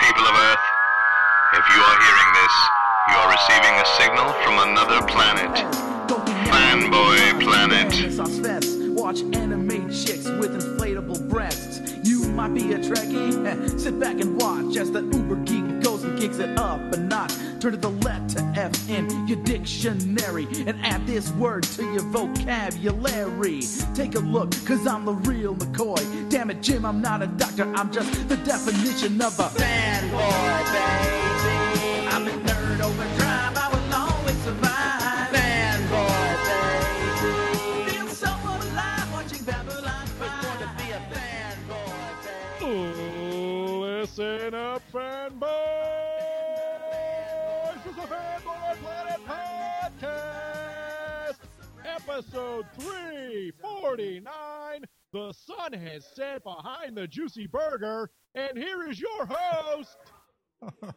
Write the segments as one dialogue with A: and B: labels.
A: people of Earth. If you are hearing this, you are receiving a signal from another planet. Fanboy Planet.
B: Renaissance fests, watch anime chicks with inflatable breasts. You might be a Trekkie, heh, sit back and watch as the uber geek goes and kicks it up a notch. Turn to the letter F in your dictionary and add this word to your vocabulary. Take a look, cause I'm the real McCoy. Damn it, Jim, I'm not a doctor, I'm just the definition of a fanboy, baby. I'm a nerd overdrive, I will always survive. Fanboy, baby. Feel so alive watching Babylon 5. to be a fanboy, baby.
C: Listen up, fanboys! This is the Fanboy Planet Podcast, episode 349. The sun has set behind the juicy burger, and here is your host,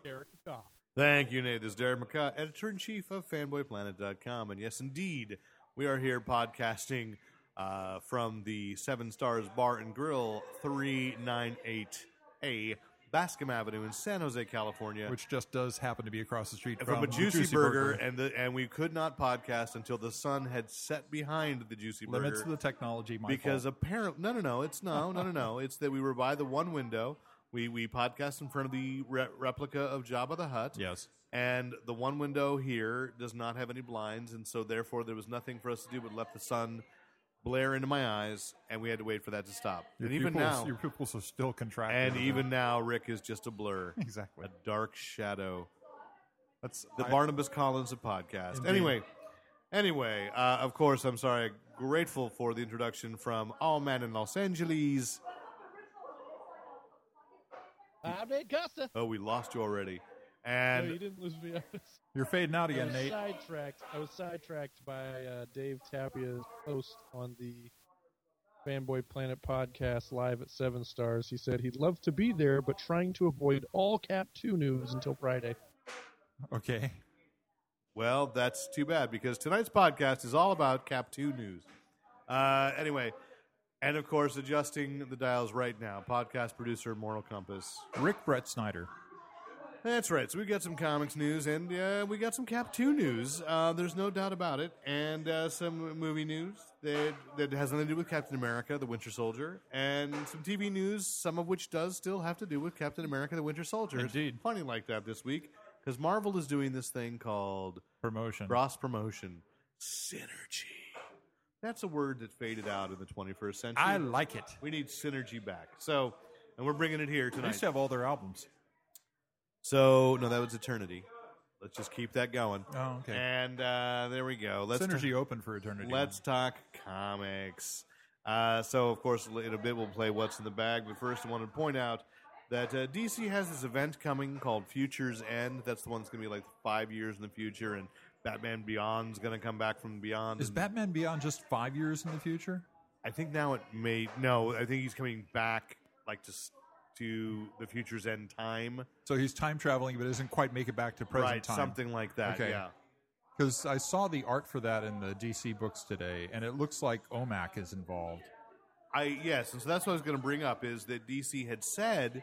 C: Derek Goff.
D: Thank you, Nate. This is Derek McCott, editor in chief of fanboyplanet.com. And yes, indeed, we are here podcasting uh, from the Seven Stars Bar and Grill, 398A, Bascom Avenue in San Jose, California.
E: which just does happen to be across the street
D: from,
E: from,
D: a
E: the
D: juicy, burger, and the, and we could not podcast until the sun had set behind the juicy
E: limits
D: burger
E: to the technology. My
D: because
E: fault.
D: apparently no no no it's no no no no it's that we were by the one window we we podcast in front of the re- replica of Jabba the Hutt
E: yes,
D: and the one window here does not have any blinds, and so therefore there was nothing for us to do but let the sun blare into my eyes, and we had to wait for that to stop.
E: your
D: and even
E: pupils,
D: now,
E: your pupils are still contracting.
D: and even now, Rick is just a blur,
E: exactly.
D: a dark shadow.
E: That's
D: The
E: I-
D: Barnabas Collins of podcast.
E: Indeed.
D: Anyway, anyway, uh, of course, I'm sorry. Grateful for the introduction from All Man in Los Angeles.
C: I'm Nate Costa.
D: Oh, we lost you already.
C: No,
D: And
C: you didn't lose me. I was,
E: You're fading out
C: I
E: again,
C: was
E: Nate.
C: sidetracked. I was sidetracked by uh, Dave Tapia's post on the Fanboy Planet podcast live at Seven Stars. He said he'd love to be there, but trying to avoid all Cap 2 news until Friday.
E: Okay,
D: Well, that's too bad because tonight's podcast is all about Cap 2 news. Uh, anyway, and of course, adjusting the dials right now, podcast producer Moral Compass.
E: Rick Brett Snyder.
D: That's right. So we got some comics news and uh, we got some Cap 2 news. Uh, there's no doubt about it. And uh, some movie news that, that has nothing to do with Captain America, the Winter Soldier, and some TV news, some of which does still have to do with Captain America, the Winter Soldier.
E: Indeed.
D: It's funny like that this week because Marvel is doing this thing called
E: Promotion.
D: cross promotion synergy that's a word that faded out in the 21st century
E: I like it.
D: we need synergy back so and we're bringing it here
E: They used
D: tonight
E: to have all their albums.
D: so no that was eternity let's just keep that going
E: Oh, okay.
D: and uh, there we go let's
E: Synergy
D: ta-
E: open for eternity.
D: let's talk comics uh, so of course in a bit we'll play what's in the bag but first i want to point out that uh, dc has this event coming called futures end that's the one that's going to be like five years in the future and batman beyond's going to come back from beyond
E: Is
D: and-
E: Batman Beyond just five years in the future?
D: I think now it may no. I think he's coming back like to s- to the future's end time,
E: So he's time traveling, but doesn't quite make it back to present
D: right?
E: time.
D: Something like that.
E: Okay.
D: Yeah.
E: Because I saw the art for that in the DC books today, and it looks like OMAC is involved.
D: I yes, and so that's what I was going to bring up is that DC had said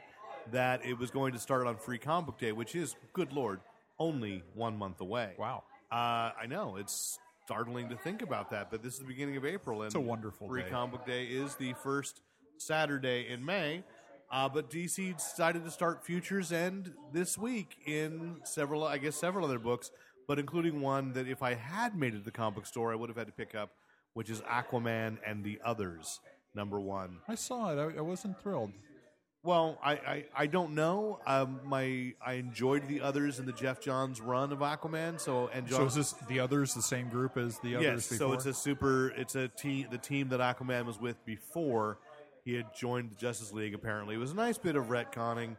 D: that it was going to start on Free Comic Book Day, which is good lord, only one month away.
E: Wow.
D: Uh, I know it's startling to think about that, but this is the beginning of April, and
E: It's a wonderful
D: Free
E: day.
D: Comic Book Day is the first Saturday in May. Uh, but DC decided to start Futures End this week in several, I guess, several other books, but including one that if I had made it to the comic book store, I would have had to pick up, which is Aquaman and the Others, number one.
E: I saw it. I, I wasn't thrilled.
D: Well, I, I, I don't know. Um, my I enjoyed the others in the Jeff Johns run of Aquaman. So and John,
E: So is this the others the same group as the others
D: yes,
E: before?
D: so it's a super. It's a team. The team that Aquaman was with before he had joined the Justice League. Apparently, it was a nice bit of retconning.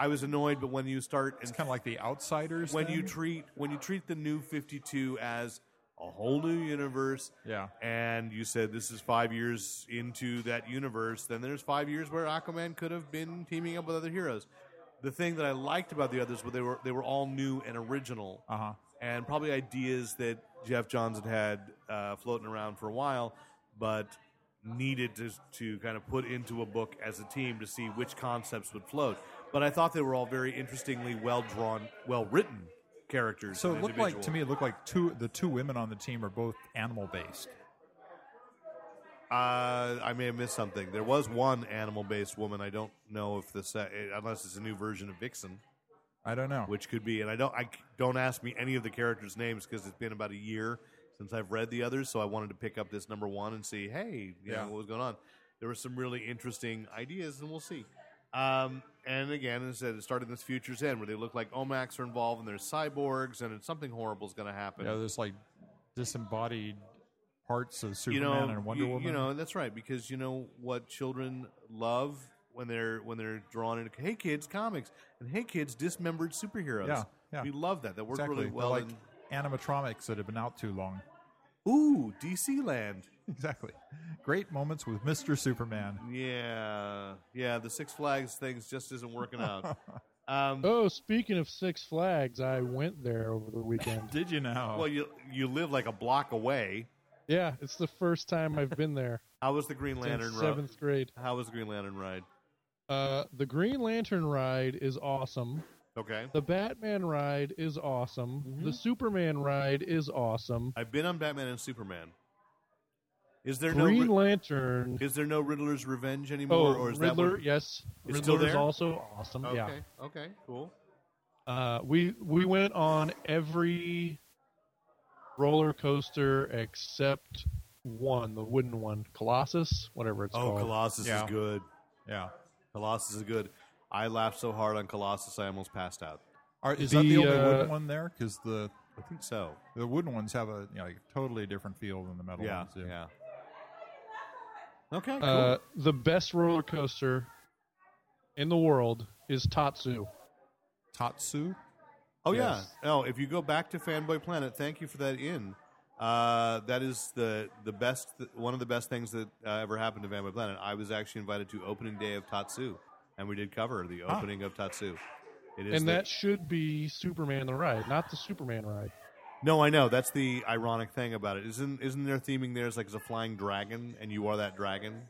D: I was annoyed, but when you start and
E: kind of like the outsiders.
D: when you
E: thing?
D: treat when you treat the new Fifty Two as a whole new universe,
E: yeah,
D: and you said this is five years into that universe, then there's five years where Aquaman could have been teaming up with other heroes. The thing that I liked about the others was they were they were all new and original,
E: uh huh.
D: and probably ideas that Jeff Johns had had uh, floating around for a while, but needed to to kind of put into a book as a team to see which concepts would float. But I thought they were all very interestingly well drawn, well written characters.
E: So
D: and
E: it looked like to
D: individuals.
E: me, it looked like two the two women on the team are both animal based.
D: Uh, I may have missed something. There was one animal-based woman. I don't know if this, uh, unless it's a new version of Vixen,
E: I don't know.
D: which could be. And I don't, I c- don't ask me any of the characters' names because it's been about a year since I've read the others. So I wanted to pick up this number one and see, hey, you
E: Yeah.
D: know, what was going on. There were some really interesting ideas, and we'll see. Um, and again, as I said, it started this Futures End where they look like Omax are involved and there's cyborgs and it's something horrible is going to happen.
E: yeah, there's like disembodied parts of
D: you
E: Superman
D: know,
E: and Wonder
D: you,
E: Woman.
D: You know, that's right because you know what children love when they're when they're drawn into hey kids comics and hey kids dismembered superheroes.
E: Yeah, yeah.
D: we love that. That worked
E: exactly.
D: really
E: They're
D: well.
E: like
D: in-
E: animatronics that have been out too long.
D: ooh, DC Land.
E: Exactly. Great moments with Mister Superman.
D: Yeah, yeah. The Six Flags things just isn't working out. Um,
C: Oh, speaking of Six Flags, I went there over the weekend.
E: Did you know?
D: Well, you you live like a block away.
C: yeah, it's the first time I've been there
D: How was the Green
C: since
D: Lantern ride?
C: seventh grade.
D: How was the Green Lantern ride?
C: Uh, the Green Lantern ride is awesome.
D: Okay,
C: The Batman ride is awesome. The Superman ride is awesome.
D: I've been on Batman and Superman. Is there
C: Green
D: no Ri-
C: Lantern.
D: is there no Riddler's Revenge
C: Oh,
D: anymore, or is that
C: Riddler.
D: what-
C: yes,
D: It's
C: Riddler
D: still
C: is
D: there?
C: also awesome.
D: Okay.
C: Yeah.
D: Okay. Cool.
C: Uh, we we went on every roller coaster except one, the wooden one, Colossus, whatever it's
D: Oh,
C: called.
D: Colossus
E: Yeah.
D: is good.
E: yeah.
D: Colossus is good. I laughed so hard on Colossus, I almost passed out.
E: Are, is
C: The,
E: that the only
C: uh,
E: wooden one there? Because the
D: I think so.
E: the wooden ones have a you know, like, totally different feel than the metal
D: Yeah.
E: ones. do.
D: Yeah. Okay. Cool.
C: Uh, the best roller coaster in the world is Tatsu.
E: Tatsu.
D: oh
C: yes.
D: yeah. Oh, if you go back to Fanboy Planet, thank you for that in. Uh, that is the the best one of the best things that uh, ever happened to Fanboy Planet. I was actually invited to opening day of Tatsu, and we did cover the
E: Huh.
D: opening of Tatsu. It is
C: Ah. And
D: the-
C: that should be Superman the ride, not the Superman ride.
D: No, I know. That's the ironic thing about it. Isn't isn't their theming there is like it's a flying dragon and you are that dragon?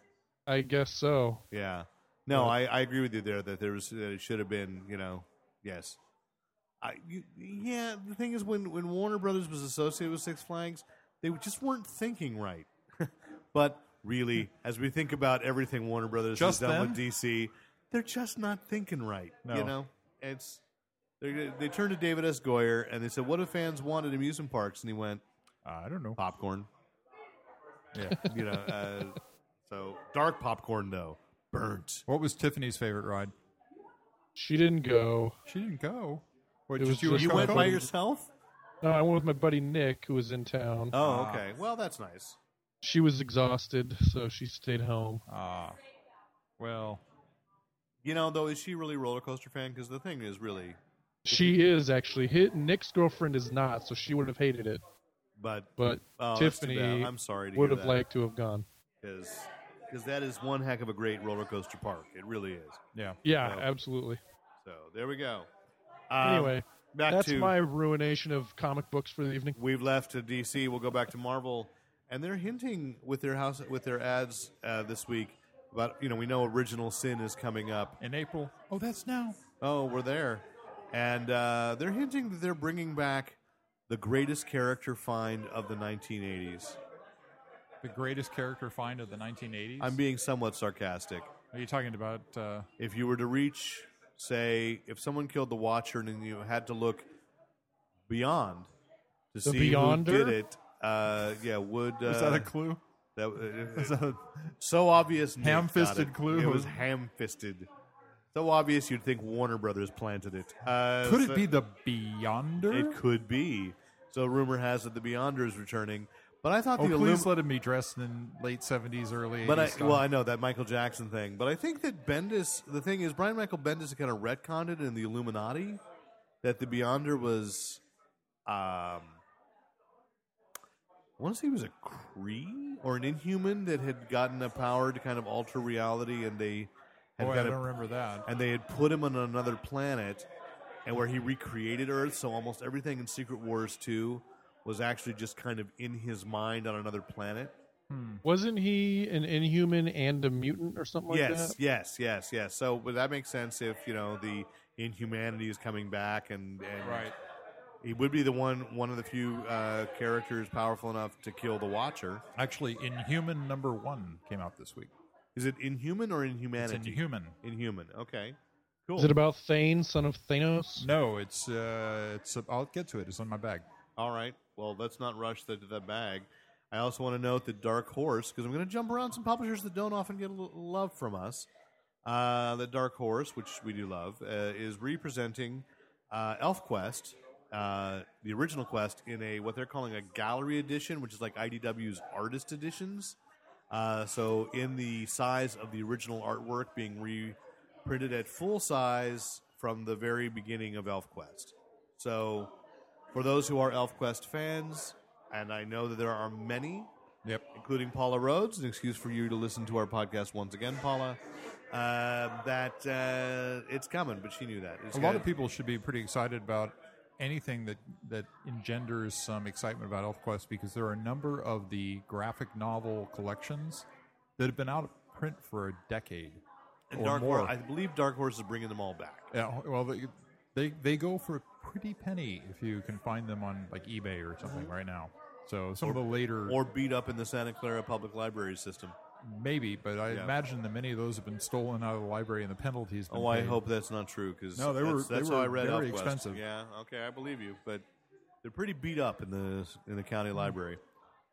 C: I guess so.
D: Yeah. No, I, I agree with you there that there was that it should have been, you know, yes. I you, yeah, the thing is when when Warner Brothers was associated with Six Flags, they just weren't thinking right. but really, as we think about everything Warner Brothers
E: Just
D: has done
E: then?
D: with DC, they're just not thinking right.
E: No.
D: You know, it's they they turned to David S. Goyer and they said, "What do fans want at amusement parks?" And he went,
E: Uh, I don't know.
D: "Popcorn."
E: Yeah.
D: you know. Uh, so dark popcorn though, burnt.
E: what was Tiffany's favorite ride?
C: She didn't go.
E: She didn't go. What,
C: It was
E: you were
C: just-
D: You
E: Coco?
D: went by yourself?
C: No, I went with my buddy Nick, who was in town.
D: Oh, okay. Well, that's nice.
C: She was exhausted, so she stayed home.
E: Ah. well,
D: You know, though, is she really a roller coaster fan? Because the thing is, really,
C: She is actually hit. Nick's girlfriend is not, so she would have hated it.
D: but
C: But
D: Oh, that's too
C: Tiffany,
D: bad. I'm sorry to
C: would
D: hear
C: have
D: that.
C: liked to have gone.
D: because that is one heck of a great roller coaster park. It really is.
E: yeah.
C: Yeah,
D: No.
C: absolutely.
D: So there we go. Um,
C: anyway,
D: back
C: that's
D: to
C: my ruination of comic books for the evening.
D: we've left to DC. We'll go back to Marvel, and they're hinting with their house with their ads uh, this week about you know we know Original Sin is coming up.
E: In April. Oh, that's now.
D: Oh, we're there. And uh, they're hinting that they're bringing back the greatest character find of the 1980s.
E: The greatest character find of the 1980s.
D: I'm being somewhat sarcastic.
E: Are you talking about? Uh,
D: If you were to reach, say, if someone killed the Watcher and you had to look beyond to
C: The
D: see
C: Beyonder?
D: who did it, uh, yeah, would uh,
E: is that a clue?
D: that- uh,
E: Is that a,
D: so obvious? Nick got
E: Ham-fisted
D: it.
E: clue?
D: It was ham-fisted. So obvious, you'd think Warner Brothers planted it. Uh,
E: could
D: so-
E: it be the Beyonder?
D: It could be. So rumor has it the Beyonder is returning. But I thought
E: Oh,
D: the
E: please
D: Illum-
E: let him be dressed in late 70s, early 80s.
D: But I,
E: style.
D: well, I know that Michael Jackson thing. But I think that Bendis. The thing is, Brian Michael Bendis kind of retconned it in the Illuminati that the Beyonder was. Um, I want to say he was a Kree or an Inhuman that had gotten a power to kind of alter reality, and they had
E: Boy, I
D: kind
E: don't
D: of
E: remember that.
D: and they had put him on another planet and where he recreated earth so almost everything in secret wars 2 was actually just kind of in his mind on another planet
E: Hmm.
C: Wasn't he an inhuman and a mutant or something like
D: yes,
C: that?
D: yes, yes, yes. So would that make sense if you know the inhumanity is coming back and and he would be the one one of the few uh, characters powerful enough to kill the Watcher.
E: Actually, Inhuman number one came out this week.
D: Is it Inhuman or
E: It's
D: Inhumanity?
E: Inhuman.
D: Inhuman. Okay, cool.
C: Is it about Thane, son of Thanos?
E: No, it's uh, it's. I'll get to it. It's on my bag.
D: All right. Well, let's not rush the, the bag. I also want to note that Dark Horse, because I'm going to jump around some publishers that don't often get l- love from us. Uh, the Dark Horse, which we do love, uh, is representing uh, Elf Quest, uh, the original Quest, in a what they're calling a gallery edition, which is like IDW's artist editions. Uh, so, in the size of the original artwork being reprinted at full size from the very beginning of Elf Quest. So, for those who are ElfQuest fans, and I know that there are many,
E: Yep.
D: including Paula Rhodes, an excuse for you to listen to our podcast once again, Paula, uh, that uh, it's coming, but she knew that. It's
E: A lot
D: good.
E: of people should be pretty excited about anything that that engenders some excitement about ElfQuest because there are a number of the graphic novel collections that have been out of print for a decade
D: And
E: or
D: Dark
E: more.
D: Horse, I believe Dark Horse is bringing them all back.
E: yeah, Uh, well, they, they they go for a pretty penny if you can find them on like eBay or something right now. So some of the later
D: Mm-hmm. Or beat up in the Santa Clara Public Library system.
E: Maybe, but I
D: Yeah.
E: imagine that many of those have been stolen out of the library and the penalties. Been
D: Oh, I
E: paid.
D: hope that's not true because
E: No, they were-
D: that's,
E: they
D: that's
E: were
D: how I read
E: very
D: ElfQuest.
E: expensive.
D: Yeah, okay, I believe you, but they're pretty beat up in the in the county library.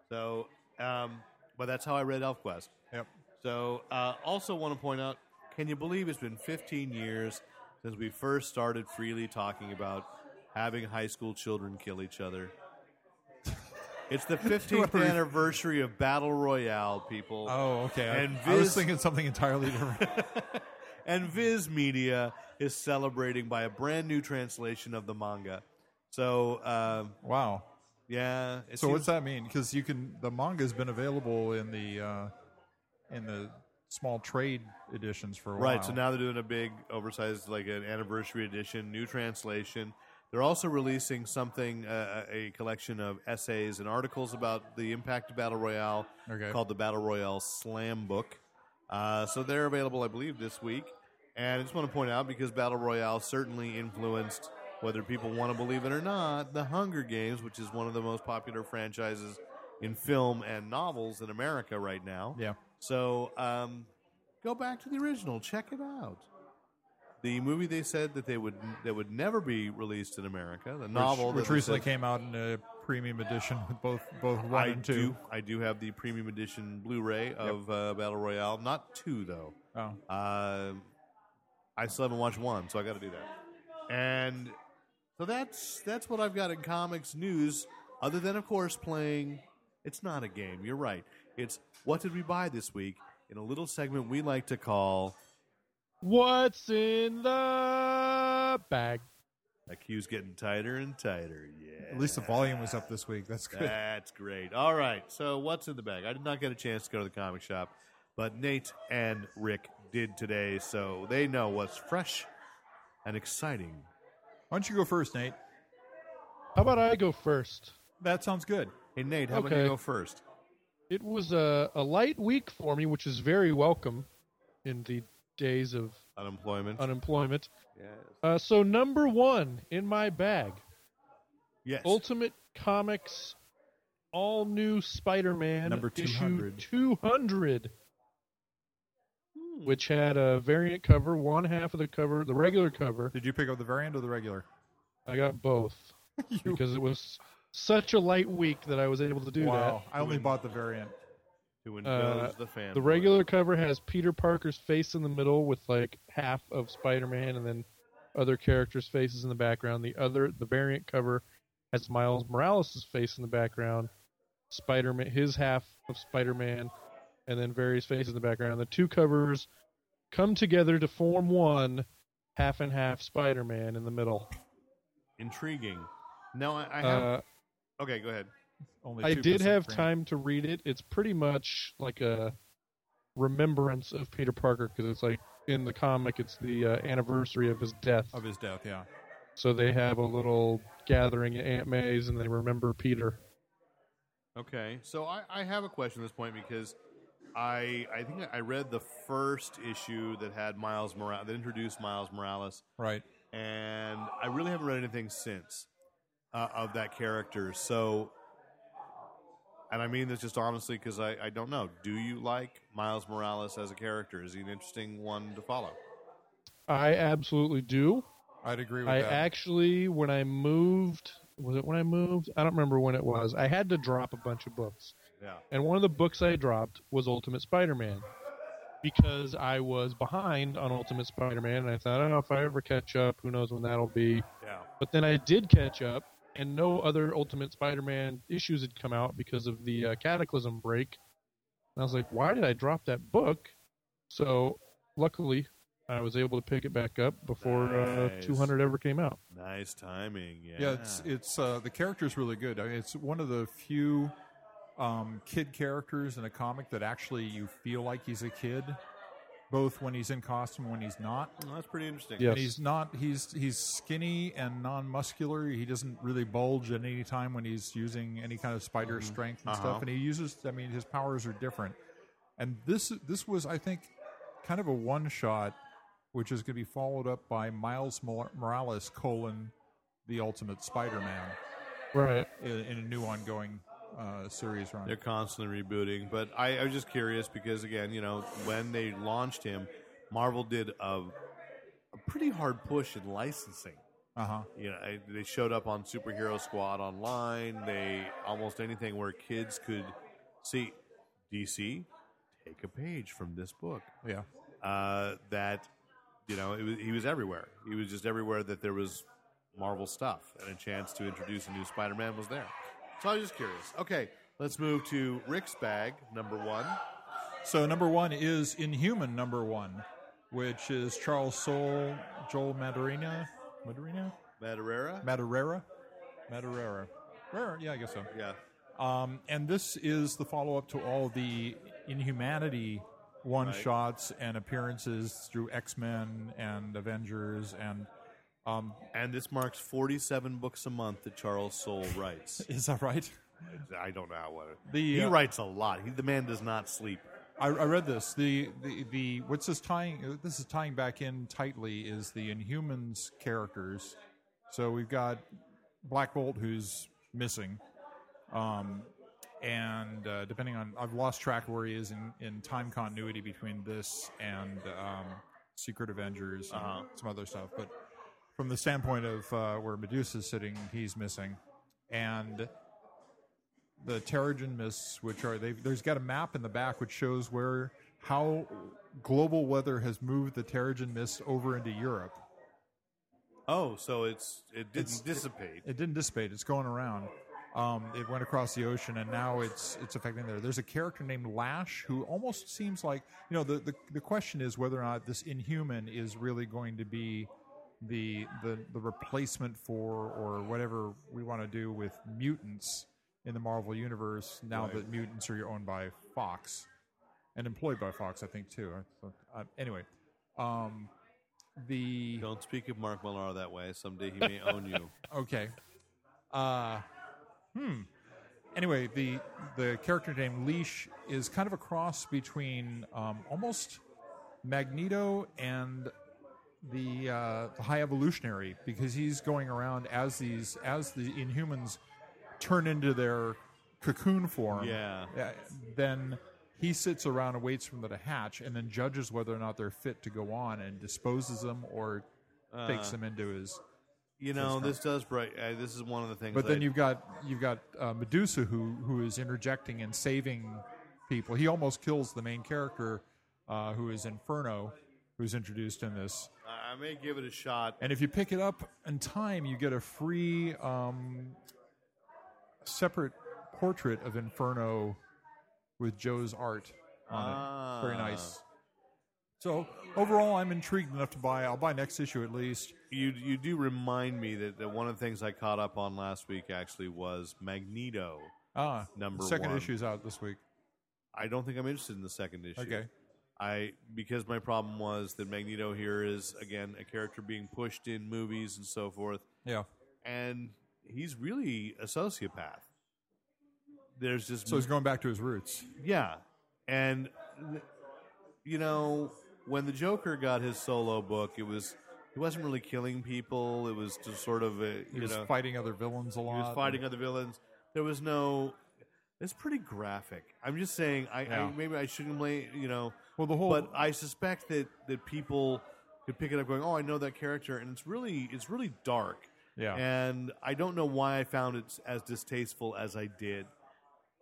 D: So, um, but that's how I read ElfQuest.
E: Yep.
D: So, uh, also want to point out can you believe it's been 15 years since we first started freely talking about having high school children kill each other? It's the 15th anniversary of Battle Royale, people.
E: Oh, okay. I-
D: And
E: I was
D: Viz-
E: thinking something entirely different.
D: And Viz Media is celebrating by a brand new translation of the manga. So, um,
E: wow.
D: yeah. it
E: So
D: seems-
E: what's that mean? Because you can, the manga has been available in the uh, in the small trade editions for a while.
D: Right. So now they're doing a big oversized, like an anniversary edition, new translation. They're also releasing something, uh, a collection of essays and articles about the impact of Battle Royale
E: Okay.
D: called the Battle Royale Slam Book. Uh, so they're available, I believe, this week. And I just want to point out because Battle Royale certainly influenced, whether people want to believe it or not, the Hunger Games, which is one of the most popular franchises in film and novels in America right now.
E: yeah.
D: So um, go back to the original. Check it out. The movie they said that they would that would never be released in America. The novel
E: which,
D: that
E: which
D: they
E: recently
D: said-
E: came out in a premium edition with both both one
D: I
E: and two.
D: do. I do have the premium edition Blu-ray of uh, Battle Royale. Not two though.
E: Oh,
D: Uh, I still haven't watched one, so I got to do that. And so that's that's what I've got in comics news. Other than, of course, playing. It's not a game. You're right. It's what did we buy this week in a little segment we like to call
C: What's in the bag?
D: That queue's getting tighter and tighter. Yeah.
E: at least the volume was up this week. That's good.
D: That's great. All right. So, what's in the bag? I did not get a chance to go to the comic shop, but Nate and Rick did today, so they know what's fresh and exciting.
E: Why don't you go first, Nate?
C: How about I go first?
E: That sounds good.
D: Hey, Nate, how about
C: Okay.
D: you go first?
C: It was a, a light week for me, which is very welcome in the days of
D: Unemployment.
C: unemployment.
D: yes.
C: Uh, so, number one in my bag
D: Yes.
C: Ultimate Comics All New Spider Man
E: Number 200.
C: 200 which had a variant cover, one half of the cover, the regular cover.
E: Did you pick up the variant or the regular?
C: I got both because it was such a light week that I was able to do
E: wow. I
D: You
E: only
D: wouldn't-
E: bought the variant.
D: Who
C: uh,
D: enjoys the fan?
C: that. The regular cover has Peter Parker's face in the middle with like half of Spider-Man and then other characters' faces in the background. The other the variant cover has Miles Morales' face in the background, Spider-Man his half of Spider-Man and then various faces in the background. The two covers come together to form one half and half Spider-Man in the middle.
D: Intriguing. No, I, I have.
C: Uh,
D: okay, go ahead.
E: Only
C: I
E: 2%
C: did have
E: variant.
C: time to read it. It's pretty much like a remembrance of Peter Parker because it's like in the comic, it's the uh, anniversary of his death.
E: of his death. Yeah.
C: So they have a little gathering at Aunt May's and they remember Peter.
D: Okay, so I, I have a question at this point because I I think I read the first issue that had Miles Morales that introduced Miles Morales,
E: Right.
D: and I really haven't read anything since uh, of that character. So, and I mean this just honestly because I, I don't know. Do you like Miles Morales as a character? Is he an interesting one to follow?
C: I absolutely do.
E: I'd agree with
C: I
E: that.
C: actually, when I moved, was it when I moved? I don't remember when it was. I had to drop a bunch of books.
D: Yeah.
C: And one of the books I dropped was Ultimate Spider Man because I was behind on Ultimate Spider Man. And I thought, oh, if I ever catch up, who knows when that'll be.
D: Yeah.
C: But then I did catch up, and no other Ultimate Spider Man issues had come out because of the uh, Cataclysm break. And I was like, why did I drop that book? So luckily, I was able to pick it back up before uh,
D: Nice.
C: 200 ever came out.
D: Nice timing. Yeah.
E: Yeah, it's it's uh, the character's really good. I mean, it's one of the few um, kid characters in a comic that actually you feel like he's a kid, both when he's in costume and when he's not.
D: Well, that's pretty interesting.
C: Yeah.
E: And he's not he's he's skinny and non-muscular. He doesn't really bulge at any time when he's using any kind of spider strength and
D: Uh-huh.
E: stuff. And he uses I mean his powers are different. And this this was I think kind of a one shot, which is going to be followed up by Miles Mor- Morales colon the Ultimate Spider-Man
C: Right.
E: in, in a new ongoing uh, series run.
D: They're constantly rebooting, but I, I was just curious because again, you know, when they launched him, Marvel did a, a pretty hard push in licensing.
E: Uh huh.
D: You know, I- they showed up on Superhero Squad online. They almost anything where kids could see DC take a page from this book.
E: Yeah.
D: Uh, that you know, it was, he was everywhere. He was just everywhere that there was Marvel stuff, and a chance to introduce a new Spider-Man was there. So I was just curious. Okay, let's move to Rick's bag number one.
E: So number one is Inhuman number one, which is Charles Soule, Joel Madarina, Madarina,
D: Maderera.
E: Madarera, Madarera, Rara, yeah, I guess so.
D: yeah.
E: Um, and this is the follow up to all the Inhumanity one shots and appearances through X Men and Avengers and. Um,
D: And this marks 47 books a month that Charles Soule writes.
E: is that right?
D: I don't know how what.
E: The,
D: he
E: uh,
D: writes a lot. He, the man does not sleep.
E: I, I read this. The, the the what's this tying? This is tying back in tightly. Is the Inhumans characters? So we've got Black Bolt who's missing, um, and uh, depending on I've lost track of where he is in, in time continuity between this and um, Secret Avengers and some other stuff. But from the standpoint of uh, where Medusa's sitting, he's missing, and the Terrigen mists, which are they've, there's got a map in the back which shows where how global weather has moved the Terrigen mist over into Europe.
D: Oh, so it's it didn't
E: It's-
D: dissipate.
E: It didn't dissipate; it's going around. Um, it went across the ocean, and now it's it's affecting there. There's a character named Lash who almost seems like you know the, the the question is whether or not this Inhuman is really going to be the the the replacement for or whatever we want to do with mutants in the Marvel universe now
D: Right.
E: that mutants are owned by Fox and employed by Fox, I think too. Uh, anyway, um, the
D: Don't speak of Mark Millar that way. Someday he may own you.
E: Okay. Uh, hmm. Anyway, the the character named Leash is kind of a cross between um, almost Magneto and the, uh, the High Evolutionary because he's going around as these as the Inhumans turn into their cocoon form.
D: Yeah.
E: uh, Then he sits around and waits for them to hatch, and then judges whether or not they're fit to go on and disposes them or takes them into his
D: You know, this does bright. Uh, this is one of the things.
E: but then
D: I-
E: you've got you've got uh, Medusa who who is interjecting and saving people. He almost kills the main character, uh, who is Inferno, who's introduced in this.
D: I I may give it a shot.
E: And if you pick it up in time, you get a free um, separate portrait of Inferno with Joe's art on it. Very
D: Ah.
E: nice. So overall, I'm intrigued enough to buy. I'll buy next issue at least.
D: You you do remind me that, that one of the things I caught up on last week actually was Magneto.
E: Ah,
D: Number
E: second
D: one.
E: issue's out this week.
D: I don't think I'm interested in the second issue.
E: Okay.
D: I because my problem was that Magneto here is again a character being pushed in movies and so forth,
E: Yeah.
D: and he's really a sociopath. There's just
E: So he's going back to his roots.
D: yeah, and you know when the Joker got his solo book, it was he wasn't really killing people. It was just sort of a,
E: He
D: you
E: was
D: know
E: fighting other villains a lot.
D: he was fighting other villains. There was no. It's pretty graphic. I'm just saying. I,
E: Yeah.
D: I maybe I shouldn't blame you know.
E: Well, the whole-
D: But I suspect that that people could pick it up going, "Oh, I know that character," and it's really it's really dark.
E: Yeah.
D: And I don't know why I found it as distasteful as I did.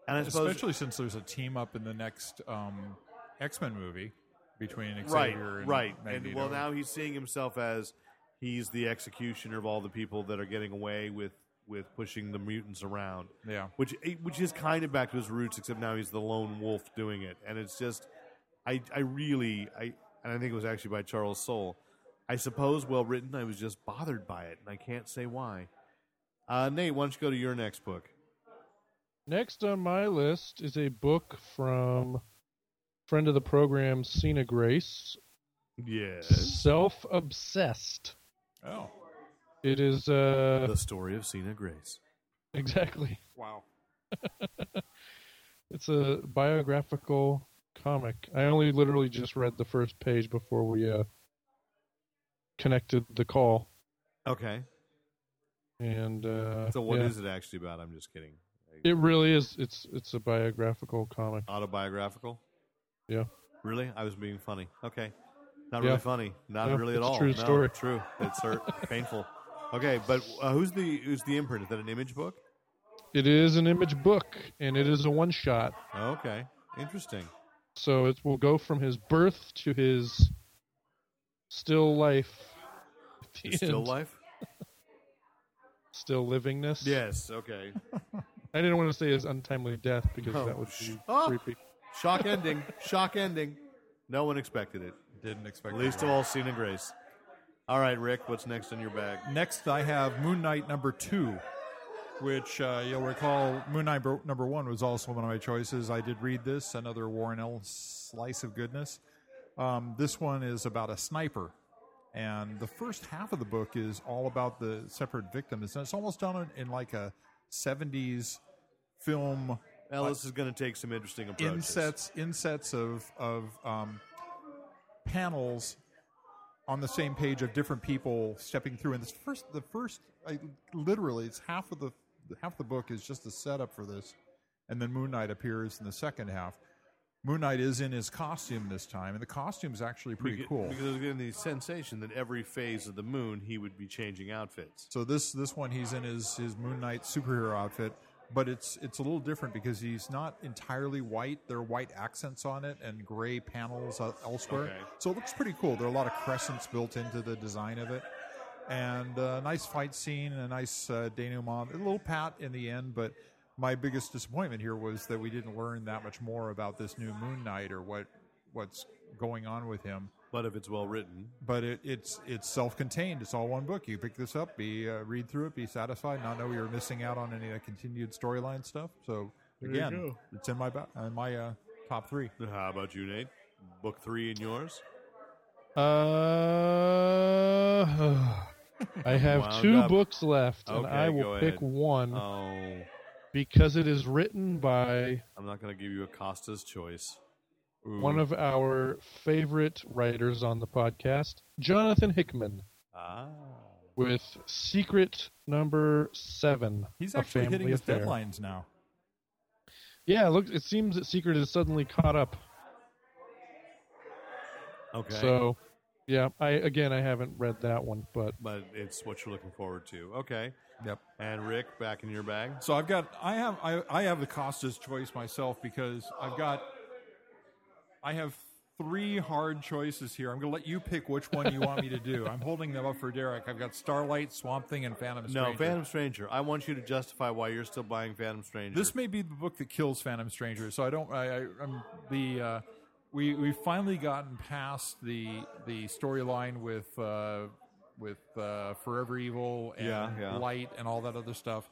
D: And I suppose
E: especially since there's a team up in the next um, X Men movie between Xavier
D: right,
E: and
D: right. And
E: Magneto.
D: well, now he's seeing himself as he's the executioner of all the people that are getting away with with pushing the mutants around.
E: Yeah.
D: which eh, which is kind of back to his roots, except now he's the lone wolf doing it, and it's just, I I really I and I think it was actually by Charles Soule. I suppose well written. I was just bothered by it, and I can't say why. Uh, Nate, why don't you go to your next book?
C: Next on my list is a book from friend of the program, Cena Grace,
D: Yes,
C: Self Obsessed.
E: oh
C: It is uh,
D: the story of Cena Grace.
C: exactly.
E: wow,
C: It's a biographical comic. I only literally just read the first page before we uh, connected the call.
D: Okay,
C: And uh,
D: so what is
C: yeah.
D: it actually about? I'm just kidding.
C: It really is. It's it's a biographical comic.
D: Autobiographical?
C: Yeah.
D: Really? I was being funny. Okay. Not
C: Yeah.
D: really funny. Not
C: No,
D: really at
C: it's a
D: all.
C: true
D: No,
C: story.
D: True. It's hurt, painful. Okay, but uh, who's the who's the imprint? Is that an image book?
C: It is an image book, and it is a one shot.
D: Okay, interesting.
C: So it will go from his birth to his still life. at the
D: Is still
C: end.
D: life?
C: Still livingness.
D: Yes. Okay.
C: I didn't want to say his untimely death because
D: Oh,
C: that would
D: sh-
C: be
D: oh!
C: creepy.
D: Shock ending. Shock ending. No one expected it.
E: didn't expect.
D: Least
E: that
D: of all, Cena Grace. All right, Rick. What's next in your bag?
E: Next, I have Moon Knight number two, which uh, you'll recall Moon Knight bro- number one was also one of my choices. I did read this, another Warren Ellis slice of goodness. Um, this one is about a sniper, and the first half of the book is all about the separate victims. And it's almost done in, in like a 70s film
D: Ellis is going to take some interesting approaches.
E: insets insets of of um, panels on the same page of different people stepping through. And this first, the first, I, literally, it's half of the half the book is just the setup for this, and then Moon Knight appears in the second half. Moon Knight is in his costume this time, and the costume is actually pretty
D: Beca-
E: cool.
D: Because I was getting the sensation that every phase of the moon he would be changing outfits.
E: So this this one he's in his his Moon Knight superhero outfit, but it's it's a little different because he's not entirely white. There are white accents on it and gray panels el- elsewhere.
D: Okay.
E: So it looks pretty cool. There are a lot of crescents built into the design of it, and a nice fight scene and a nice uh, denouement. A little pat in the end, but. My biggest disappointment here was that we didn't learn that much more about this new Moon Knight or what what's going on with him
D: But if it's well written,
E: but it, it's it's self-contained. It's all one book. You pick this up, be uh, read through it, be satisfied, not know you're missing out on any of the continued storyline stuff. So
C: you
E: again,
C: go.
E: it's in my ba- in my uh, top three.
D: how about you, Nate? Book three in yours?
C: Uh, I have
D: Wound
C: two
D: up.
C: books left, and
D: Okay,
C: I will
D: go
C: pick
D: ahead.
C: one
E: Mm-hmm.
D: Oh,
C: because it is written by
D: I'm not going to give you a Costa's choice.
C: one of our favorite writers on the podcast, Jonathan Hickman,
D: Ah,
C: with Secret Number Seven.
E: He's
C: A
E: actually hitting
C: Family
E: his
C: Affair.
E: deadlines now.
C: Yeah, look, it seems that Secret is suddenly caught up.
D: okay.
C: So, yeah, I again I haven't read that one, but
D: but it's what you're looking forward to. Okay.
E: Yep.
D: And Rick, back in your bag.
E: So I've got I have I, I have the Costa's choice myself because I've got I have three hard choices here. I'm going to let you pick which one you want me to do. I'm holding them up for Derek. I've got Starlight, Swamp Thing, and Phantom.
D: No,
E: Stranger.
D: Phantom Stranger. I want you to justify why you're still buying Phantom Stranger.
E: This may be the book that kills Phantom Stranger. So I don't. I, I, I'm the. Uh, we we finally gotten past the the storyline with uh, with uh, Forever Evil and
D: Yeah, yeah.
E: Light and all that other stuff.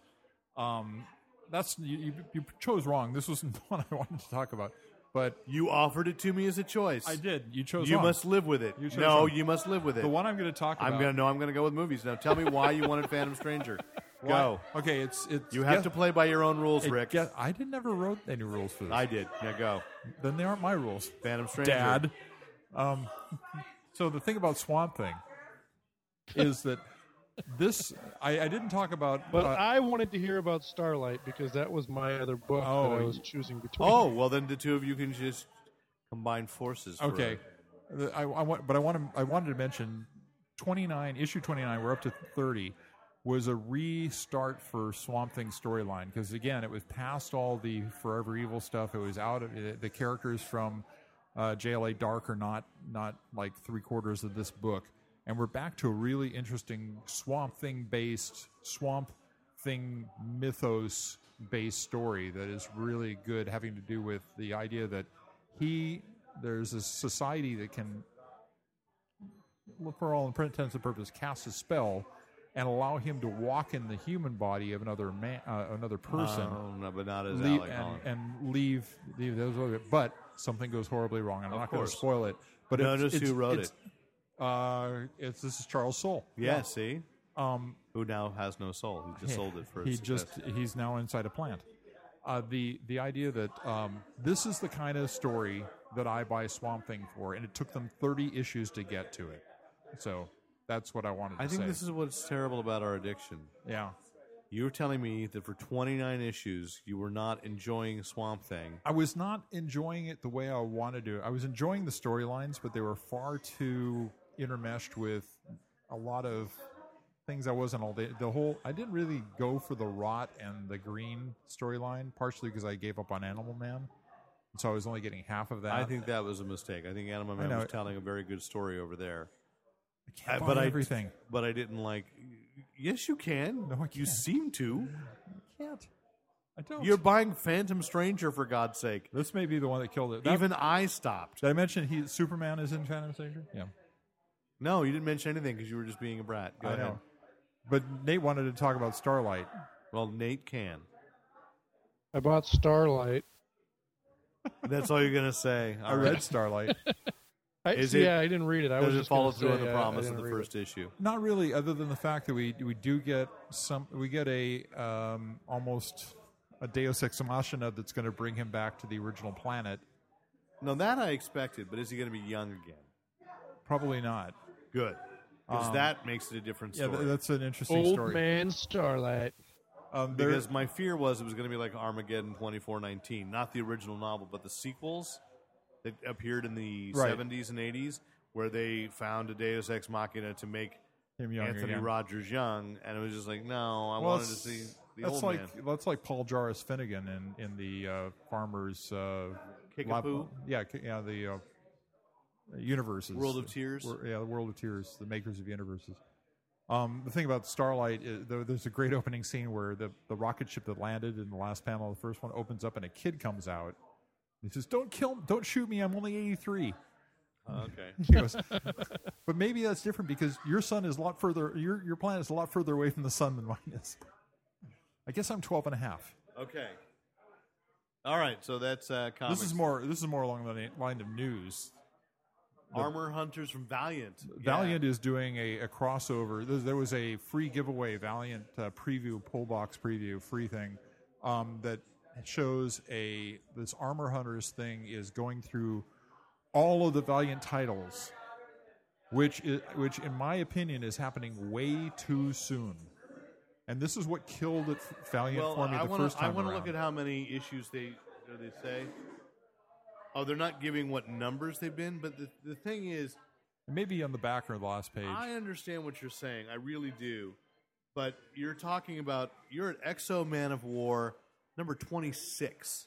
E: Um, that's you, you, you chose wrong. This wasn't the one I wanted to talk about, but
D: you offered it to me as a choice.
E: I did. You chose.
D: You
E: wrong.
D: must live with it.
E: You chose
D: no,
E: wrong.
D: you must live with it.
E: The one I'm going to talk about.
D: I'm gonna know. I'm gonna go with movies now. Tell me why you wanted Phantom Stranger. Go.
E: Okay, it's it's.
D: You have
E: yeah,
D: to play by your own rules,
E: it
D: Rick.
E: get- I did never wrote any rules for this.
D: I did. Now go.
E: then they aren't my rules.
D: Phantom Stranger.
E: Dad. Um, so the thing about Swamp Thing is that this I, I didn't talk about.
C: But
E: uh,
C: I wanted to hear about Starlight because that was my other book that I
E: Oh,
C: was choosing between.
D: Oh, well, then the two of you can just combine forces. for
E: okay.
D: it.
E: The- I, I want, but I want to. I wanted to mention twenty nine issue twenty nine. We're up to thirty. Was a restart for Swamp Thing storyline because again, it was past all the Forever Evil stuff. It was out of eh, the- the characters from uh, JLA Dark are not not like three quarters of this book, and we're back to a really interesting Swamp Thing based Swamp Thing mythos based story that is really good, having to do with the idea that he there's a society that can, for all intents and purposes, cast a spell and allow him to walk in the human body of another man, uh, another person
D: Oh, no, but not as
E: leave
D: Alec
E: and,
D: Holland.
E: and leave leave those over. But something goes horribly wrong. and I'm
D: Of
E: not going to
D: course.
E: spoil it. But
D: Notice
E: it's, it's,
D: who wrote
E: it's, Uh, it's this is Charles Soule.
D: yeah, see?
E: Um,
D: Who now has no soul. He just sold it for
E: he
D: his
E: just
D: success.
E: he's now inside a plant. Uh, the the idea that um, this is the kind of story that I buy Swamp Thing for, and it took them 30 issues to get to it. So that's what I wanted.
D: I
E: to
D: think
E: say.
D: this is what's terrible about our addiction.
E: yeah.
D: You were telling me that for 29 issues, you were not enjoying Swamp Thing.
E: I was not enjoying it the way I wanted to. I was enjoying the storylines, but they were far too intermeshed with a lot of things I wasn't all day. The whole I didn't really go for the rot and the green storyline, partially because I gave up on Animal Man, and so I was only getting half of that.
D: I think that was a mistake. I think Anima Man
E: know.
D: was telling a very good story over there.
E: I can't
D: Uh,
E: buy
D: but I-
E: everything.
D: But I didn't like. Yes, you can.
E: No, I
D: You
E: can't.
D: seem to.
E: I can't. I don't.
D: You're buying Phantom Stranger for God's sake.
E: this may be the one that killed it. That,
D: Even I stopped.
E: did I mention he Superman is in Phantom Stranger? Yeah,
D: No, you didn't mention anything because you were just being a brat. Go
E: I
D: ahead.
E: know. But Nate wanted to talk about Starlight.
D: Well, Nate can.
C: I bought Starlight.
D: That's all you're gonna say.
E: I
D: All
E: read
D: right.
E: Starlight.
C: I,
D: Is
C: see,
D: it-
C: yeah, I didn't read it. I was
D: Does it
C: just gonna
D: follow through on
C: say,
D: the
C: uh, I
D: promise of
C: didn't
D: the
C: read it.
D: first issue?
E: Not really, other than the fact that we we do get some we get a um, almost a Deus ex machina that's going to bring him back to the original planet.
D: No, that I expected. But is he gonna be young again?
E: Probably not.
D: Good, because
E: Um,
D: that makes it a different
E: Yeah,
D: story.
E: th- that's an interesting
C: Old
E: story.
C: Man Starlight.
E: Um, there-
D: because my fear was it was going to be like Armageddon 2419, not the original novel, but the sequels that appeared in the
E: Right.
D: 70s and 80s, where they found a Deus Ex Machina to make
E: him younger,
D: Anthony
E: yeah.
D: Rogers young, and it was just like, no, I
E: Well,
D: wanted to
E: it's-
D: see the
E: that's
D: old
E: like
D: man.
E: that's like Paul Jarvis Finnegan in in the uh, farmers uh,
D: Kickapoo?
E: lab- yeah, ki- yeah, the uh, universes,
D: World of Tears?
E: Wor- yeah, the World of Tears, the makers of universes. Um, the thing about Starlight, is, though, there's a great opening scene where the the rocket ship that landed in the last panel, of the first one opens up and a kid comes out. He says, "Don't kill, don't shoot me. I'm only 83."
D: Oh, Okay.
E: He goes, but maybe that's different because your sun is a lot further, your, your planet is a lot further away from the sun than mine is. I guess I'm 12 and a half.
D: Okay. All right, so that's uh, comics.
E: This is more, this is more along the na- line of news.
D: Armor Hunters from Valiant.
E: Valiant is doing a, a crossover. There, there was a free giveaway, Valiant uh, preview, pull box preview, free thing um, that shows a this Armor Hunters thing is going through all of the Valiant titles, which is, which in my opinion is happening way too soon. And this is what killed it, f- Valiant
D: Well,
E: for me
D: I
E: the
D: wanna-
E: first time
D: I want to look
E: around.
D: at how many issues they do they say. Oh, they're not giving what numbers they've been, but the, the thing is,
E: Maybe on the back or the last page.
D: I understand what you're saying. I really do. But you're talking about you're at Exo Man of War number 26.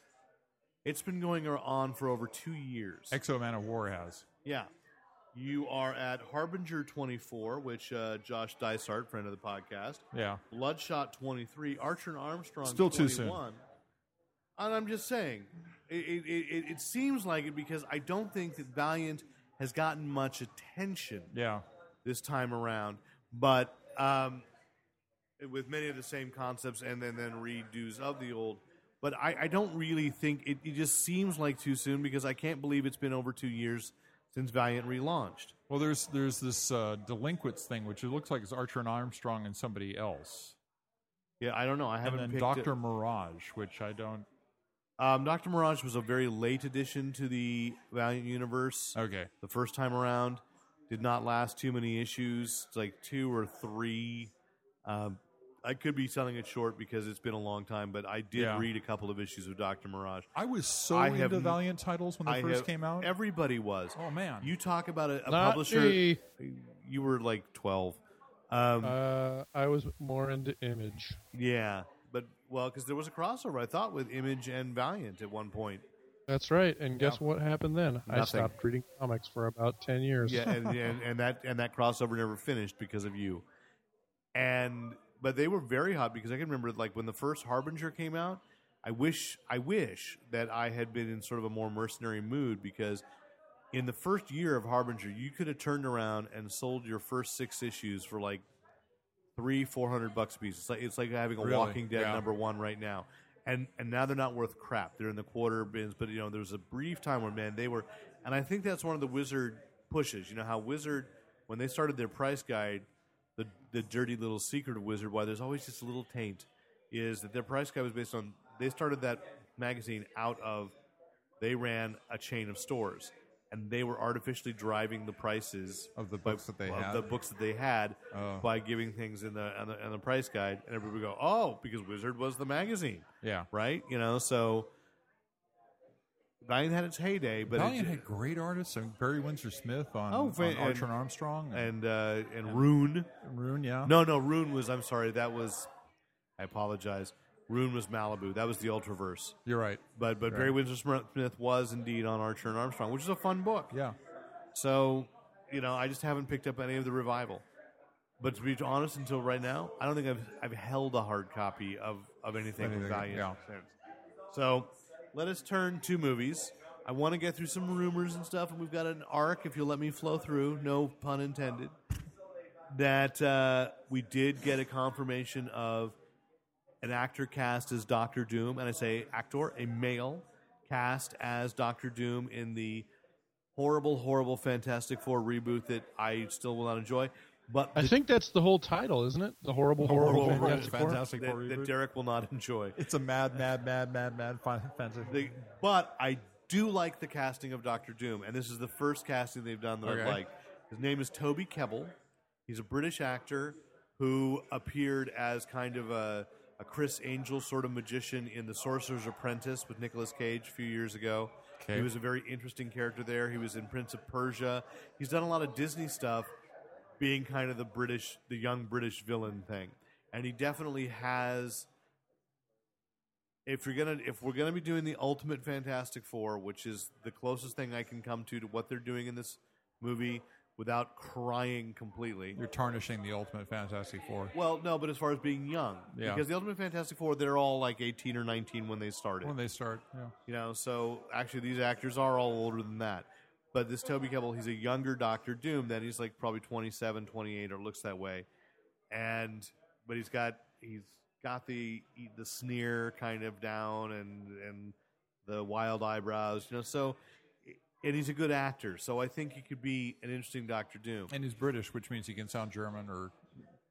D: It's been going on for over 2 years.
E: Exo Man of War has.
D: yeah. You are at Harbinger 24, which uh, Josh Dysart, friend of the podcast,
E: Yeah.
D: Bloodshot 23, Archer and Armstrong
E: Still
D: 21.
E: too soon.
D: And I'm just saying, it, it, it, it seems like it because I don't think that Valiant has gotten much attention
E: Yeah.
D: this time around, but um, with many of the same concepts and then, then redos of the old. But I, I don't really think it, it just seems like too soon because I can't believe it's been over two years since Valiant relaunched.
E: Well, there's there's this uh, delinquents thing, which it looks like it's Archer and Armstrong and somebody else.
D: Yeah, I don't know. I
E: and
D: haven't
E: then
D: picked
E: Doctor
D: it.
E: Mirage, which I don't.
D: Um, Doctor Mirage was a very late addition to the Valiant universe.
E: Okay,
D: The first time around, did not last too many issues. It's like two or three. Um, I could be selling it short because it's been a long time, but I did
E: Yeah.
D: read a couple of issues of Doctor Mirage.
E: I was so
D: I have
E: into
D: n-
E: Valiant titles when they
D: I
E: first
D: have-
E: came out.
D: Everybody was.
E: oh man,
D: You talk about a, a
C: Not
D: publisher.
C: me.
D: You were like twelve. Um,
C: Uh, I was more into Image.
D: yeah, but well, because there was a crossover I thought with Image and Valiant at one point.
C: That's right. And guess what happened then? I
D: Nothing.
C: stopped reading comics for about ten years.
D: yeah, and, and, and that and that crossover never finished because of you. And but they were very hot because I can remember like when the first Harbinger came out. I wish I wish that I had been in sort of a more mercenary mood because in the first year of Harbinger, you could have turned around and sold your first six issues for like three, four hundred bucks a piece. It's like it's like having a
E: Really?
D: Walking Dead
E: Yeah.
D: number one right now. And and now they're not worth crap. They're in the quarter bins, but you know, there was a brief time where man, they were and I think that's one of the wizard pushes. You know how wizard when they started their price guide, the the dirty little secret of wizard, why there's always just a little taint, is that their price guide was based on they started that magazine out of they ran a chain of stores and they were artificially driving the prices
E: Of the
D: by-
E: books that they
D: of
E: had?
D: the books that they had
E: Oh.
D: by giving things in the on the, on the price guide and everybody would go oh because wizard was the magazine
E: yeah.
D: right you know so Valiant had its heyday but it-
E: Valiant had great artists. I mean, Barry Windsor Smith on,
D: Oh,
E: on
D: fa- and-
E: Archer and Armstrong
D: and
E: and,
D: uh, and Rune
E: Rune. Yeah,
D: no no Rune was I'm sorry that was I apologize Rune was Malibu that was the Ultraverse
E: you're right.
D: but but Barry Windsor Smith was indeed on Archer and Armstrong which is a fun book
E: Yeah,
D: So, you know, I just haven't picked up any of the revival. But to be honest, until right now, I don't think I've I've held a hard copy of of anything, with
E: Anything,
D: Valiant.
E: yeah.
D: since. So, let us turn to movies. I want to get through some rumors and stuff, and we've got an arc. If you'll let me flow through, no pun intended. That uh, we did get a confirmation of an actor cast as Doctor Doom, and I say actor, a male cast as Doctor Doom in the horrible, horrible Fantastic Four reboot that I still will not enjoy. But
C: I think that's the whole title, isn't it? The horrible, horrible,
D: Horrible, horrible
C: Fantastic Four?
E: Fantastic Four
D: that, that
E: reboot.
D: Derek will not enjoy.
E: it's a mad, mad, mad, mad, mad fan- fantasy.
D: The- but I do like the casting of Doctor Doom, and this is the first casting they've done that I
E: Okay.
D: like. His name is Toby Kebbell. He's a British actor who appeared as kind of a, a Chris Angel sort of magician in The Sorcerer's Apprentice with Nicolas Cage a few years ago.
E: Okay.
D: He was a very interesting character there. He was in Prince of Persia. He's done a lot of Disney stuff, being kind of the British, the young British villain thing. And he definitely has if you're gonna if we're gonna be doing the ultimate Fantastic Four, which is the closest thing I can come to to what they're doing in this movie without crying completely.
E: You're tarnishing the ultimate Fantastic Four.
D: Well, no, but as far as being young,
E: Yeah.
D: because the ultimate Fantastic Four, they're all like 18 or 19 when they started.
E: When they start, yeah.
D: You know, so actually these actors are all older than that. But this Toby Kebbell, he's a younger Doctor Doom that he's like probably 27, 28 or looks that way. And but he's got he's got the e, the sneer kind of down and and the wild eyebrows, you know. So and he's a good actor. So I think he could be an interesting Doctor Doom.
E: and he's British, which means he can sound German or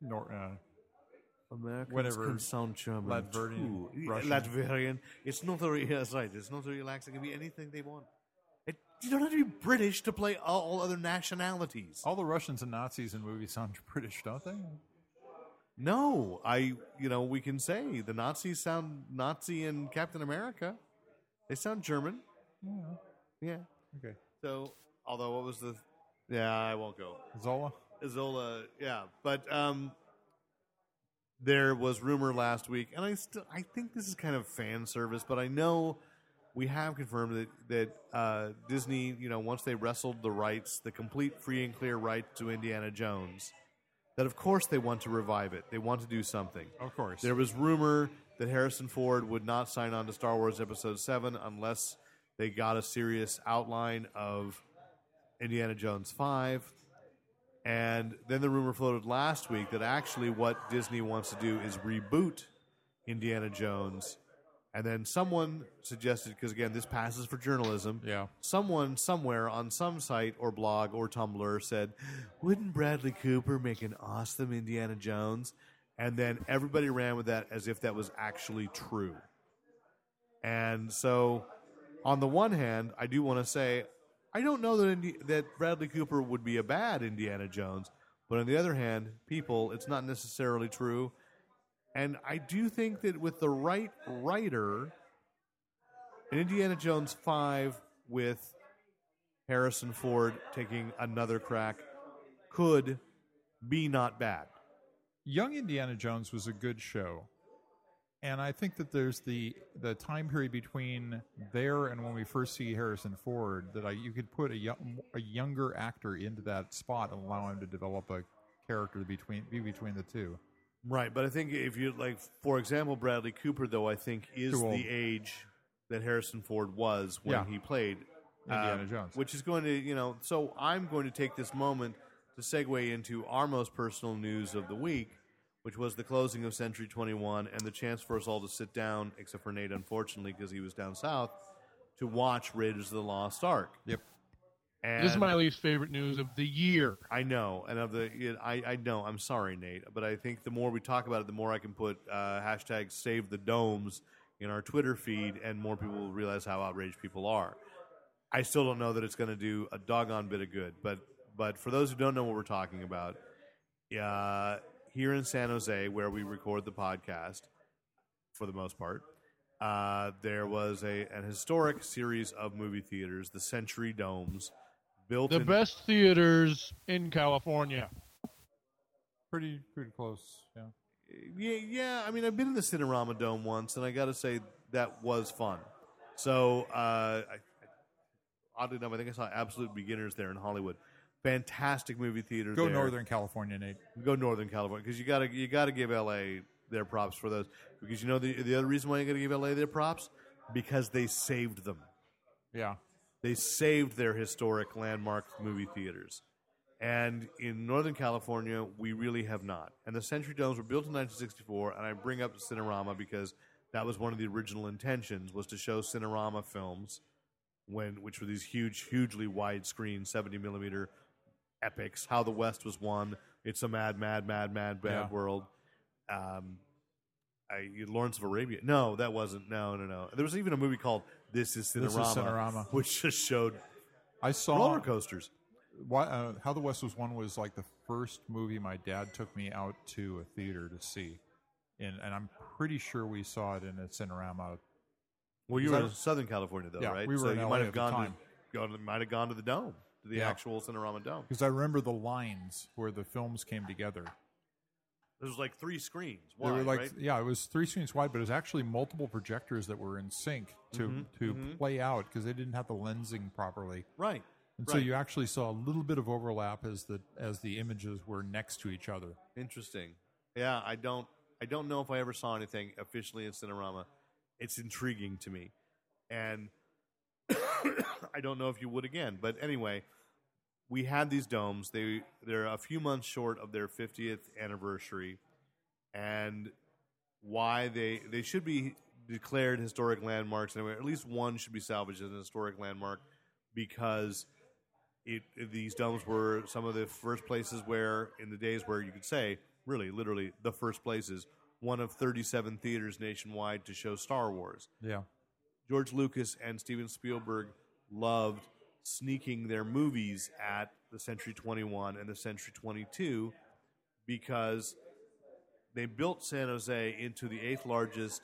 E: nor, uh,
D: Americans
E: Whatever.
D: can sound German
E: Latvian,
D: too.
E: Russian.
D: Latvian. It's not a real, that's right. It's not a real accent. It can be anything they want. It, you don't have to be British to play all, all other nationalities.
E: all the Russians and Nazis in movies sound British, don't they?
D: No, I. You know, we can say the Nazis sound Nazi in Captain America. They sound German. Yeah. Yeah.
E: Okay,
D: So, although what was the? Yeah, I won't go.
E: Zola.
D: Zola, yeah, but um, there was rumor last week, and I still I think this is kind of fan service, but I know we have confirmed that that uh, Disney, you know, once they wrestled the rights, the complete free and clear right to Indiana Jones, that of course they want to revive it. They want to do something.
E: Of course.
D: There was rumor that Harrison Ford would not sign on to Star Wars Episode 7 unless they got a serious outline of Indiana Jones 5. And then the rumor floated last week that actually what Disney wants to do is reboot Indiana Jones. And then someone suggested, because again, this passes for journalism.
E: Yeah.
D: Someone somewhere on some site or blog or Tumblr said, Wouldn't Bradley Cooper make an awesome Indiana Jones? And then everybody ran with that as if that was actually true. And so, on the one hand, I do want to say I don't know that Indi- that Bradley Cooper would be a bad Indiana Jones, but on the other hand, people, it's not necessarily true. And I do think that with the right writer, in Indiana Jones 5 with Harrison Ford taking another crack could be not bad.
E: Young Indiana Jones was a good show. And I think that there's the the time period between there and when we first see Harrison Ford that I, you could put a, young, a younger actor into that spot and allow him to develop a character between be between the two.
D: Right, but I think if you like for example Bradley Cooper though I think is
E: Too old.
D: the age that Harrison Ford was when
E: Yeah.
D: he played
E: Indiana
D: um,
E: Jones.
D: Which is going to, you know, so I'm going to take this moment to segue into our most personal news of the week, which was the closing of Century 21 and the chance for us all to sit down, except for Nate, unfortunately, because he was down south, to watch Raiders of the Lost Ark.
E: Yep.
D: And
C: This is my least favorite news of the year.
D: I know, and of the, it, I, I know. I'm sorry, Nate, but I think the more we talk about it, the more I can put uh, hashtag Save the Domes in our Twitter feed, and more people will realize how outraged people are. I still don't know that it's going to do a doggone bit of good, but but for those who don't know what we're talking about, uh, here in San Jose, where we record the podcast, for the most part, uh, there was a an historic series of movie theaters, the Century Domes, built
C: The
D: in,
C: best theaters in California.
E: Pretty pretty close. Yeah.
D: Yeah, yeah. I mean, I've been in the Cinerama Dome once, and I got to say that was fun. So, uh, I, oddly enough, I think I saw Absolute Beginners there in Hollywood. Fantastic movie theater.
E: Go
D: there.
E: Northern California, Nate.
D: Go Northern California because you got to you got to give LA their props for those because you know the the other reason why you got to give LA their props because they saved them
E: Yeah.
D: they saved their historic landmark movie theaters. And in Northern California, we really have not. And the Century Domes were built in 1964, and I bring up Cinerama because that was one of the original intentions was to show Cinerama films, when which were these huge, hugely widescreen 70 millimeter epics. How the West was won. It's a mad, mad, mad, mad, bad
E: Yeah.
D: world. Um, I, Lawrence of Arabia. No, that wasn't. No, no, no. There was even a movie called This Is Cinerama,
E: This Is Cinerama.
D: which just showed
E: I saw
D: roller coasters.
E: Why, uh, How the West Was Won was like the first movie my dad took me out to a theater to see, and and I'm pretty sure we saw it in a Cinerama.
D: Well, you
E: Is
D: were
E: that-
D: in Southern California, though,
E: Yeah,
D: right?
E: we were
D: so
E: in
D: you
E: LA
D: might
E: at
D: have
E: the
D: gone
E: time.
D: to gone to- might have gone to the dome, to the
E: Yeah.
D: actual Cinerama dome.
E: Because I remember the lines where the films came together.
D: There was like three screens.
E: They were
D: wide,
E: like,
D: right?
E: yeah, it was three screens wide, but it was actually multiple projectors that were in sync to
D: Mm-hmm,
E: to play out because they didn't have the lensing properly,
D: right.
E: and so
D: right.
E: you actually saw a little bit of overlap as the as the images were next to each other.
D: Interesting. Yeah, I don't. I don't know if I ever saw anything officially in Cinerama. It's intriguing to me, and I don't know if you would again. But anyway, we had these domes. They they're a few months short of their 50th anniversary, and why they they should be declared historic landmarks anyway. At least one should be salvaged as an historic landmark because it these domes were some of the first places where in the days where you could say really literally the first places one of 37 theaters nationwide to show Star Wars.
E: Yeah,
D: George Lucas and Steven Spielberg loved sneaking their movies at the Century 21 and the Century 22 because they built San Jose into the eighth largest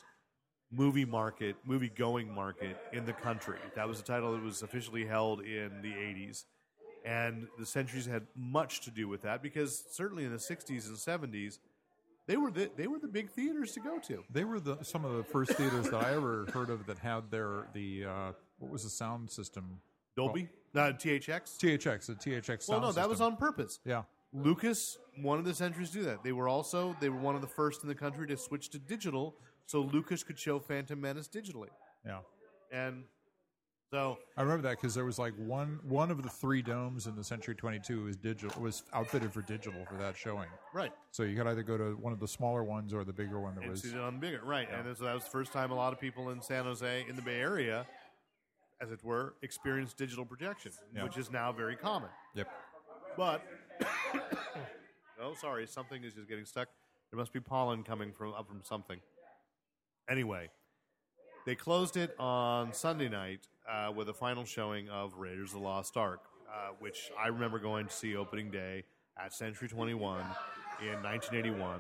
D: movie market, movie going market in the country. That was a title that was officially held in the 80s. And the centuries had much to do with that because certainly in the 60s and 70s, they were the, they were the big theaters to go to.
E: they were the some of the first theaters that I ever heard of that had their the uh, what was the sound system
D: Dolby, Uh, not THX.
E: THX, the THX sound
D: Well, no, that was
E: system.
D: on purpose.
E: Yeah.
D: Lucas, one of the centuries to do that. They were also they were one of the first in the country to switch to digital, so Lucas could show Phantom Menace digitally.
E: Yeah.
D: And so
E: I remember that because there was like one one of the three domes in the Century 22 was digital was outfitted for digital for that showing.
D: right,
E: So you could either go to one of the smaller ones or the bigger one that
D: and
E: was
D: see it on bigger right, and then, so that was the first time a lot of people in San Jose in the Bay Area, as it were, experienced digital projection,
E: Yeah.
D: which is now very common.
E: Yep.
D: But oh, sorry, something is just getting stuck There must be pollen coming from up from something. Anyway, they closed it on Sunday night uh, with a final showing of Raiders of the Lost Ark, uh, which I remember going to see opening day at Century 21 in 1981.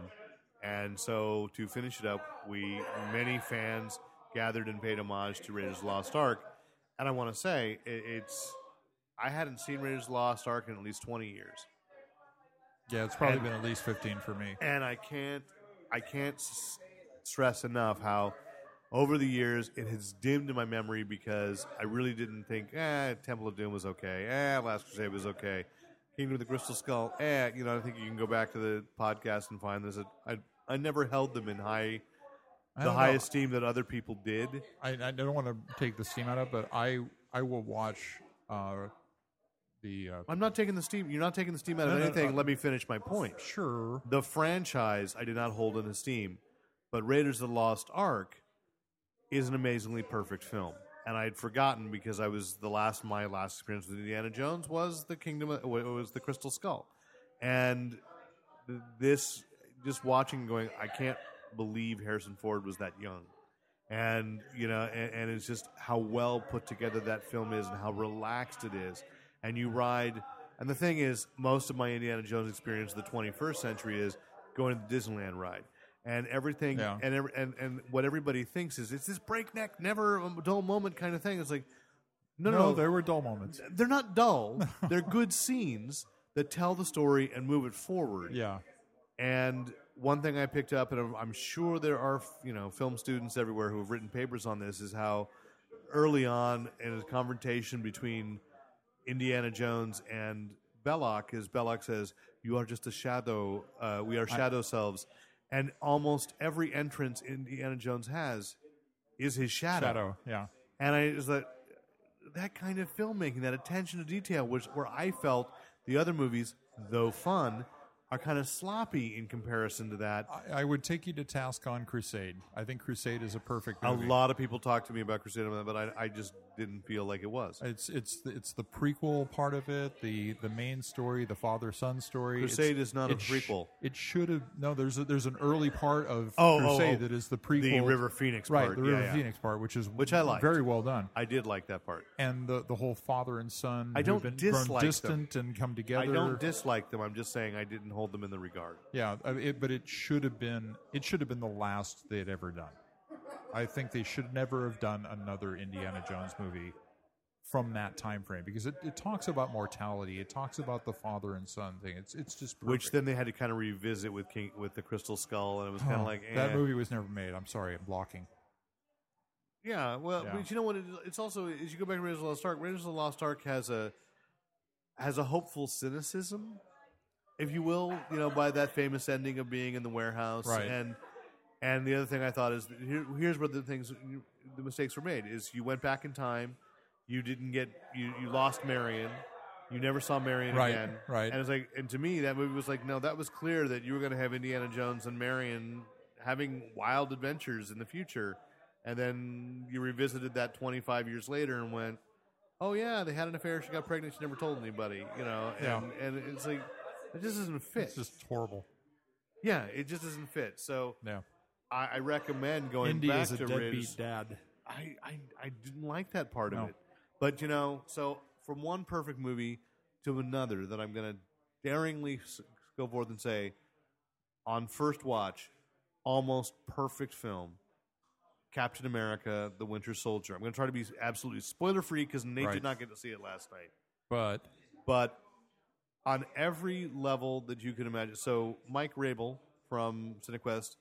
D: And so to finish it up, we many fans gathered and paid homage to Raiders of the Lost Ark. And I want to say it, it's I hadn't seen Raiders of the Lost Ark in at least 20 years
E: Yeah, it's probably been at least 15 for me.
D: and I can't I can't s- stress enough how over the years it has dimmed my memory because I really didn't think eh Temple of Doom was okay, eh Last Crusade was okay, Kingdom of the Crystal Skull, eh you know I think you can go back to the podcast and find this. I I never held them in high
E: I
D: the
E: don't
D: high
E: know.
D: esteem that other people did.
E: I, I don't want to take the steam out of it, but I I will watch uh, the uh,
D: I'm not taking the steam. You're not taking the steam out of
E: No, no,
D: anything.
E: no.
D: Let me finish my point.
E: sure
D: The franchise I did not hold in esteem, but Raiders of the Lost Ark is an amazingly perfect film. And I had forgotten because I was the last my last experience with Indiana Jones was the Kingdom of, wa- was the Crystal Skull, and th- this just watching and going I can't believe Harrison Ford was that young, and you know and, and it's just how well put together that film is and how relaxed it is, and you ride. And the thing is, most of my Indiana Jones experience of the 21st century is going to the Disneyland ride. And everything,
E: Yeah.
D: and every, and and what everybody thinks is it's this breakneck, never a dull moment kind of thing. It's like, no, no,
E: there were dull moments.
D: they're not dull. they're good scenes that tell the story and move it forward.
E: Yeah,
D: And one thing I picked up, and I'm, I'm sure there are you know film students everywhere who have written papers on this, is how early on in a confrontation between Indiana Jones and Belloc, is Belloc says, "You are just a shadow. Uh, we are shadow selves." And almost every entrance Indiana Jones has is his
E: shadow. Yeah,
D: and I was like, that kind of filmmaking, that attention to detail, which where I felt the other movies, though fun, are kind of sloppy in comparison to that.
E: I, I would take you to task on Crusade. I think Crusade is a perfect.
D: A
E: Movie.
D: lot of people talked to me about Crusader, but I, I just didn't feel like it was.
E: It's it's the- it's the prequel part of it, the the main story, the father son story. It's-
D: Crusade is not a
E: it sh-
D: prequel.
E: it should have no. There's a, there's an early part of
D: Oh, oh,
E: Crusade
D: oh.
E: that is the
D: The
E: prequel,
D: River Phoenix
E: right?
D: part.
E: The
D: Yeah,
E: River
D: yeah.
E: Phoenix part, which is
D: Which I liked.
E: very well done,
D: I did like that part.
E: and the the whole father and son.
D: I don't
E: who've been, grown
D: dislike them.
E: distant and come together.
D: I don't dislike them. I'm just saying I didn't hold them in the regard.
E: Yeah, I- it, but it should have been it should have been the last they'd ever done. I think they should never have done another Indiana Jones movie from that time frame because it, it talks about mortality. It talks about the father and son thing. It's it's just perfect.
D: Which then they had to kind of revisit with King with the Crystal Skull, and it was kind
E: Oh,
D: of like eh.
E: that movie was never made. I'm sorry, I'm blocking.
D: Yeah, well,
E: Yeah.
D: but you know what? It, it's also as you go back to Raiders of the Lost Ark. Raiders of the Lost Ark has a has a hopeful cynicism, if you will, you know, by that famous ending of being in the warehouse.
E: Right.
D: And and the other thing I thought is that here, here's where the things the mistakes were made is you went back in time, you didn't get you you lost Marion. You never saw Marion
E: Right,
D: again,
E: right.
D: And it's like, and to me, that movie was like, no, that was clear that you were going to have Indiana Jones and Marion having wild adventures in the future, and then you revisited that 25 years later and went, "Oh yeah, they had an affair. She got pregnant. She never told anybody." You know, and and it's like it just doesn't fit.
E: It's just horrible.
D: yeah, it just doesn't fit. So
E: Yeah.
D: I, I recommend going
F: Indy
D: back
F: is a
D: to
F: deadbeat
D: Raiders.
F: dad.
D: I, I I didn't like that part
E: No.
D: of it, but you know, so from one perfect movie to another that I'm gonna daringly s- go forth and say, on first watch, almost perfect film. Captain America: The Winter Soldier. I'm going to try to be absolutely spoiler free because Nate
E: Right.
D: did not get to see it last night.
E: But
D: But on every level that you can imagine. So Mike Rabel from CineQuest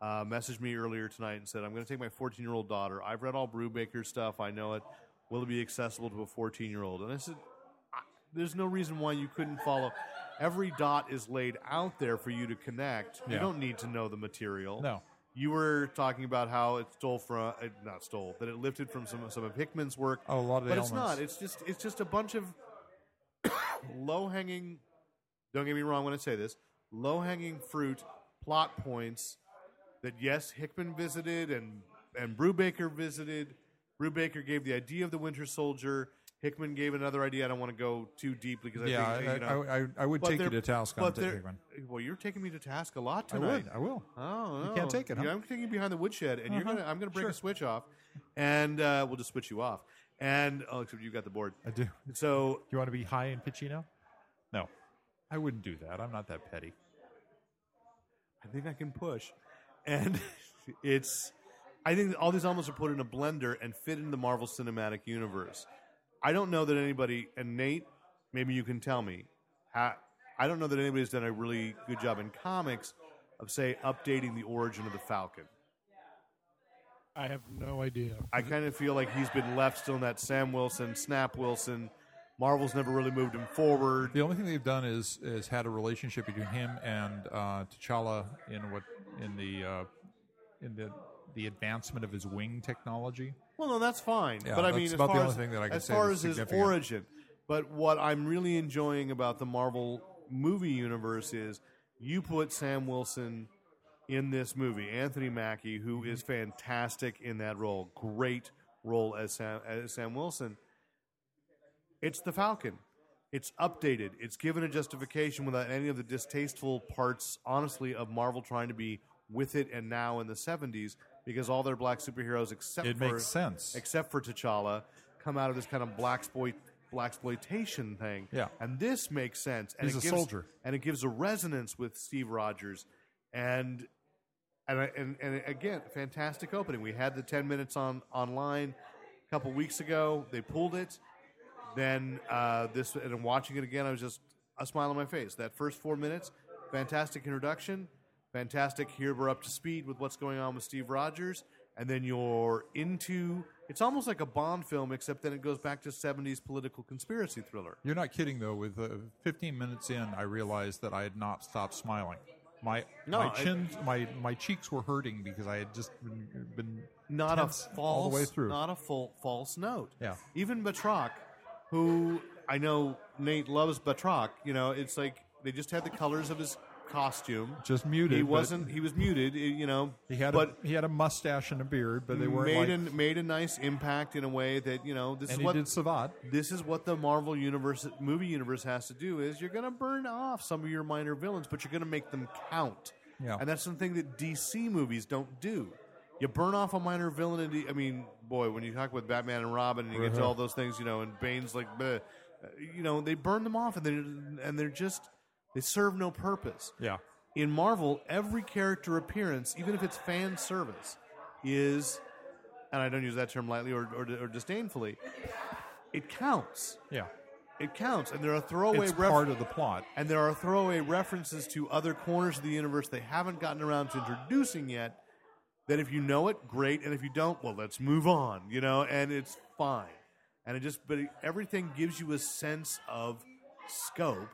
D: uh, messaged me earlier tonight and said, "I'm going to take my 14 year old daughter. I've read all Brubaker stuff. I know it. Will it be accessible to a 14 year old?" And I said, I- "There's no reason why you couldn't follow." Every dot is laid out there for you to connect. You
E: Yeah.
D: don't need to know the material
E: no.
D: you were talking about how it stole from it, not stole that it lifted from some some of Hickman's work.
E: Oh, a lot of the
D: but it's
E: elements.
D: not. It's just it's just a bunch of low hanging. Don't get me wrong when I say this. Low hanging fruit plot points that yes Hickman visited and and Brubaker visited. Brubaker gave the idea of the Winter Soldier. Hickman gave another idea. I don't want to go too deeply because I
E: yeah,
D: think you know,
E: I, I, I, I would
D: but
E: take you
D: they're-
E: to task on
D: but
E: Dick
D: they're-
E: Hickman.
D: Well, you're taking me to task a lot
E: I
D: tonight.
E: would. I will.
D: Oh,
E: You can't take it, huh?
D: Yeah, I'm taking you behind the woodshed, and you're
E: Uh-huh.
D: gonna. I'm gonna break
E: Sure.
D: a switch off, and uh, we'll just switch you off. And oh, except you got the board.
E: I do. Do
D: So
E: you want to be high and pitchy now? No, I wouldn't do that. I'm not that petty.
D: I think I can push, and it's. I think all these elements are put in a blender and fit into the Marvel Cinematic Universe. I don't know that anybody, and Nate, maybe you can tell me. How, I don't know that anybody's done a really good job in comics of say updating the origin of the Falcon.
C: I have no idea.
D: I kind of feel like he's been left still in that Sam Wilson, Snap Wilson. Marvel's never really moved him forward.
E: The only thing they've done is is had a relationship between him and uh, T'Challa in what in the uh, in the the advancement of his wing technology.
D: Well, no, that's fine.
E: Yeah,
D: but I
E: that's
D: mean, as
E: about the
D: far
E: only
D: as,
E: thing that I can
D: as
E: say
D: far
E: that's
D: as his
E: significant.
D: origin. But what I'm really enjoying about the Marvel movie universe is you put Sam Wilson in this movie, Anthony Mackie, who
E: Mm-hmm.
D: is fantastic in that role, great role as Sam, as Sam Wilson. It's the Falcon. It's updated. It's given a justification without any of the distasteful parts, honestly, of Marvel trying to be with it and now in the 70s because all their black superheroes, except
E: It
D: for
E: makes sense.
D: except for T'Challa, come out of this kind of black exploitation thing.
E: Yeah.
D: and this makes sense. And
E: He's
D: it
E: a
D: gives,
E: soldier.
D: and it gives a resonance with Steve Rogers, and and I- and and again, fantastic opening. We had the ten minutes on online a couple weeks ago. They pulled it. Then uh, this and then watching it again, I was just a smile on my face. That first four minutes, fantastic introduction, fantastic. Here we're up to speed with what's going on with Steve Rogers, and then you're into. It's almost like a Bond film, except then it goes back to '70s political conspiracy thriller.
E: You're not kidding though. With uh, 15 minutes in, I realized that I had not stopped smiling. My
D: No,
E: my
D: I-
E: chin my my cheeks were hurting because I had just been, been
D: not
E: tense
D: a false,
E: all the way through.
D: not a full, false note.
E: Yeah.
D: Even Batroc, who I know Nate loves Batroc. You know, it's like they just had the colors of his costume.
E: Just muted,
D: He
E: but-
D: wasn't. He was muted. eh, You know.
E: he had
D: but
E: a, he had a mustache and a beard, but they weren't
D: made
E: like.
D: an- made a nice impact in a way that you know this
E: and
D: is
E: he
D: what
E: did Savat.
D: this is what the Marvel universe movie universe has to do is you're going to burn off some of your minor villains, but you're going to make them count.
E: Yeah.
D: And that's something that DC movies don't do. You burn off a minor villain. And D- I mean, boy, when you talk with Batman and Robin and you get to
E: Uh-huh.
D: all those things, you know, and Bane's like, bleh, uh, you know, they burn them off and they're, and they're just, they serve no purpose.
E: Yeah,
D: In Marvel, every character appearance, even if it's fan service, is, and I don't use that term lightly or, or, or disdainfully, it counts
E: yeah.
D: it counts, and there are throwaway
E: It's
D: ref-
E: part of the plot.
D: and there are throwaway references to other corners of the universe they haven't gotten around to introducing yet. That if you know it, great, and if you don't, well, let's move on, you know, and it's fine. And it just, but it- everything gives you a sense of scope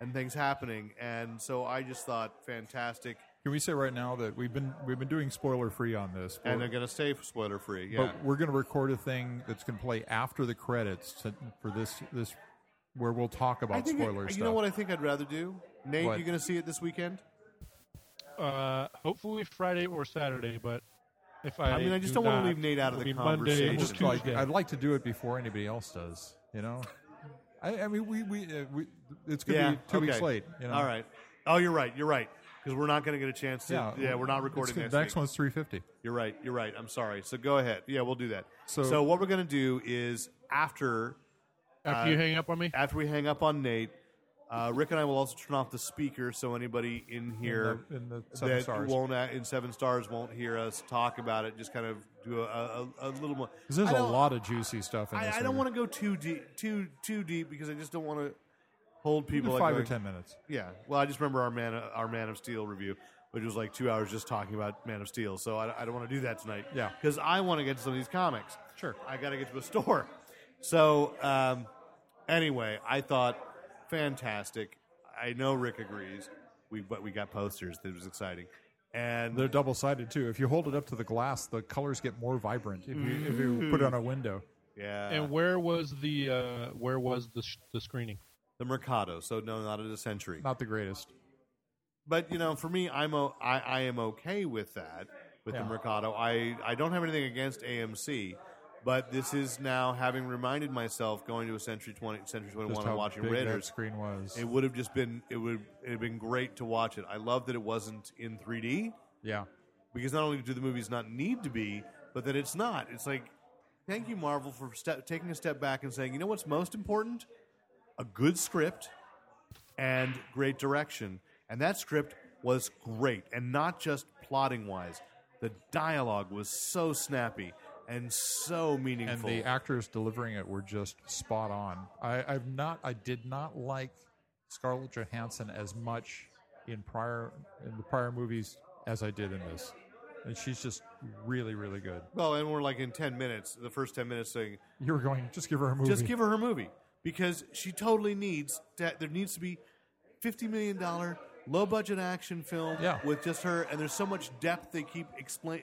D: and things happening, and so I just thought fantastic,
E: Can we say right now that we've been we've been doing spoiler free on this, but-
D: and they're gonna stay spoiler free, yeah.
E: but we're going to record a thing that's going to play after the credits to, for this this where we'll talk
D: I
E: about
D: think it-
E: spoilers.
D: you know what I think I'd rather do, Nate.
E: What?
D: You gonna see it this weekend?
C: Uh, hopefully Friday or Saturday, but if I,
D: I mean, I
C: do
D: just don't wanna
C: not,
D: leave Nate out of
C: it'll be
D: the
C: Monday or
D: conversation.
E: Just like,
C: Tuesday.
E: I'd like to do it before anybody else does. You know, I, I mean, we we, uh, we it's going to be two
D: okay.
E: weeks late. You know?
D: All right. Oh, you're right. You're right. Because we're not going to get a chance to.
E: Yeah,
D: Yeah, we're not recording
E: it's,
D: next,
E: The next
D: week.
E: one's three fifty.
D: You're right. You're right. I'm sorry. So go ahead. Yeah, we'll do that. So,
E: So-
D: what we're going to do is after
C: After you hang up on me,
D: after we hang up on Nate, uh, Rick and I will also turn off the speaker so anybody in here
E: the- in the Seven
D: that
E: Stars.
D: won't a- in seven stars won't hear us talk about it. Just kind of do a, a, a a little more.
E: 'Cause There's
D: I
E: a
D: don't-
E: lot of juicy stuff in this.
D: I, I don't want to go too deep, too too deep because I just don't want to hold people like
E: five or
D: going,
E: ten minutes.
D: Yeah. Well, I just remember our man, our Man of Steel review, which was like two hours just talking about Man of Steel. So I, I don't want to do that tonight.
E: Yeah.
D: Because I want to get to some of these comics.
E: Sure.
D: I got to get to a store. So um, anyway, I thought fantastic. I know Rick agrees. We but we got posters. That was exciting. And
E: They're double sided too. If you hold it up to the glass, the colors get more vibrant. If you, if you put it on a window,
D: yeah,
C: and where was the uh, where was the sh- the screening?
D: the Mercado. So no, not at a century.
E: not the greatest.
D: but you know, for me, I'm o- I, I am okay with that with the
E: Yeah.
D: Mercado. I I don't have anything against AMC, But this is now having reminded myself going to a Century Twenty, Century Twenty
E: Just
D: One, and
E: how
D: watching
E: big that
D: Raiders.
E: screen was.
D: It would have just been it would it have been great to watch it. I love that it wasn't in 3D
E: yeah.
D: because not only do the movies not need to be, but that it's not. It's like thank you Marvel for step, taking a step back and saying, you know what's most important? A good script and great direction. And that script was great, and not just plotting wise. The dialogue was so snappy and so
E: and
D: meaningful.
E: the actors delivering it were just spot on. I, I've not, I did not like Scarlett Johansson as much in prior in the prior movies as I did in this, and she's just really, really good.
D: well, and we're like in ten minutes, the first ten minutes saying,
E: You were going, just give her a movie.
D: Just give her her movie because she totally needs that. There needs to be fifty million dollar low budget action film
E: Yeah.
D: with just her, and there's so much depth they keep explain.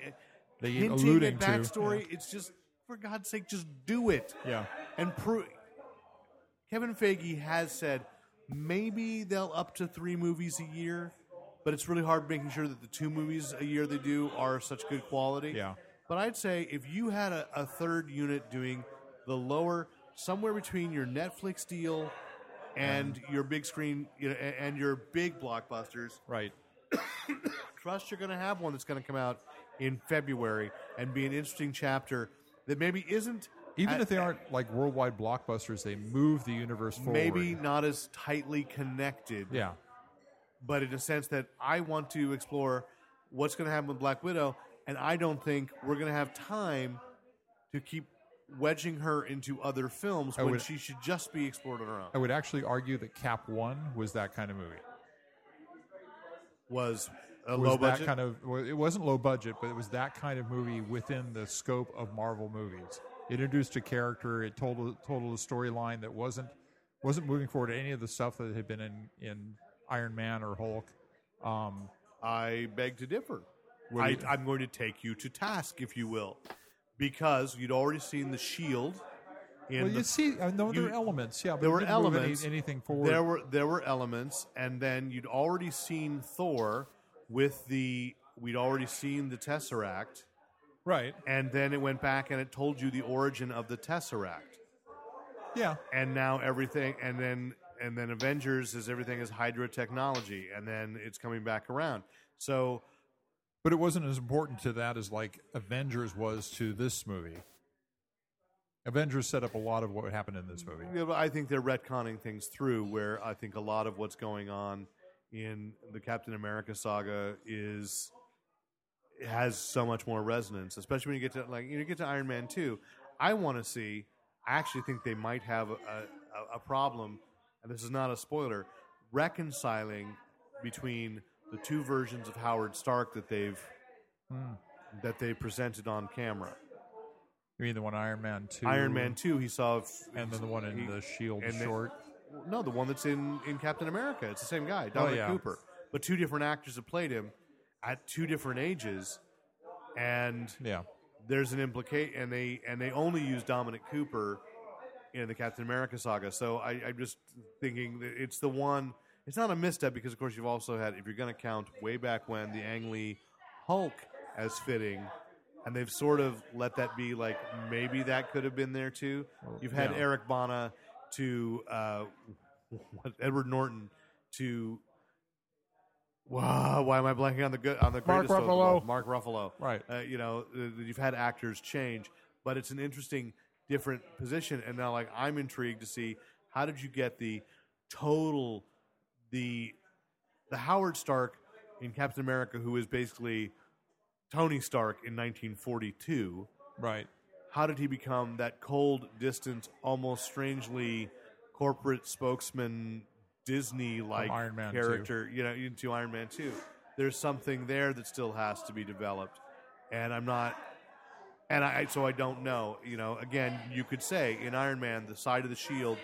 E: They keep
D: hinting
E: alluding to,
D: at backstory. It's just for God's sake, just do it.
E: Yeah.
D: and prove. Kevin Feige has said maybe they'll up to three movies a year, but it's really hard making sure that the two movies a year they do are such good quality.
E: Yeah.
D: But I'd say if you had a, a third unit doing the lower, somewhere between your Netflix deal and your big screen you know, a- and your big blockbusters,
E: Right.
D: trust you're going to have one that's going to come out in February and be an interesting chapter that maybe isn't.
E: Even
D: at-
E: if they aren't like worldwide blockbusters, they move the universe forward.
D: maybe not as tightly connected,
E: Yeah.
D: but in a sense that I want to explore what's going to happen with Black Widow, and I don't think we're going to have time to keep wedging her into other films
E: I
D: when
E: would-
D: she should just be explored on her own.
E: I would actually argue that Cap One was that kind of movie.
D: was a
E: was
D: low
E: that
D: budget.
E: kind of well, it wasn't low budget, but it was that kind of movie within the scope of Marvel movies. It introduced a character, it told a- told a storyline that wasn't wasn't moving forward to any of the stuff that had been in in Iron Man or Hulk. Um,
D: I beg to differ.
E: What do
D: I,
E: you-
D: I'm going to take you to task, if you will, because you'd already seen the Shield. In
E: well,
D: the
E: you see, I know there
D: you-
E: were elements, yeah, but
D: there
E: it
D: were
E: didn't move any-
D: elements.
E: anything forward.
D: There were there were elements, and then you'd already seen Thor with the we'd already seen the Tesseract,
E: right?
D: and then it went back and it told you the origin of the Tesseract,
E: Yeah,
D: and now everything, and then and then Avengers is everything is Hydra technology, and then it's coming back around. So
E: but it wasn't as important to that as like Avengers was to this movie. Avengers set up a lot of what happened in this movie.
D: Yeah, but I think they're retconning things through where I think a lot of what's going on in the Captain America saga is has so much more resonance, especially when you get to like you know, get to Iron Man two. I want to see. I actually think they might have a, a, a problem, and this is not a spoiler, reconciling between the two versions of Howard Stark that they've
E: Hmm.
D: that they presented on camera.
E: You mean the one Iron Man two?
D: Iron Man two, he saw,
E: and then the one in
D: he-
E: the Shield
D: and then-
E: short.
D: No, the one that's in, in Captain America. It's the same guy, Dominic
E: yeah.
D: Cooper. But two different actors have played him at two different ages, and
E: yeah,
D: there's an implicate, and they and they only use Dominic Cooper in the Captain America saga. So I, I'm just thinking that it's the one. It's not a misstep because, of course, you've also had if you're going to count way back when the Ang Lee Hulk as fitting. And they've sort of let that be like maybe that could have been there too. You've had
E: yeah.
D: Eric Bana to uh, what- Edward Norton to wow. Why am I blanking on the good on the
C: Mark
D: greatest? of them all?
C: Ruffalo.
D: Mark Ruffalo.
E: Right.
D: Uh, you know, uh, you've had actors change, but it's an interesting, different position. And now, like, I'm intrigued to see how did you get the total, the, the Howard Stark in Captain America, who is basically Tony Stark in 1942.
E: right.
D: How did he become that cold, distant, almost strangely corporate spokesman, Disney-like
E: From Iron Man
D: character? You know, into Iron Man Two. There's something there that still has to be developed, and I'm not. And I so I don't know. You know, again, you could say in Iron Man, the side of the shield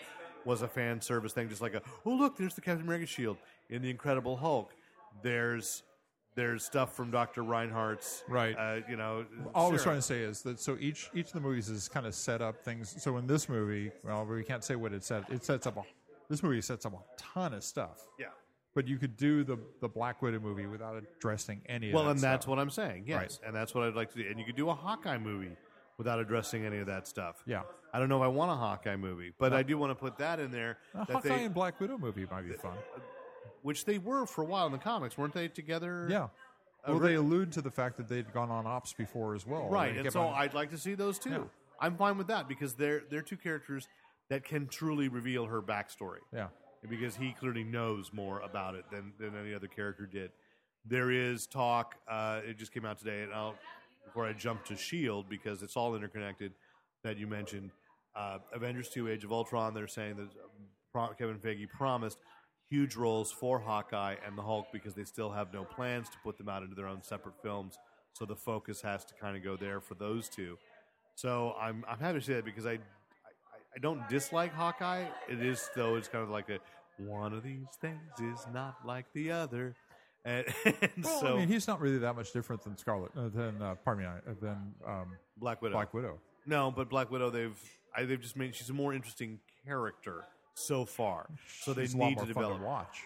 D: was a fan service thing, just like a oh look, there's the Captain America shield in the Incredible Hulk. There's there's stuff from Doctor Reinhardt's
E: Right.
D: Uh, you know,
E: All I was
D: serum.
E: trying to say is that so each each of the movies is kind of set up things. So in this movie, well, we can't say what it set. It sets up a this movie sets up a ton of stuff.
D: Yeah.
E: But you could do the the Black Widow movie without addressing any.
D: Well,
E: of that
D: and that's
E: stuff.
D: what I'm saying. Yes, and that's what I'd like to do. And you could do a Hawkeye movie without addressing any of that stuff.
E: Yeah.
D: I don't know if I want a Hawkeye movie, but I do want to put that in there.
E: A
D: that they,
E: Hawkeye
D: Uh,
E: and Black Widow movie might be fun.
D: which they were for a while in the comics, weren't they together?
E: Yeah.
D: Uh,
E: Well,
D: re-
E: they allude to the fact that they'd gone on ops before as well.
D: right.
E: They
D: And
E: kept
D: so
E: on-
D: I'd like to see those too.
E: Yeah.
D: I'm fine with that because they're they're two characters that can truly reveal her backstory
E: yeah.
D: because he clearly knows more about it than than any other character did. There is talk. Uh, it just came out today, and I'll before I jump to Shield because it's all interconnected. That you mentioned, uh, Avengers Two: Age of Ultron. They're saying that uh, pro- Kevin Feige promised huge roles for Hawkeye and the Hulk because they still have no plans to put them out into their own separate films. So the focus has to kind of go there for those two. So I'm I'm happy to see that because I I, I don't dislike Hawkeye. It is though it's kind of like a one of these things is not like the other, and, and
E: Well,
D: so
E: I mean, he's not really that much different than Scarlet, uh, than uh, pardon me, uh, than um,
D: Black Widow.
E: Black Widow.
D: No, but Black Widow they've I, they've just made she's a more interesting character so far. So they
E: She's a lot
D: need
E: more
D: to develop.
E: fun to watch.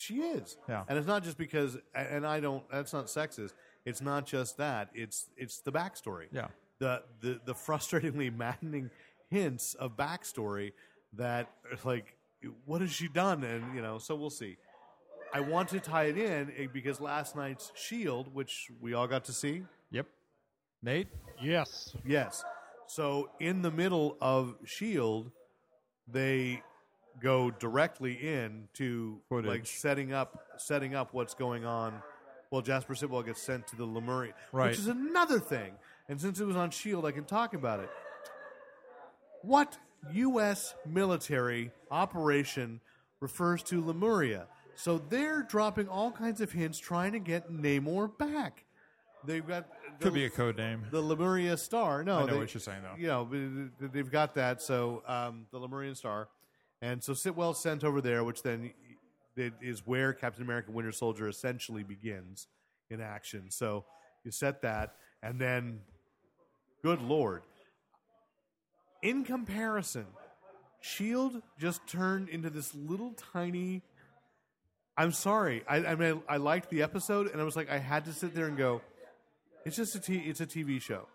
D: She is.
E: Yeah.
D: And it's not just because and- and I don't that's not sexist. It's not just that. It's it's the backstory.
E: Yeah.
D: The the the frustratingly maddening hints of backstory that like what has she done and you know, so we'll see. I want to tie it in eh, because last night's Shield, which we all got to see,
E: Yep. Nate.
C: Yes.
D: Yes. So in the middle of Shield, E they go directly in to
E: Footage.
D: like setting up setting up what's going on. Well, Jasper Sidwell gets sent to the Lemuria,
E: Right.
D: which is another thing. And since it was on Shield, I can talk about it. What U.S. military operation refers to Lemuria? So they're dropping all kinds of hints, trying to get Namor back. They've got
E: Could be a code name.
D: the Lemuria Star. No,
E: I know
D: they-
E: what you're saying, though.
D: You know, but th- they've got that. So um, the Lemurian Star, and so Sitwell sent over there, which then it is where Captain America: Winter Soldier essentially begins in action. So you set that, and then, good lord, in comparison, Shield E just turned into this little tiny. I'm sorry. I, I mean, I liked the episode, and I was like, I had to sit there and go. It's just a t- it's a TV show,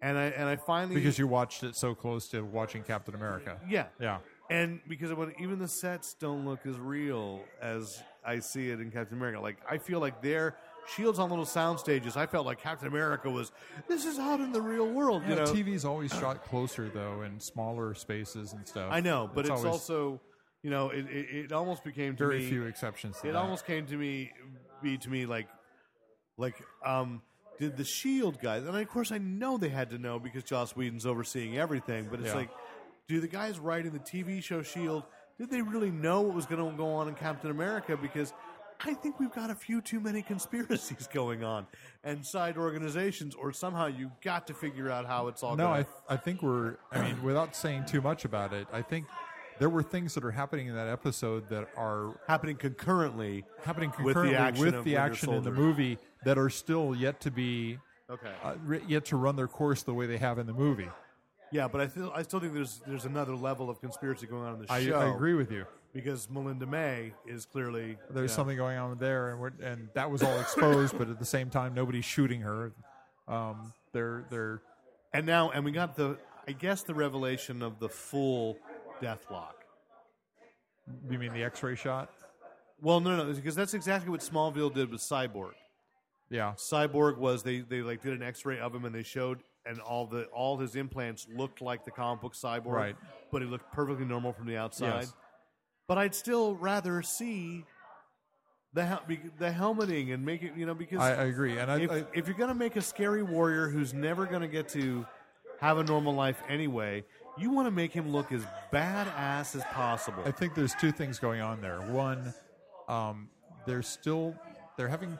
D: and I and I finally
E: Because you watched it so close to watching Captain America.
D: yeah
E: Yeah.
D: and because when even the sets don't look as real as I see it in Captain America, like I feel like their shields E on little sound stages. I felt like Captain America was this is out in the real world, you
E: Yeah,
D: know.
E: TV's always shot closer though, in smaller spaces and stuff.
D: I know, but it's,
E: always
D: also you know it, it, it almost became to
E: very
D: me,
E: few exceptions. To
D: It
E: that.
D: almost came to me be to me like like um did the shield guys and of course I know they had to know because Joss Whedon's overseeing everything, but it's
E: Yeah.
D: like do the guys writing the TV show Shield E did they really know what was going to go on in Captain America because I think we've got a few too many conspiracies going on and side organizations or somehow you got to figure out how it's all
E: No, I,
D: going.
E: th- I think we're, I mean, without saying too much about it, I think there were things that are happening in that episode that are
D: happening concurrently
E: happening
D: With the
E: concurrently with the
D: action
E: action,
D: of Winter
E: in the
D: Soldier.
E: movie that are still yet to be,
D: okay
E: uh, re- yet to run their course the way they have in the movie.
D: yeah but I, still I still think there's there's another level of conspiracy going on in the
E: I,
D: show
E: I agree with you.
D: because Melinda May is clearly
E: There's
D: yeah.
E: something going on there, and we're, and that was all exposed, but at the same time, nobody's shooting her. Um, they're they're
D: and now and we got the I guess the revelation of the full Deathlock.
E: you mean the X-ray shot?
D: Well, no, no, because that's exactly what Smallville did with Cyborg.
E: Yeah,
D: Cyborg was they they like did an X-ray of him and they showed and all the all his implants looked like the comic book Cyborg,
E: Right.
D: But he looked perfectly normal from the outside.
E: Yes.
D: But I'd still rather see the hel- be- the helmeting and make it you know because
E: I, I agree, and I,
D: if,
E: I
D: if you're going to make a scary warrior who's never going to get to have a normal life anyway, you want to make him look as badass as possible.
E: I think there's two things going on there. One, um, they're still they're having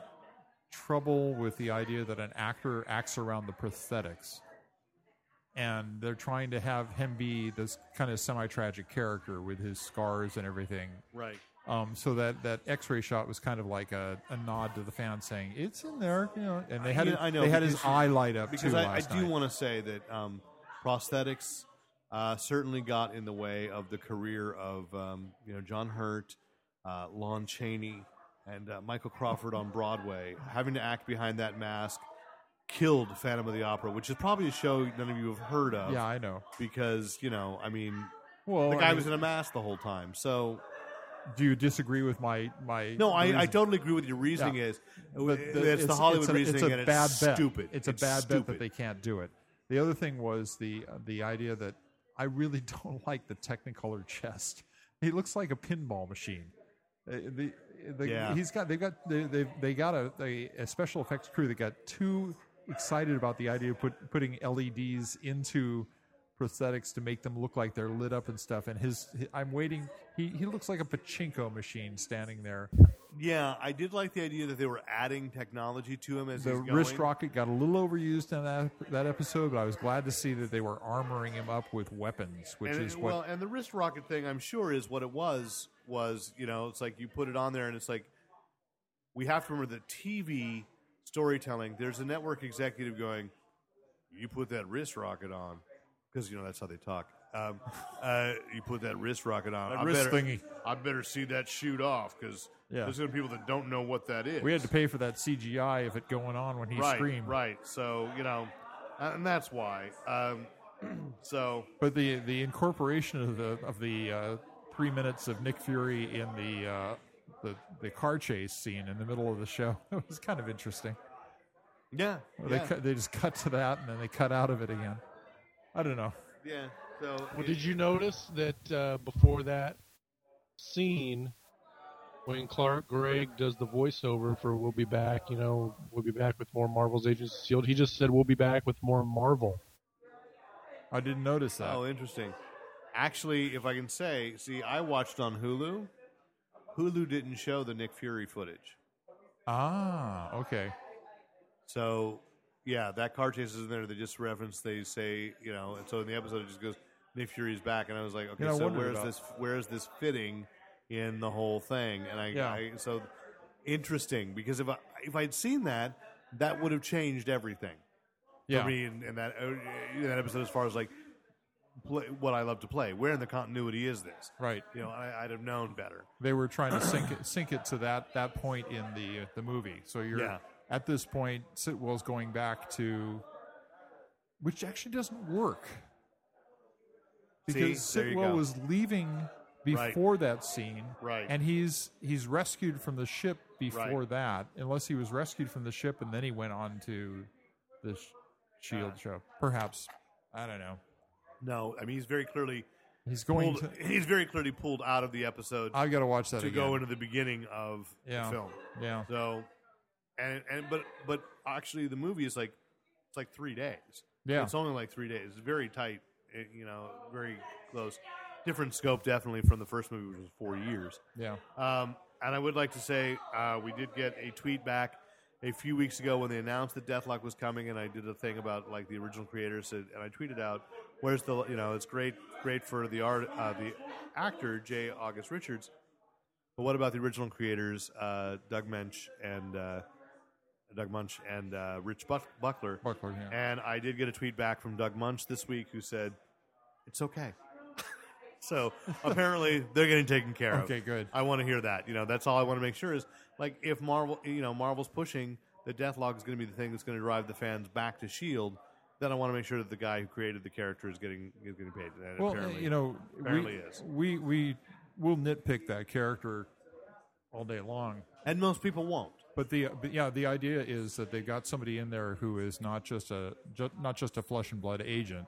E: trouble with the idea that an actor acts around the prosthetics, and they're trying to have him be this kind of semi-tragic character with his scars and everything.
D: right.
E: Um, so that that X-ray shot was kind of like a, a nod to the fans saying it's in there, you know. And they had
D: Yeah,
E: his-
D: I know,
E: they had his
D: because-
E: eye light up
D: Because
E: too
D: I, I
E: last
D: do
E: night.
D: want to say that um, prosthetics uh, certainly got in the way of the career of um, you know John Hurt, uh, Lon Chaney, and uh, Michael Crawford on Broadway, having to act behind that mask. killed Phantom of the Opera, which is probably a show none of you have heard of.
E: Yeah, I know.
D: because you know, I mean,
E: Well,
D: the
E: I
D: guy
E: mean,
D: was in a mask the whole time. So
E: do you disagree with my my?
D: no, I, I
E: reason?
D: totally agree with your reasoning.
E: Yeah.
D: Is
E: But
D: it's
E: the-
D: the Hollywood
E: a-
D: reasoning
E: It's a
D: and
E: bad
D: it's
E: bet.
D: stupid.
E: It's a bad bet
D: stupid.
E: that they can't do it. The other thing was the uh, the idea that I really don't like the Technicolor chest. He looks like a pinball machine. Uh, The, the,
D: Yeah.
E: He's got. They've got. They they, they got a, a, a special effects crew that got too excited about the idea of put, putting LEDs into prosthetics to make them look like they're lit up and stuff. And his, hi- I'm waiting. He he looks like a pachinko machine standing there.
D: Yeah, I did like the idea that they were adding technology to him as
E: the
D: he's going.
E: wrist rocket got a little overused in that that episode, but I was glad to see that they were armoring him up with weapons, which
D: and,
E: is
D: it-
E: what
D: well, and the wrist rocket thing, I'm sure, is what it was. Was you know, it's like you put it on there, and it's like we have to remember that TV storytelling. There's a network executive going, "You put that wrist rocket on," because you know that's how they talk. Um, uh, you put that wrist rocket on.
E: That
D: I better,
E: wrist thingy.
D: I better see that shoot off because
E: Yeah.
D: there's going to be people that don't know what that is.
E: we had to pay for that CGI of it going on when he
D: right,
E: screamed.
D: right. So you know, and that's why. Um, so
E: But the the incorporation of the of the uh, three minutes of Nick Fury in the uh, the the car chase scene in the middle of the show was kind of interesting.
D: yeah,
E: They
D: yeah.
E: cut, they just cut to that and then they cut out of it again. I don't know.
D: Yeah. So
C: Well, did you notice that uh, before that scene, when Clark Gregg does the voiceover for "We'll be back," you know, "We'll be back with more Marvel's Agents of Shield," E he just said, "We'll be back with more Marvel."
E: I didn't notice that.
D: Oh, interesting. Actually, if I can say, see, I watched on Hulu. Hulu didn't show the Nick Fury footage,
E: Ah, okay.
D: so yeah, that car chase is in there. They just reference. They say, you know, and so in the episode it just goes, Nick Fury's back, and I was like, okay,
E: Yeah, I
D: so
E: wondered
D: where's
E: about-
D: this? Where's this fitting in the whole thing? And I,
E: Yeah.
D: I so interesting because if I if I'd seen that, that would have changed everything.
E: Yeah.
D: for me in, in that uh, in that episode as far as like play, what I love to play. Where in the continuity is this?
E: Right.
D: You know, I, I'd have known better.
E: they were trying to sink it, sink it to that that point in the the movie. So you're
D: Yeah.
E: at this point, Sitwell's going back to, which actually doesn't work because
D: See, there you
E: Sitwell
D: go.
E: was leaving before that scene,
D: Right.
E: And he's he's rescued from the ship before
D: Right.
E: that, unless he was rescued from the ship and then he went on to the sh- Shield E
D: Uh.
E: show, perhaps. I don't know.
D: No, I mean he's very clearly
E: He's going
D: pulled,
E: to.
D: he's very clearly pulled out of the episode
E: I've got to watch that
D: to
E: again.
D: go into the beginning of
E: Yeah.
D: the film.
E: yeah.
D: So, and and but but actually the movie is like it's like three days.
E: Yeah.
D: it's only like three days. It's very tight. It, you know, very close. Different scope definitely from the first movie, which was four years.
E: Yeah.
D: Um, and I would like to say uh, we did get a tweet back a few weeks ago when they announced that Deathlock was coming, and I did a thing about like the original creators, and, and I tweeted out, "Where's the you know it's great great for the art uh, the actor J. August Richards, but what about the original creators uh, Doug Mensch and uh, Doug Munch and uh, Rich Buck- Buckler?"
E: Buckler, yeah.
D: And I did get a tweet back from Doug Munch this week who said, "It's okay." so apparently they're getting taken care of.
E: Okay, good.
D: I want to hear that. You know, that's all I want to make sure is like if Marvel, you know, Marvel's pushing the Deathlog is going to be the thing that's going to drive the fans back to Shield. Then I want to make sure that the guy who created the character is getting is getting paid. And
E: Well,
D: apparently,
E: you know,
D: apparently
E: we,
D: is.
E: we we will nitpick that character all day long,
D: and most people won't.
E: but the but yeah, the idea is that they've got somebody in there who is not just a ju- not just a flesh and blood agent,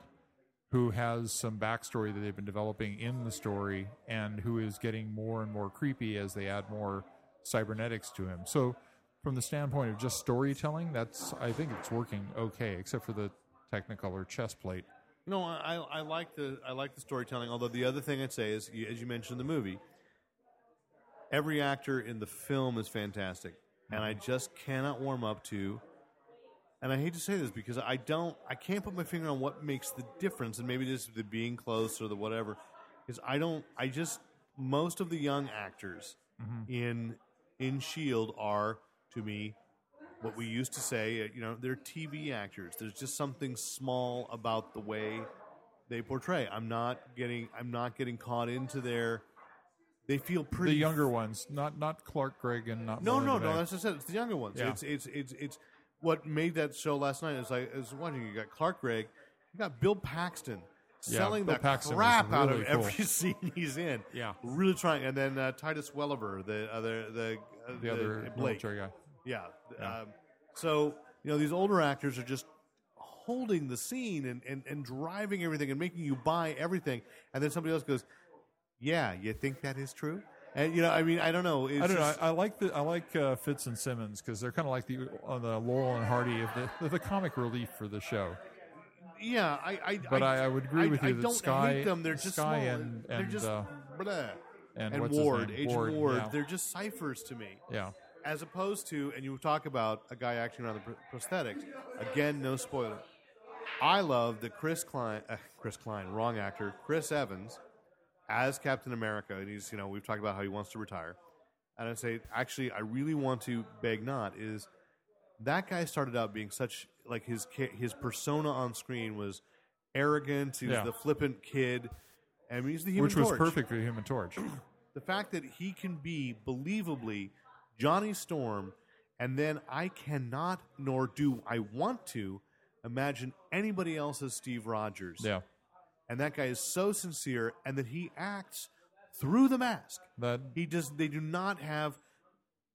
E: who has some backstory that they've been developing in the story, and who is getting more and more creepy as they add more cybernetics to him. So, from the standpoint of just storytelling, that's I think it's working okay, except for the Technicolor chest plate.
D: No, I, I I like the I like the storytelling. Although the other thing I'd say is, you- as you mentioned in the movie, every actor in the film is fantastic, and I just cannot warm up to. And I hate to say this because I don't, I can't put my finger on what makes the difference, and maybe just the being close or the whatever. Is I don't, I just most of the young actors in in Shield E are to me what we used to say, uh, you know, they're TV actors. There's just something small about the way they portray. I'm not getting I'm not getting caught into their they feel pretty
E: The younger ones, not not Clark Gregg and not
D: No,
E: Willem
D: no,
E: Dafoe.
D: no, that's just it. It's the younger ones.
E: Yeah.
D: It's it's it's it's what made that show last night is I was watching. You got Clark Gregg, you got Bill Paxton selling
E: Bill
D: the
E: Paxton was
D: crap out of
E: really cool.
D: every scene he's in.
E: Yeah.
D: really trying. And then uh, Titus Welliver, the other the uh,
E: The other
D: Blake.
E: military guy.
D: Yeah.
E: Yeah.
D: Um, so you know these older actors are just holding the scene and, and, and driving everything and making you buy everything, and then somebody else goes, "Yeah, you think that is true?" And you know, I mean, I don't know. It's
E: I don't know.
D: just-
E: I, I like the I like uh, Fitz and Simmons because they're kind of like the on the Laurel and Hardy of the they're the comic relief for the show.
D: yeah, I, I
E: But I- I would agree with
D: I,
E: you that
D: don't
E: Sky-
D: hate them. They're just
E: Sky
D: small.
E: and-
D: they're
E: and,
D: just
E: uh,
D: blah.
E: and
D: and
E: what's his
D: Ward,
E: name?
D: Agent Ward.
E: Ward, yeah.
D: They're just ciphers to me.
E: Yeah,
D: as opposed to, and you talk about a guy acting around the pr- prosthetics. Again, no spoiler. I love that Chris Klein, uh, Chris Klein, wrong actor, Chris Evans, as Captain America, and he's you know we've talked about how he wants to retire, and I say actually I really want to beg not is that guy started out being such like his ki- his persona on screen was arrogant, he was
E: Yeah.
D: the flippant kid, and he's the human
E: which was
D: Torch
E: perfect for the Human Torch.
D: the fact that he can be believably Johnny Storm, and then I cannot nor do I want to imagine anybody else as Steve Rogers.
E: yeah,
D: And that guy is so sincere, and that he acts through the mask.
E: that
D: He does. They do not have.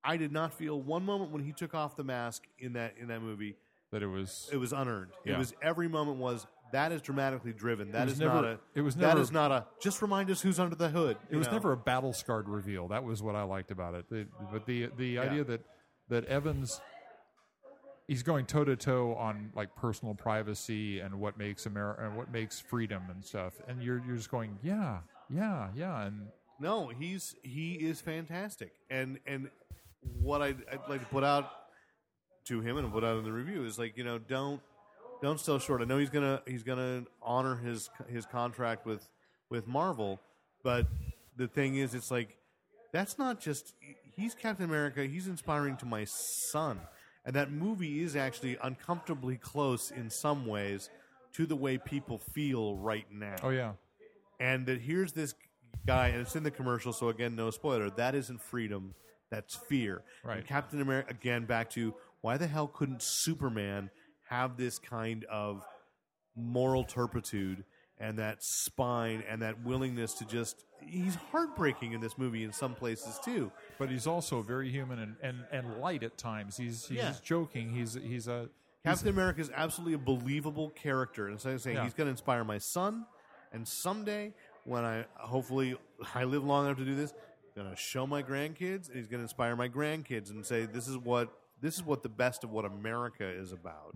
D: I did not feel one moment when he took off the mask in that in that movie.
E: that it was
D: It was unearned. It
E: Yeah.
D: was every moment was that is dramatically driven. That
E: was
D: is
E: never-
D: not a.
E: it was
D: that
E: never-
D: is not a. Just remind us who's under the hood.
E: It
D: you
E: was
D: know?
E: never a battle scarred reveal. That was what I liked about it. The- but the the idea that that Evans he's going toe to toe on like personal privacy and what makes America and what makes freedom and stuff. And you're you're just going yeah yeah yeah and
D: No, he's he is fantastic, and and what I'd, I'd like to put out to him and put out in the review is like you know don't don't sell short. I know he's gonna he's gonna honor his his contract with with Marvel, but the thing is, it's like that's not just he's Captain America. He's inspiring to my son, and that movie is actually uncomfortably close in some ways to the way people feel right now
E: oh yeah
D: and that here's this guy, and it's in the commercial. So again, no spoiler. That isn't freedom. That's fear.
E: Right.
D: And Captain America. Again, back to why the hell couldn't Superman have this kind of moral turpitude and that spine and that willingness to just? He's heartbreaking in this movie in some places too.
E: but he's also very human and and, and light at times. He's he's
D: Yeah.
E: joking. He's he's a
D: Captain America is absolutely a believable character, and so I'm saying
E: Yeah.
D: he's going to inspire my son, and someday when I hopefully I live long enough to do this, I'm going to show my grandkids, and he's going to inspire my grandkids and say this is what this is what the best of what America is about.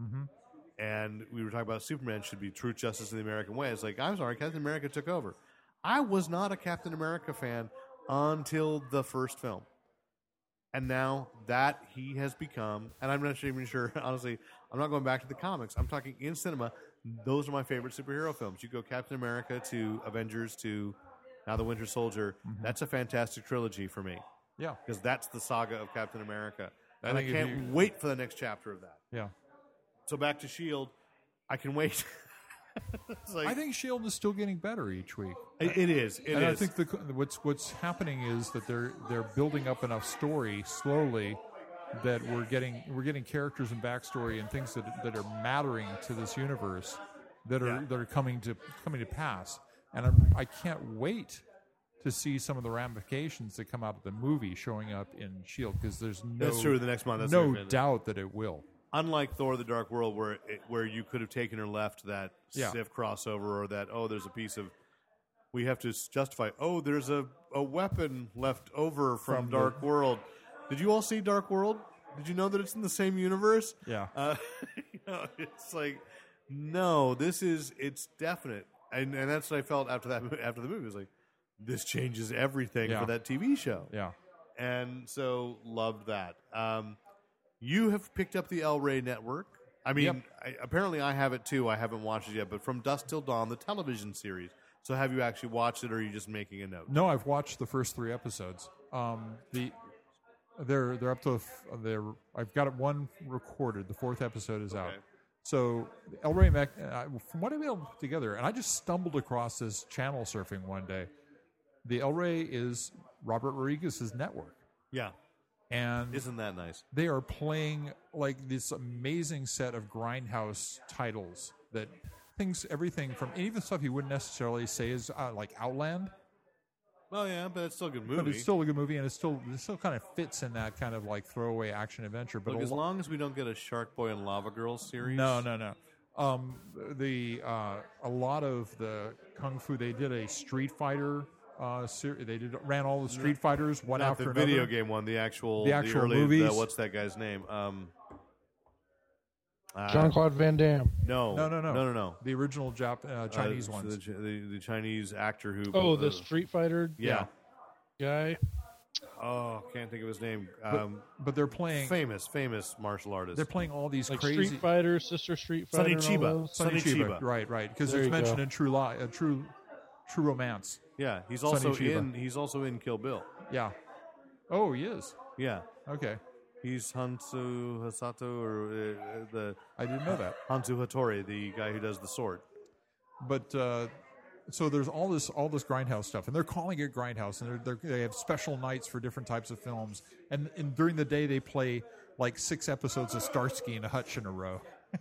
D: And we were talking about Superman should be true justice in the American way. It's like I'm sorry, Captain America took over. I was not a Captain America fan until the first film and now that he has become and i'm not even sure honestly i'm not going back to the comics i'm talking in cinema those are my favorite superhero films you go captain america to avengers to now the winter soldier that's a fantastic trilogy for me
E: Mm-hmm. yeah
D: because that's the saga of captain america
E: I
D: and i
E: think if
D: can't
E: you-
D: wait for the next chapter of that
E: yeah.
D: so back to shield i can wait It's like-
E: I think Shield is still getting better each week.
D: it it is It is.
E: and I think the, what's what's happening is that they're they're building up enough story slowly that we're getting we're getting characters and backstory and things that that are mattering to this universe that are
D: Yeah.
E: that are coming to coming to pass. And I'm, I can't wait to see some of the ramifications that come out of the movie showing up in Shield because there's no
D: That's true, the next month, that's
E: no
D: gonna be-
E: doubt that it will.
D: unlike Thor: The Dark World, where it, where you could have taken or left that
E: Yeah.
D: stiff crossover or that oh, there's a piece of we have to s- justify. Oh, there's a, a weapon left over from,
E: From the-
D: Dark World. Did you all see Dark World? Did you know that it's in the same universe?
E: Yeah.
D: Uh, you know, it's like no, this is it's definite, and and that's what I felt after that after the movie. It was like this changes everything
E: Yeah.
D: for that TV show
E: Yeah.
D: and so loved that. Um, you have picked up the El Rey Network. I mean,
E: Yep.
D: I, apparently I have it too. I haven't watched it yet, but from Dust Till Dawn, the television series. So have you actually watched it, or are you just making a note?
E: No, I've watched the first three episodes. Um, the they're they're up to f- they're I've got one recorded. The fourth episode is out.
D: Okay.
E: So El Rey Mac, uh, from what I've been able to put together, and I just stumbled across this channel surfing one day. The El Rey is Robert Rodriguez's network,
D: Yeah,
E: and
D: Isn't that nice?
E: they are playing like this amazing set of grindhouse titles that things everything from and even stuff you wouldn't necessarily say is uh, like Outland,
D: Well, yeah, but it's still a good movie.
E: but it's still a good movie and it's still it still kind of fits in that kind of like throwaway action adventure. But
D: Look,
E: a
D: as
E: lo-
D: long as we don't get a Shark Boy and Lava Girl series.
E: no, no, no. Um, the uh, a lot of the kung fu they did a Street Fighter uh, series. They did ran all the Street Fighters one
D: Not
E: after
D: the
E: another.
D: video game one, the actual,
E: The actual
D: early,
E: movies.
D: the- what's that guy's name? Um, uh,
C: Jean Claude Van Damme.
D: no,
E: No, no, no,
D: no, no, no.
E: The original Jap- uh, Chinese
D: Uh,
E: ones.
D: The, Ch- the, the Chinese actor who.
C: Oh,
D: uh,
C: the Street Fighter
D: Yeah.
C: guy.
D: Oh, can't think of his name.
E: But-
D: Um,
E: but they're playing.
D: famous, famous martial artist.
E: They're playing all these
C: Like
E: crazy.
C: Street Fighter, Sister Street
D: Sonny
C: Fighter. and all
D: Chiba.
C: those.
D: Sonny Chiba.
E: Right, right. Because
C: There
E: it's
C: you
E: mentioned
C: go.
E: in True Li uh, True, True Romance.
D: yeah, he's
E: Sonny
D: also
E: Chiba.
D: in. He's also in Kill Bill.
E: Yeah. Oh, he is.
D: Yeah,
E: Okay,
D: he's Hansu Hasato or uh, uh, the
E: I didn't know that.
D: Hansu Hattori, the guy who does the sword.
E: But uh, so there's all this all this grindhouse stuff, and they're calling it grindhouse, and they're, they're, they have special nights for different types of films, and, and during the day they play like six episodes of Starsky and Hutch in a row.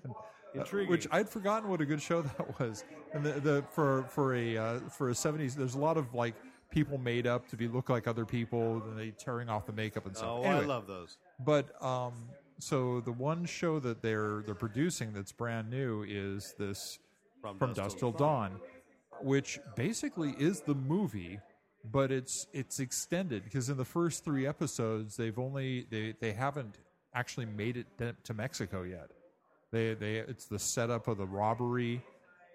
E: Uh,
D: Intriguing.
E: Which I'd forgotten what a good show that was. And the, the for for a uh, for a seventies, there's a lot of like people made up to be look like other people, and they tearing off the makeup and stuff.
D: oh, I
E: Anyway,
D: love those.
E: But um, so the one show that they're they're producing that's brand new is this
D: From
E: from
D: Dusk
E: Dusk
D: Till
E: Till Dawn, which basically is the movie, but it's it's extended because in the first three episodes they've only they they haven't actually made it to- to Mexico yet. They they it's the setup of the robbery.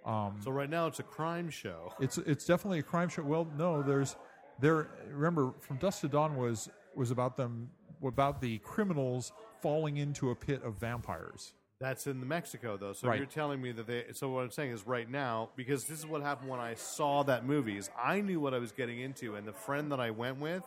E: Um,
D: So right now it's a crime show.
E: it's it's definitely a crime show. Well, no, there's there. Remember, from Dusk to Dawn was was about them about the criminals falling into a pit of vampires.
D: That's in Mexico though. So
E: Right.
D: you're telling me that they. So what I'm saying is right now because this is what happened when I saw that movie. Is I knew what I was getting into, and the friend that I went with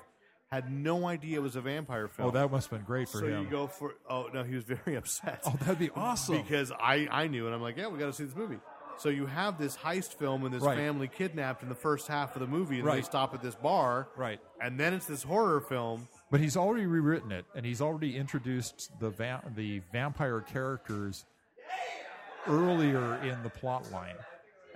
D: had no idea it was a vampire film.
E: Oh, that must have been great for
D: so
E: him.
D: you go for oh no he was very upset
E: oh, that'd be awesome.
D: because I I knew and I'm like yeah we got to see this movie so you have this heist film and this
E: Right.
D: family kidnapped in the first half of the movie and they
E: Right.
D: stop at this bar
E: Right.
D: and then it's this horror film
E: But he's already rewritten it, and he's already introduced the va- the vampire characters earlier in the plot line.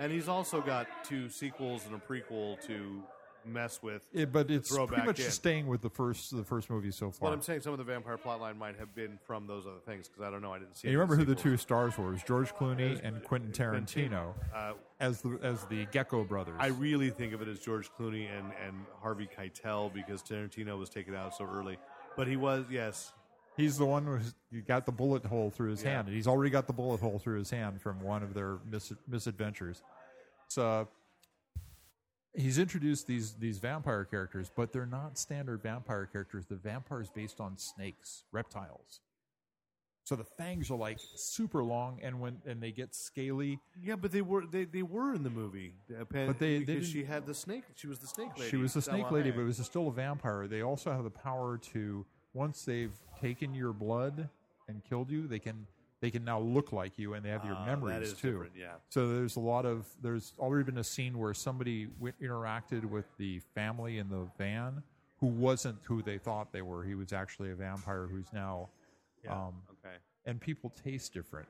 D: and he's also got two sequels and a prequel to mess with
E: It, but it's
D: Throw
E: pretty
D: back
E: much
D: in.
E: staying with the first the first movie so far.
D: but I'm saying some of the vampire plotline might have been from those other things because I don't know I didn't see
E: And
D: any
E: you remember who the two
D: sequels.
E: stars were? It was George Clooney and Quentin Tarantino
D: uh,
E: as the as the Gecko brothers.
D: I really think of it as George Clooney and, and Harvey Keitel because Tarantino was taken out so early but he was yes
E: he's the one who's he got the bullet hole through his
D: Yeah.
E: hand, and he's already got the bullet hole through his hand from one of their mis- misadventures. So he's introduced these these vampire characters, but they're not standard vampire characters. The vampires based on snakes, reptiles. So the fangs are like super long, and when and they get scaly.
D: Yeah, but they were they, they were in the movie. uh, Pan-
E: But they- they
D: because
E: didn't-
D: she had the snake. She was the snake lady.
E: She was a snake
D: Salome.
E: lady, but it was still a vampire. They also have the power to once they've taken your blood and killed you, they can they can now look like you, and they have your
D: Ah, that
E: memories
D: is
E: too.
D: different, yeah.
E: So there's a lot of there's already been a scene where somebody w- interacted with the family in the van who wasn't who they thought they were. He was actually a vampire who's now, um,
D: okay.
E: and people taste different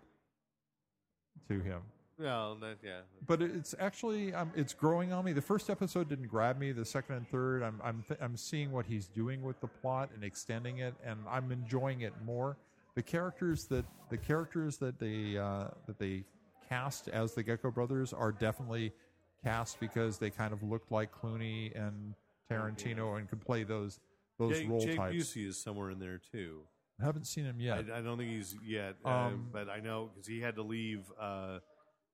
E: to him
D: Well, that, yeah.
E: but it's actually um, it's growing on me. The first episode didn't grab me. The second and third, I'm I'm th- I'm seeing what he's doing with the plot and extending it, and I'm enjoying it more. The characters that the characters that they uh, that they cast as the Gecko Brothers are definitely cast because they kind of looked like Clooney and Tarantino and could play those those
D: Oh, Jake,
E: role
D: Jake
E: types.
D: Busey is somewhere in there too.
E: I haven't seen him
D: I,
E: yet.
D: I don't think he's yet, uh,
E: Um,
D: but I know because he had to leave uh,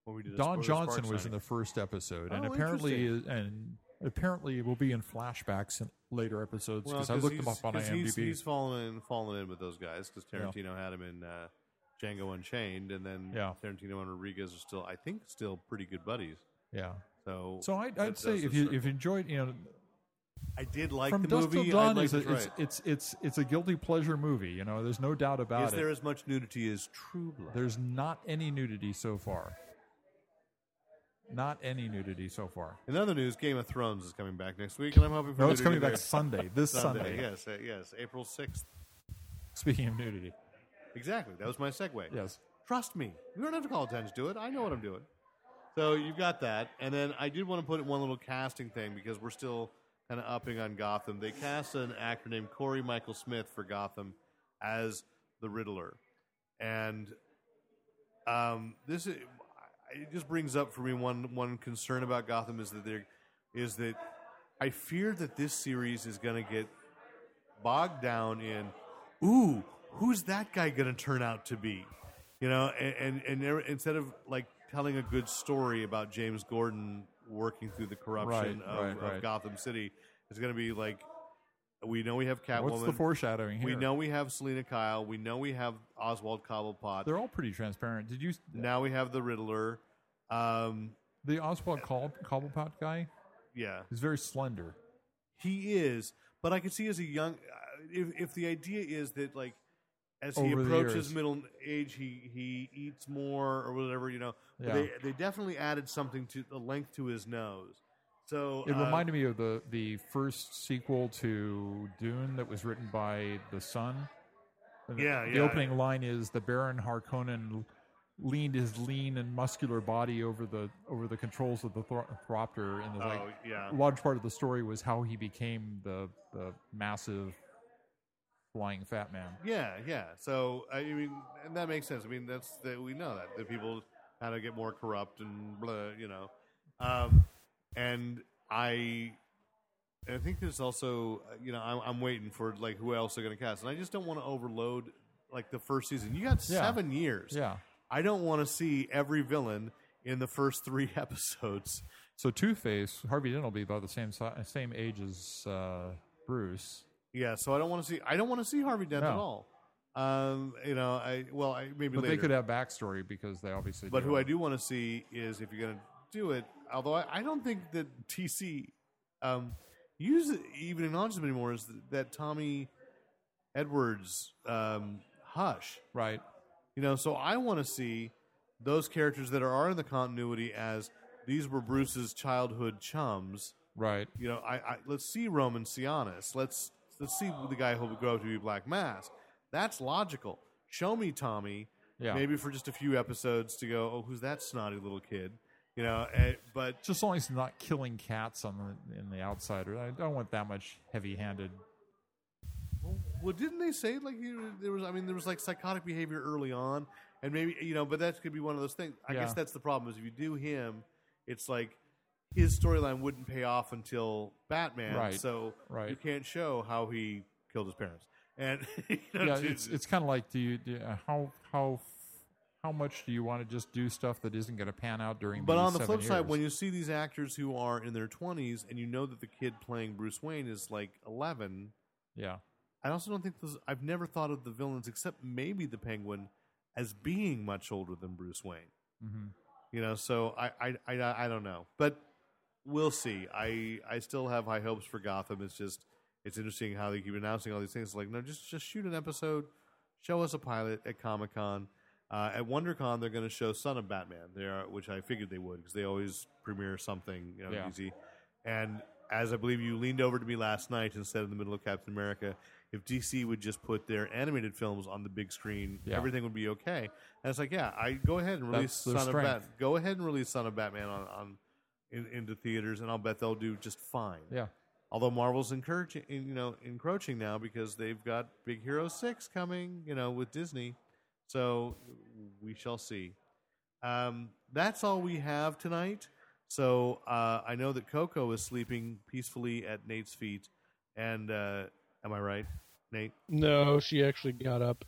D: when we did. a spoiler
E: Don Johnson
D: Sparks
E: was in
D: signing.
E: the first episode, and
D: Oh,
E: apparently, and apparently, will be in flashbacks in later episodes
D: Well,
E: because I looked him
D: he's-
E: up on
D: 'cause
E: IMDb.
D: He's, he's fallen in, fallen in with those guys because
E: Yeah.
D: Tarantino had him in uh, Django Unchained, and then
E: Yeah.
D: Tarantino and Rodriguez are still, I think, still pretty good buddies.
E: yeah.
D: So,
E: So I'd,
D: that
E: I'd say
D: does
E: if
D: the
E: you
D: circle.
E: if you enjoyed, you know,
D: I did like
E: from
D: the
E: Dust
D: movie.
E: Till Dawn
D: I'd like
E: is
D: to
E: a,
D: try
E: it's,
D: it.
E: it's it's it's a guilty pleasure movie. You know, there's no doubt about
D: Is
E: it.
D: there as much nudity as True Blood?
E: There's not any nudity so far. Not any nudity so far.
D: In other news, Game of Thrones is coming back next week, and I'm hoping for
E: No, it's
D: nudity
E: coming back
D: there.
E: Sunday. This Sunday.
D: Yes, uh, yes, April sixth.
E: Speaking of nudity,
D: Exactly. That was my segue.
E: yes.
D: Trust me. You don't have to call attention to it. I know what I'm doing. So you've got that. And then I did want to put in one little casting thing because we're still kind of upping on Gotham. They cast an actor named Corey Michael Smith for Gotham as the Riddler. And um, this is, it just brings up for me one, one concern about Gotham is that there is that I fear that this series is going to get bogged down in ooh, who's that guy going to turn out to be? You know, and, and, and there- instead of like telling a good story about James Gordon working through the corruption
E: Right,
D: of,
E: right,
D: of
E: right.
D: Gotham City, it's going to be like, we know we have Catwoman.
E: What's the foreshadowing here?
D: we know we have Selena Kyle. We know we have Oswald Cobblepot.
E: they're all pretty transparent. Did you
D: Now we have the Riddler. Um,
E: the Oswald Cobb, Cobblepot guy?
D: yeah.
E: He's very slender.
D: He is, but I can see as a young, uh, if if the idea is that like as he
E: Over the
D: approaches
E: years.
D: middle age, he he eats more or whatever, you know. But
E: Yeah.
D: They they definitely added something to the length to his nose. So
E: It
D: uh,
E: reminded me of the the first sequel to Dune that was written by the son. And the-
D: Yeah,
E: the
D: yeah.
E: opening line is the Baron Harkonnen l- leaned his lean and muscular body over the over the controls of the thro- thropter, and the
D: Oh
E: like.
D: yeah,
E: A large part of the story was how he became the the massive flying fat man.
D: yeah, yeah. So I mean, and that makes sense. I mean, that's that we know that that people kind of get more corrupt and blah, you know. Um, and I I think there's also, uh, you know, I'm, I'm waiting for like who else they're going to cast, and I just don't want to overload like the first season. You got
E: Yeah.
D: seven years.
E: Yeah.
D: I don't want to see every villain in the first three episodes.
E: So Two Face, Harvey Dent will be about the same si- same age as uh, Bruce.
D: Yeah, so I don't want to see. I don't want to see Harvey Dent at
E: No.
D: all. Um, you know, I well, I maybe
E: But
D: later.
E: they could have backstory because they obviously.
D: But who I do want to see is if you're going to do it. Although I, I don't think that TC um, use even acknowledges them anymore. Is that, that Tommy Edwards um, Hush?
E: right?
D: You know, so I want to see those characters that are in the continuity as these were Bruce's childhood chums.
E: Right.
D: You know, I, I let's see Roman Sionis. Let's let's see the guy who'll grow up to be Black Mask. That's logical. Show me Tommy
E: Yeah.
D: maybe for just a few episodes to go, oh, who's that snotty little kid? You know, and, but
E: Just as long as he's not killing cats on the in the outsider. I don't want that much heavy-handed.
D: well, didn't they say like you, there was? I mean, there was like psychotic behavior early on, and maybe you know, but that could be one of those things. I guess
E: Yeah.
D: that's the problem is if you do him, it's like his storyline wouldn't pay off until Batman,
E: Right.
D: so
E: Right.
D: you can't show how he killed his parents, and you know,
E: Yeah,
D: to-
E: it's it's kind of like do you do, uh, how how how much do you want to just do stuff that isn't going to pan out during?
D: But
E: these
D: on the
E: seven
D: flip side,
E: years?
D: when you see these actors who are in their twenties, and you know that the kid playing Bruce Wayne is like eleven,
E: yeah,
D: I also don't think those. I've never thought of the villains except maybe the Penguin as being much older than Bruce Wayne.
E: Mhm.
D: You know, so I, I, I, I don't know, but we'll see. I, I still have high hopes for Gotham. It's just, it's interesting how they keep announcing all these things. Like, no, just, just shoot an episode, show us a pilot at Comic Con. Uh, at WonderCon, they're going to show Son of Batman there, which I figured they would because they always premiere something, you know,
E: Yeah.
D: easy. And as I believe you leaned over to me last night and said in the middle of Captain America, if DC would just put their animated films on the big screen,
E: Yeah.
D: everything would be okay. And it's like, yeah, I go ahead and release
E: That's their
D: Son of
E: strength.
D: Bat. Go ahead and release Son of Batman on, on in, into theaters, and I'll bet they'll do just fine.
E: yeah,
D: Although Marvel's encouraging, you know, encroaching now because they've got Big Hero Six coming, you know, with Disney. So we shall see. Um, that's all we have tonight. So uh, I know that Coco is sleeping peacefully at Nate's feet, and uh, am I right, Nate?
C: No, she actually got up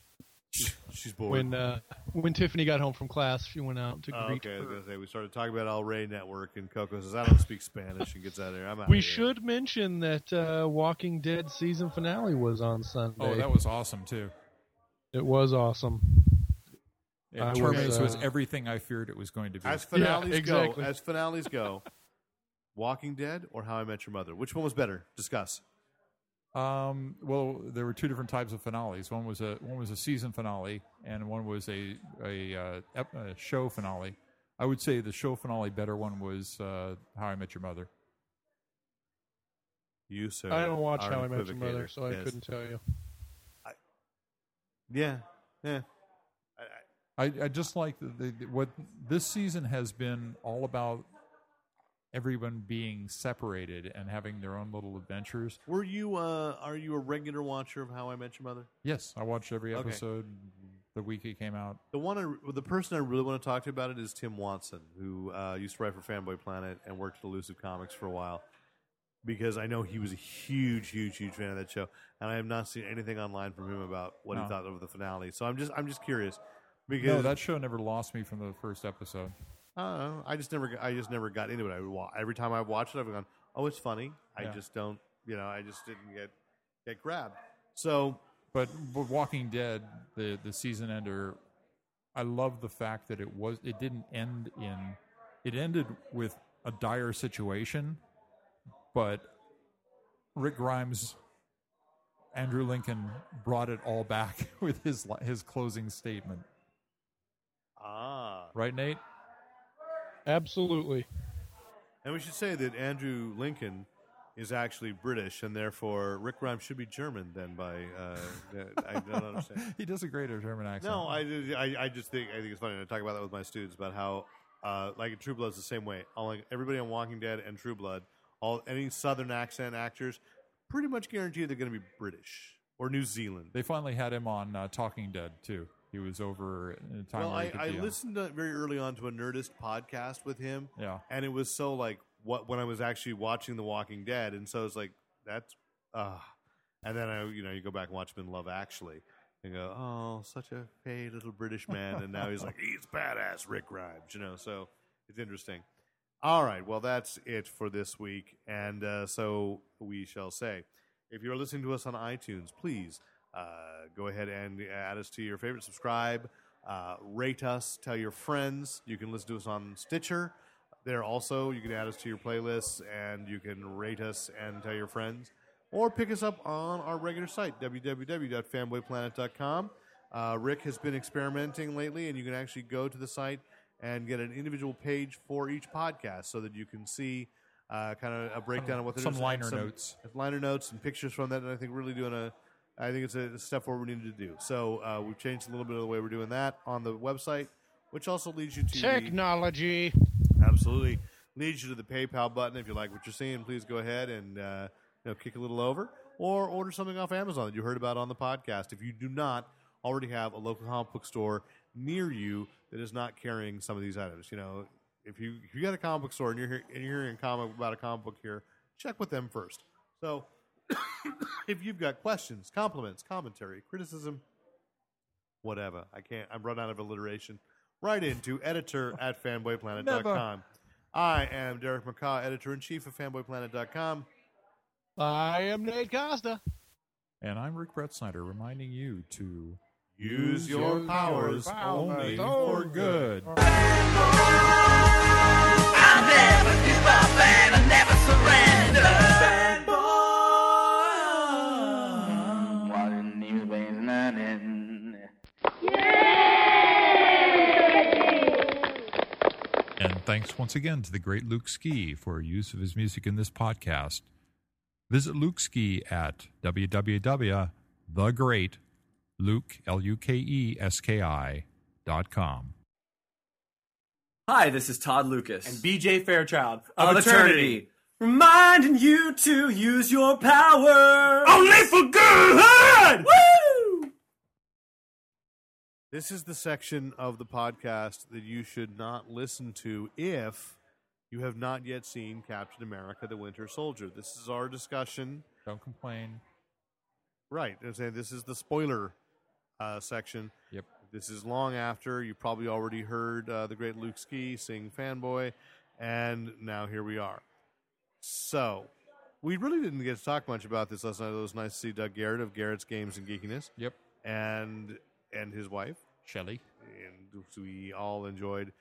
D: She's bored.
C: when uh, when Tiffany got home from class. She went out to
D: Oh,
C: greet
D: okay, I was
C: her.
D: gonna say we started talking about El Rey Network, and Coco says I don't speak Spanish and gets out of here. I'm out.
C: We
D: of here.
C: should mention that uh, Walking Dead season finale was on Sunday.
E: oh, that was awesome too.
C: it was awesome.
E: It
C: I was,
E: Terminator was
C: uh,
E: everything I feared it was going to be.
D: As finales
C: Yeah, exactly.
D: go, as finales go, Walking Dead or How I Met Your Mother, which one was better? Discuss.
E: Um, well, there were two different types of finales. One was a one was a season finale, and one was a a, uh, ep- a show finale. I would say the show finale better one was uh, How I Met Your Mother.
D: You sir.
C: I don't watch
D: are an
C: How I Met Your
D: equivocator.
C: Mother, so I
D: Yes.
C: couldn't tell you.
D: Yeah. Yeah.
E: I, I just like the, the, what this season has been all about everyone being separated and having their own little adventures.
D: Were you? Uh, are you a regular watcher of How I Met Your Mother?
E: Yes, I watched every
D: Okay.
E: episode the week it came out.
D: The one, I, the person I really want to talk to about it is Tim Watson, who uh, used to write for Fanboy Planet and worked at Elusive Comics for a while. Because I know he was a huge, huge, huge fan of that show, and I have not seen anything online from him about what he
E: No.
D: thought of the finale. So I'm just, I'm just curious. Because
E: No, that show never lost me from the first episode.
D: I don't know. I just never, I just never got into it. I would wa- every time I watched it, I've gone, "Oh, it's funny." I
E: Yeah.
D: just don't, you know, I just didn't get get grabbed. So
E: But, but Walking Dead, the the season ender, I love the fact that it was it didn't end in it ended with a dire situation, but Rick Grimes, Andrew Lincoln brought it all back with his li- his closing statement.
D: ah,
E: Right, Nate?
C: Absolutely.
D: and we should say that Andrew Lincoln is actually British, and therefore Rick Grimes should be German. Then by uh, I don't understand.
E: he does a great German accent.
D: Oh, No, I, did- I, I just think I think it's funny. And I talk about that with my students about how, uh, like in True Blood's the same way. All like everybody on Walking Dead and True Blood, all any Southern accent actors, pretty much guarantee they're going to be British or New Zealand.
E: They finally had him on uh, Talking Dead too. He was over in a time
D: Well,
E: where
D: I,
E: he could
D: I
E: be on.
D: listened to, very early on to a Nerdist podcast with him,
E: Yeah,
D: and it was so like what when I was actually watching The Walking Dead, and so I was like, that's uh and then I you know you go back and watch him in Love Actually. And go, oh, such a fey little British man, and now he's like, he's badass, Rick Grimes, you know. So it's interesting. All right, well, that's it for this week, and uh, so we shall say, if you're listening to us on iTunes, please uh, go ahead and add us to your favorite. Subscribe, uh, rate us, tell your friends. You can listen to us on Stitcher. There also, you can add us to your playlists, and you can rate us and tell your friends, or pick us up on our regular site www.fanboyplanet.com. Uh, Rick has been experimenting lately, and you can actually go to the site and get an individual page for each podcast so that you can see uh, kind of a breakdown of what they're
E: some
D: doing.
E: liner notes.
D: liner notes and pictures from that. And I think really doing a, I think it's a step forward we need to do. So uh, we've changed a little bit of the way we're doing that on the website, which also leads you to the-
F: Technology.
D: Absolutely. Leads you to the PayPal button. If you like what you're seeing, please go ahead and uh, you know, kick a little over or order something off Amazon that you heard about on the podcast. If you do not already have a local comic book store near you that is not carrying some of these items, you know, if you if you got a comic book store and you're, hear- and you're hearing a comic about a comic book here, check with them first. So if you've got questions, compliments, commentary, criticism, whatever. I can't. I'm run out of alliteration. Right into editor at fanboyplanet.com. I am Derek McCaw, editor in chief of fanboyplanet.com.
F: I am Nate Costa.
E: and I'm Rick Brett Snyder, reminding you to
D: Use your powers only for good.
G: I'll never give up and I never surrender. Fanboy. Watching these veins running.
E: And thanks once again to the great Luke Ski for use of his music in this podcast. Visit Luke Ski at E www.thegreatluke.com.
H: Hi, this is Todd Lucas
I: and BJ Fairchild
H: Of
I: of,
H: Eternity.
I: Eternity. reminding you to use your power
H: Only for good.
I: Woo!
D: This is the section of the podcast that you should not listen to if you have not yet seen Captain America the Winter Soldier. This is our discussion
E: Don't complain.
D: Right. I'm saying this is the spoiler uh, section.
E: Yep.
D: This is long after you probably already heard uh, the great Luke Ski sing "Fanboy," and now here we are. So we really didn't get to talk much about this last night. It was nice to see Doug Garrett of Garrett's Games and Geekiness,
E: Yep.
D: and and his wife,
E: Shelley.
D: and we all enjoyed.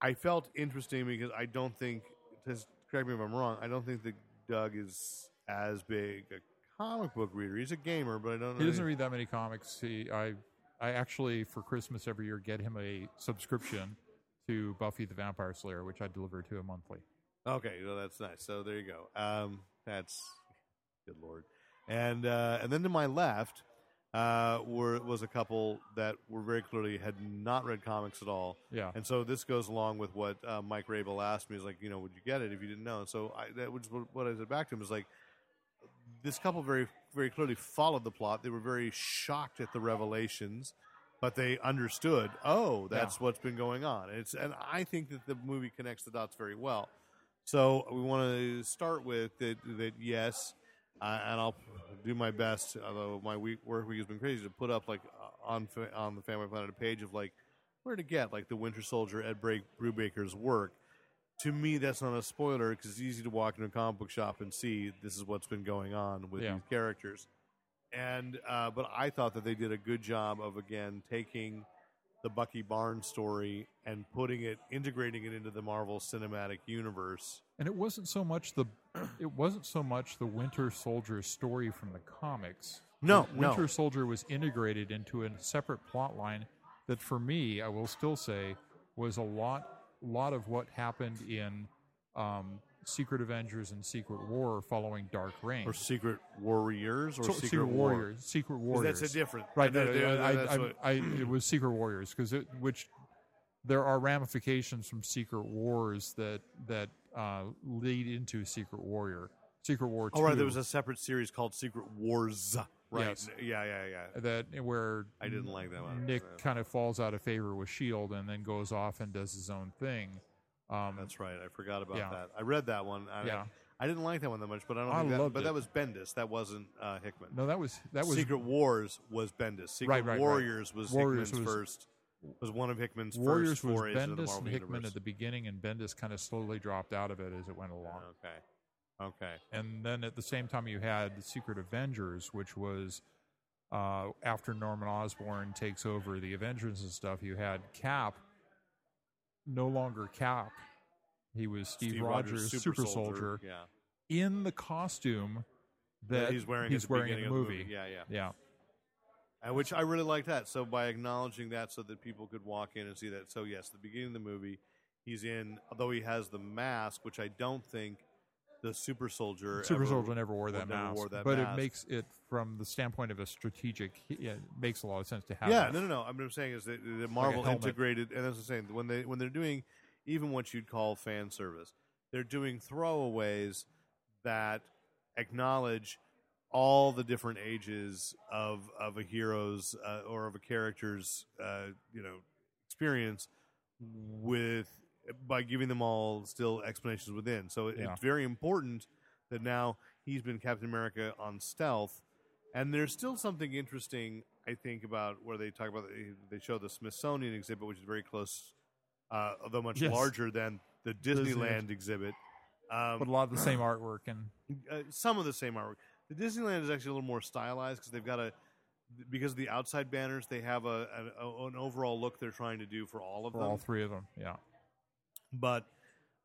D: I felt interesting because I don't think. Just correct me if I'm wrong. I don't think that Doug is as big a comic book reader. He's a gamer, but I don't.
E: He
D: know-
E: doesn't read that many comics. He, I, I actually, for Christmas every year, get him a subscription to Buffy the Vampire Slayer, which I deliver to him monthly.
D: Okay, well that's nice. So there you go. Um, that's good lord. And uh, and then to my left, uh, were was a couple that were very clearly had not read comics at all.
E: Yeah.
D: And so this goes along with what uh, Mike Rabel asked me. He's like, you know, would you get it if you didn't know? And so I, that was what- what I said back to him is like, this couple very very clearly followed the plot. They were very shocked at the revelations, but they understood. Oh, that's what's been going on. And It's and I think that the movie connects the dots very well. So we want to start with that. That yes, uh, and I'll do my best. Although my week work week has been crazy to put up like uh, on fa- on the Family Planet a page of like where to get like the Winter Soldier Ed Break Brubaker's work. To me, that's not a spoiler because it's easy to walk into a comic book shop and see this is what's been going on with
E: Yeah.
D: these characters. And uh, but I thought that they did a good job of again taking the Bucky Barnes story and putting it, integrating it into the Marvel Cinematic Universe.
E: and it wasn't so much the it wasn't so much the winter soldier story from the comics
D: No,
E: The
D: no.
E: winter soldier was integrated into a separate plot line that for me i will still say was a lot lot of what happened in um, secret avengers and secret war following dark reign
D: Or Secret Warriors or
E: So-
D: Secret,
E: warriors
D: War.
E: secret
D: 'Cause
E: warriors
D: That's a different.
E: right
D: that-
E: no, no,
D: that-
E: I,
D: that's
E: I,
D: what-
E: I, it was secret warriors because it which there are ramifications from secret wars that that uh, lead into secret warrior secret war
D: oh, right. There
E: 2,
D: was a separate series called Secret Wars. Right.
E: Yes.
D: Yeah, yeah, yeah.
E: that where
D: I didn't like that one.
E: nick
D: Yeah.
E: kind of falls out of favor with shield E and then goes off and does his own thing um,
D: That's right. I forgot about
E: Yeah.
D: that. I read that one. I,
E: Yeah.
D: I didn't like that one that much, but I don't.
E: I
D: think that,
E: loved
D: But
E: it.
D: that was Bendis. That wasn't uh, Hickman.
E: no that was that was
D: Secret Wars was Bendis. Secret
E: Right, right, right.
D: Warriors was
E: Warriors
D: Hickman's
E: was-
D: first. Was one of Hickman's
E: warriors
D: first
E: was
D: forays into the
E: bendis
D: Marvel
E: and hickman
D: universe.
E: at the beginning and bendis kind of slowly dropped out of it as it went along
D: Okay. Okay.
E: and then at the same time you had the Secret Avengers, which was uh, after Norman Osborn takes over the Avengers and stuff. You had Cap, no longer Cap, he was Steve, Rogers, Super, Soldier,
D: Yeah.
E: in the costume that,
D: he's wearing at
E: he's
D: the
E: wearing in
D: beginning
E: the
D: of
E: movie.
D: Yeah, yeah.
E: yeah,
D: And which I really like that. So by acknowledging that, so that people could walk in and see that. So yes, the beginning of the movie, he's in. Although he has the mask, which I don't think the super soldier
E: Super
D: ever-
E: Soldier never wore
D: would
E: that
D: never
E: mask,
D: wore that
E: but
D: mask.
E: it makes it from the standpoint of a strategic. Yeah, it makes a lot of sense to have.
D: Yeah,
E: that.
D: no, no, no. I'm, I'm saying is that, that Marvel
E: helmet.
D: integrated, and that's the same. When they when they're doing even what you'd call fan service, they're doing throwaways that acknowledge all the different ages of of a hero's uh, or of a character's uh, you know experience with by giving them all still explanations within. So it,
E: Yeah.
D: it's very important that now he's been Captain America on stealth, and there's still something interesting I think about where they talk about they show the Smithsonian exhibit, which is very close, uh, although much
E: Yes.
D: larger than the Disneyland exhibit. Um,
E: But a lot of the same artwork and
D: uh, some of the same artwork. The Disneyland is actually a little more stylized because they've got a because of the outside banners they have a, a, a- an overall look they're trying to do for all of
E: for
D: them.
E: all three of them. Yeah,
D: But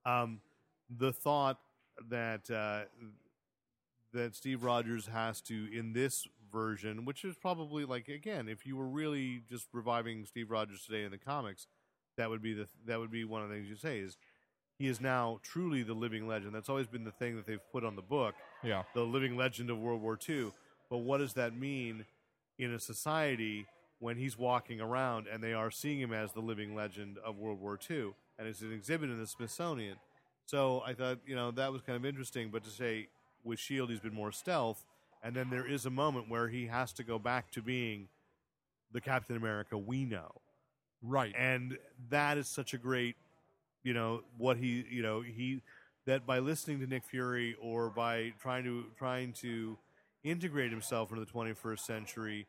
D: um, the thought that uh, that Steve Rogers has to in this version, which is probably like again, if you were really just reviving Steve Rogers today in the comics, that would be the that would be one of the things you say is he is now truly the living legend. That's always been the thing that they've put on the book
E: yeah.
D: the living legend of World War II. But what does that mean in a society when he's walking around and they are seeing him as the living legend of World War II? And it's an exhibit in the Smithsonian. So I thought, you know, that was kind of interesting. But to say with S.H.I.E.L.D., E he's been more stealth. And then there is a moment where he has to go back to being the Captain America we know
E: Right.
D: and that is such a great you know what he you know he that by listening to Nick Fury or by trying to trying to integrate himself into the 21st century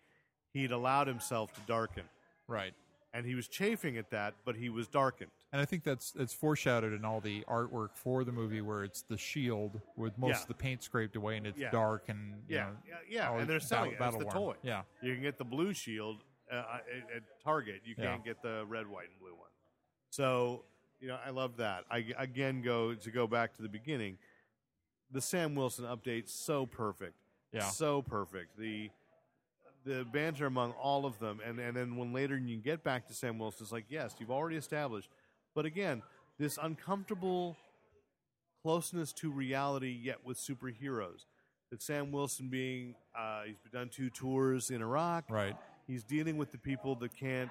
D: he'd allowed himself to darken
E: right.
D: and he was chafing at that but he was darkened
E: And I think that's that's foreshadowed in all the artwork for the movie, where it's the shield with most
D: Yeah.
E: of the paint scraped away, and it's
D: Yeah.
E: dark and you
D: yeah
E: know,
D: yeah, yeah.
E: all
D: and they're
E: battle-
D: selling it.
E: battle
D: it's the toy
E: worn. Yeah,
D: you can get the blue shield uh, at, at Target. You
E: Yeah.
D: can't get the red, white, and blue one. So you know, I love that. I again go to go back to the beginning. The Sam Wilson update so perfect,
E: Yeah.
D: so perfect. The the banter among all of them, and and then when later you get back to Sam Wilson, it's like yes, you've already established, but again, this uncomfortable closeness to reality yet with superheroes that Sam Wilson being uh, he's done two tours in Iraq.
E: Right.
D: He's dealing with the people that can't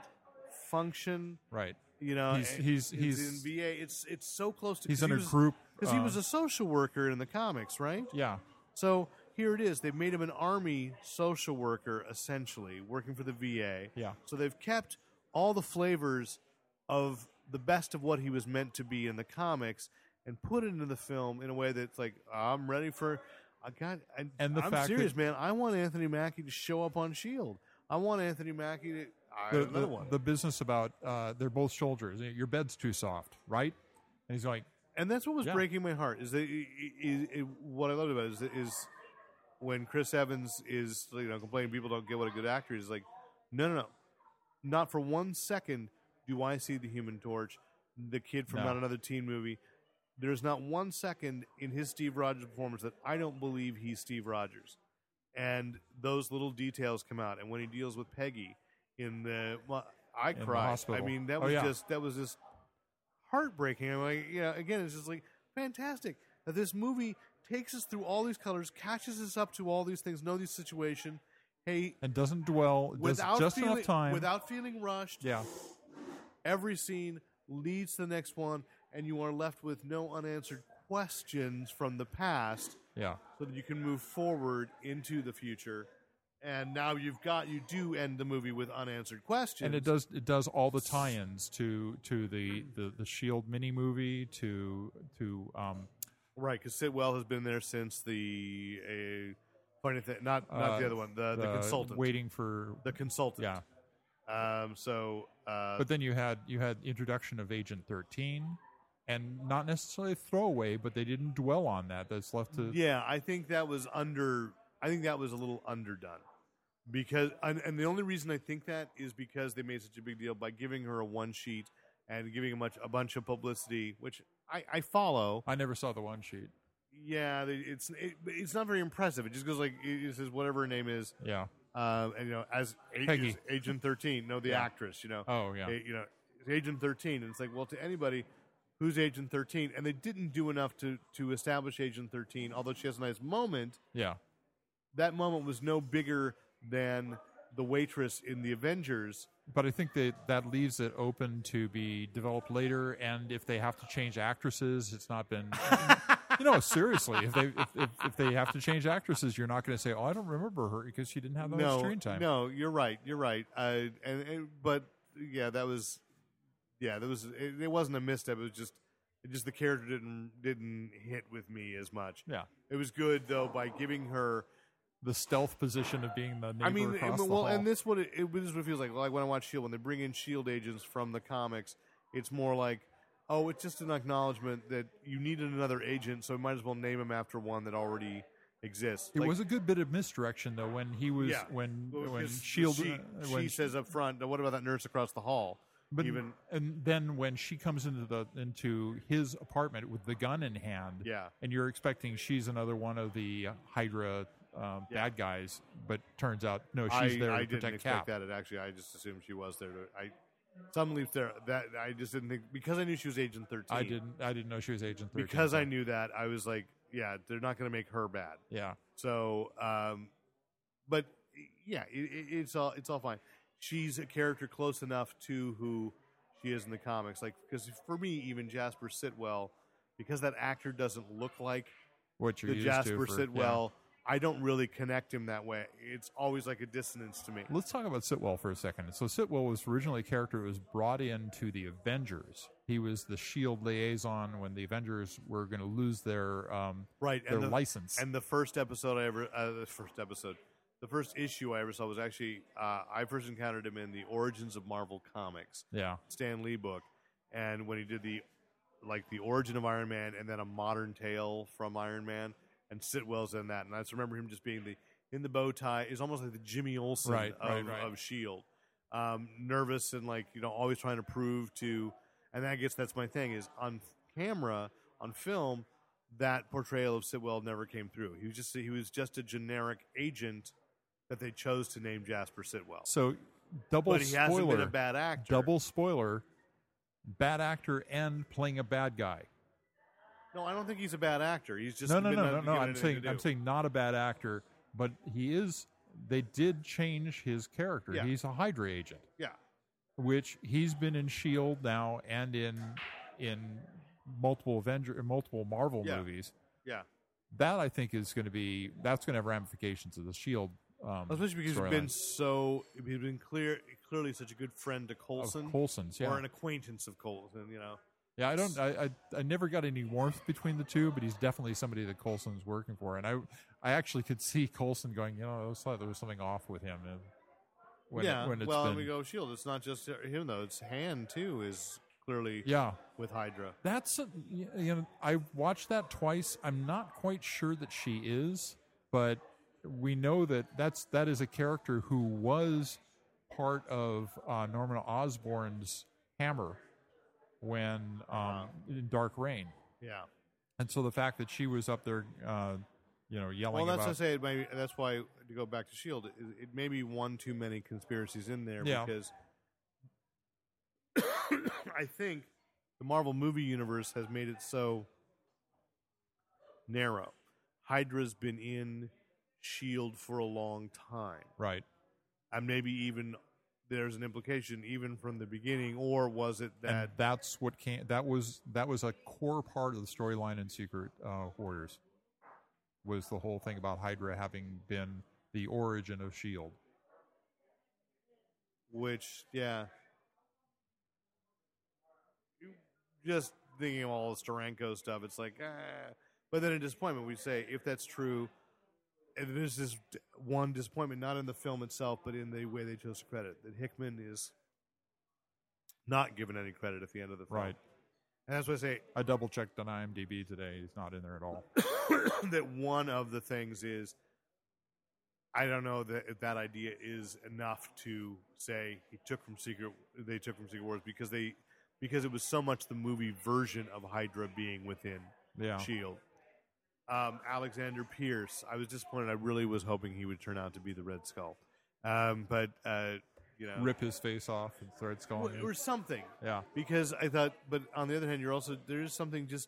D: function.
E: Right.
D: You know,
E: He's-
D: and
E: he's-
D: it's
E: he's-
D: in VA. It's it's so close to
E: He's
D: 'cause
E: under
D: he was,
E: group,
D: because he
E: uh,
D: was a social worker in the comics, right?
E: Yeah.
D: So here it is. They've made him an army social worker, essentially, working for the VA.
E: Yeah.
D: So they've kept all the flavors of the best of what he was meant to be in the comics and put it into the film in a way that's like, I'm ready for. I got. I,
E: And the
D: I'm
E: fact
D: serious,
E: that-
D: man. I want Anthony Mackie to show up on Shield. I want Anthony Mackie to. I,
E: the,
D: another
E: the,
D: one.
E: the business about uh, they're both soldiers. Your bed's too soft, right? And he's like,
D: and that's what was
E: Yeah.
D: breaking my heart is that i- i- i- i- what I loved about it is, is when Chris Evans is you know complaining people don't get what a good actor is like no no no not for one second do I see the Human Torch the kid from
E: No.
D: not another teen movie there's not one second in his Steve Rogers performance that I don't believe he's Steve Rogers and those little details come out and when he deals with Peggy in the well, I
E: the
D: cried I
E: hospital.
D: mean that
E: Oh,
D: was
E: yeah.
D: just that was just heartbreaking. I'm like, you know, again, it's just like fantastic that this movie takes us through all these colors, catches us up to all these things, know these situation. Hey,
E: and doesn't dwell, does
D: without
E: just
D: feeling,
E: enough time.
D: without feeling rushed.
E: yeah.
D: Every scene leads to the next one, and you are left with no unanswered questions from the past,
E: Yeah.
D: so that you can move forward into the future. And now you've got you do end the movie with unanswered questions,
E: And it does it does all the tie-ins to to the the, the Shield mini movie to to um
D: Right, because Sitwell has been there since the uh, funny thing, not not
E: uh,
D: the other one, the, the, consultant,
E: waiting for
D: the consultant.
E: yeah.
D: Um. So. Uh,
E: But then you had you had the introduction of Agent Thirteen, and not necessarily a throwaway, but they didn't dwell on that. That's left to
D: yeah, I think that was under. I think that was a little underdone, because and, and the only reason I think that is because they made such a big deal by giving her a one sheet and giving a much a bunch of publicity, which I, I follow.
E: I never saw the one sheet.
D: Yeah, they, it's it, it's not very impressive. It just goes like it, it says whatever her name is.
E: Yeah.
D: um, and you know, as ag-
E: Peggy.
D: as Agent Thirteen, no, the
E: Yeah.
D: actress, you know,
E: Oh yeah.
D: A- you know, Agent Thirteen, and it's like, well, to anybody, who's Agent Thirteen? And they didn't do enough to to establish Agent Thirteen, although she has a nice moment.
E: yeah.
D: That moment was no bigger than the waitress in the Avengers.
E: But I think that that leaves it open to be developed later, and if they have to change actresses, it's not been. you know, seriously, if they if, if, if they have to change actresses, you're not going to say, "Oh, I don't remember her because she didn't have that much
D: no,
E: screen time."
D: no, you're right, you're right. Uh, and, and but yeah, that was yeah, that was it, it. wasn't a misstep. It was just it just the character didn't didn't hit with me as much.
E: Yeah,
D: It was good though by giving her.
E: the stealth position of being the neighbor
D: I mean,
E: across
D: and-
E: the
D: well,
E: hall.
D: and this what it, it, this is what it feels like. Like when I watch Shield, when they bring in Shield E agents from the comics, it's more like, oh, it's just an acknowledgement that you needed another agent, so we might as well name him after one that already exists.
E: it
D: Like,
E: was a good bit of misdirection though when he was
D: Yeah.
E: when
D: well,
E: when
D: because
E: Shield
D: She,
E: uh,
D: she
E: when
D: says up front, "Now, what about that nurse across the hall?
E: But
D: even
E: and then when she comes into the into his apartment with the gun in hand,
D: Yeah.
E: and you're expecting she's another one of the Hydra um, bad guys, but turns out no, Oh, she's
D: I,
E: there
D: I
E: to
D: didn't
E: protect
D: expect
E: Cap.
D: that. It actually, I just assumed she was there. To, I some leaps there that I just didn't think because I knew she was Agent Thirteen.
E: I didn't. I didn't know she was Agent Thirteen
D: because I
E: so-
D: knew that. I was like, yeah, they're not going to make her bad.
E: Yeah,
D: So, um, but yeah, it, it, it's all it's all fine. She's a character close enough to who she is in the comics, like because for me, even Jasper Sitwell, because that actor doesn't look like
E: what you're
D: the
E: used
D: Jasper
E: to for,
D: Sitwell, I don't really connect him that way. It's always like a dissonance to me.
E: yeah. Let's talk about Sitwell for a second. So Sitwell was originally a character who was brought into the Avengers. He was the Shield E liaison when the Avengers were going to lose their um,
D: Right,
E: their
D: and the,
E: license.
D: And the first episode I ever, uh, the first episode, the first issue I ever saw was actually uh, I first encountered him in the Origins of Marvel Comics.
E: yeah,
D: Stan Lee book, and when he did the like the origin of Iron Man and then a modern tale from Iron Man, and Sitwell's in that, and I just remember him just being the in the bow tie is almost like the Jimmy Olsen
E: Right,
D: of,
E: right, right.
D: of Shield, E um, nervous and like you know always trying to prove to, and I guess that's my thing is on camera on film that portrayal of Sitwell never came through. He was just he was just a generic agent that they chose to name Jasper Sitwell.
E: So double
D: But he
E: spoiler.
D: hasn't been a bad actor.
E: Double spoiler. Bad actor and playing a bad guy.
D: No, I don't think he's a bad actor. He's just
E: no, no,
D: been
E: no,
D: not
E: no, no.
D: given
E: I'm
D: anything
E: saying
D: to
E: I'm
D: do.
E: saying not a bad actor, but he is. They did change his character.
D: Yeah.
E: He's a Hydra agent,
D: yeah,
E: which he's been in Shield E now and in in multiple Avenger, multiple Marvel
D: Yeah.
E: movies.
D: yeah.
E: That I think is going to be that's going to have ramifications of the Shield. Um,
D: Especially because he's
E: storyline.
D: been so he's been clear clearly such a good friend to Colson,
E: of Coulson's, yeah,
D: or an acquaintance of Colson. You know,
E: yeah. I don't, I, I, I never got any warmth between the two, but he's definitely somebody that Coulson's working for, and I, I actually could see Coulson going, you know, I always thought there was something off with him. And when, it-
D: yeah.
E: when it's
D: well,
E: been,
D: and we go Shield. It's not just him though. It's Han too. Is clearly
E: yeah,
D: with Hydra.
E: That's a, you know I watched that twice. I'm not quite sure that she is, but we know that that's that is a character who was part of uh, Norman Osborn's Hammer when um,
D: Uh-huh.
E: in Dark Rain,
D: Yeah.
E: and so the fact that she was up there, uh, you know, yelling
D: Well, that's
E: about
D: what I say. It may, that's why to go back to Shield, it, E it may be one too many conspiracies in there
E: Yeah.
D: because I think the Marvel movie universe has made it so narrow. Hydra's been in Shield E for a long time,
E: right,
D: and maybe even there's an implication even from the beginning, or was it
E: and
D: that
E: that's what can that was that was a core part of the storyline in Secret uh, Warriors was the whole thing about Hydra having been the origin of Shield.
D: which yeah just thinking of all the Steranko stuff it's like ah. but then a disappointment we say if that's true and there's this d- one disappointment not in the film itself but in the way they chose to credit that Hickman is not given any credit at the end of the film
E: Right.
D: and that's why I say
E: I double checked on IMDb today. He's not in there at all.
D: that one of the things is I don't know that if that idea is enough to say he took from Secret they took from Secret Wars because they because it was so much the movie version of Hydra being within
E: Yeah.
D: Shield. E Um, Alexander Pierce, I was disappointed. I really was hoping he would turn out to be the Red Skull, um, but uh, you know,
E: Rip his face off and starts
D: or,
E: going.
D: or something
E: yeah.
D: because I thought, but on the other hand, you're also there is something just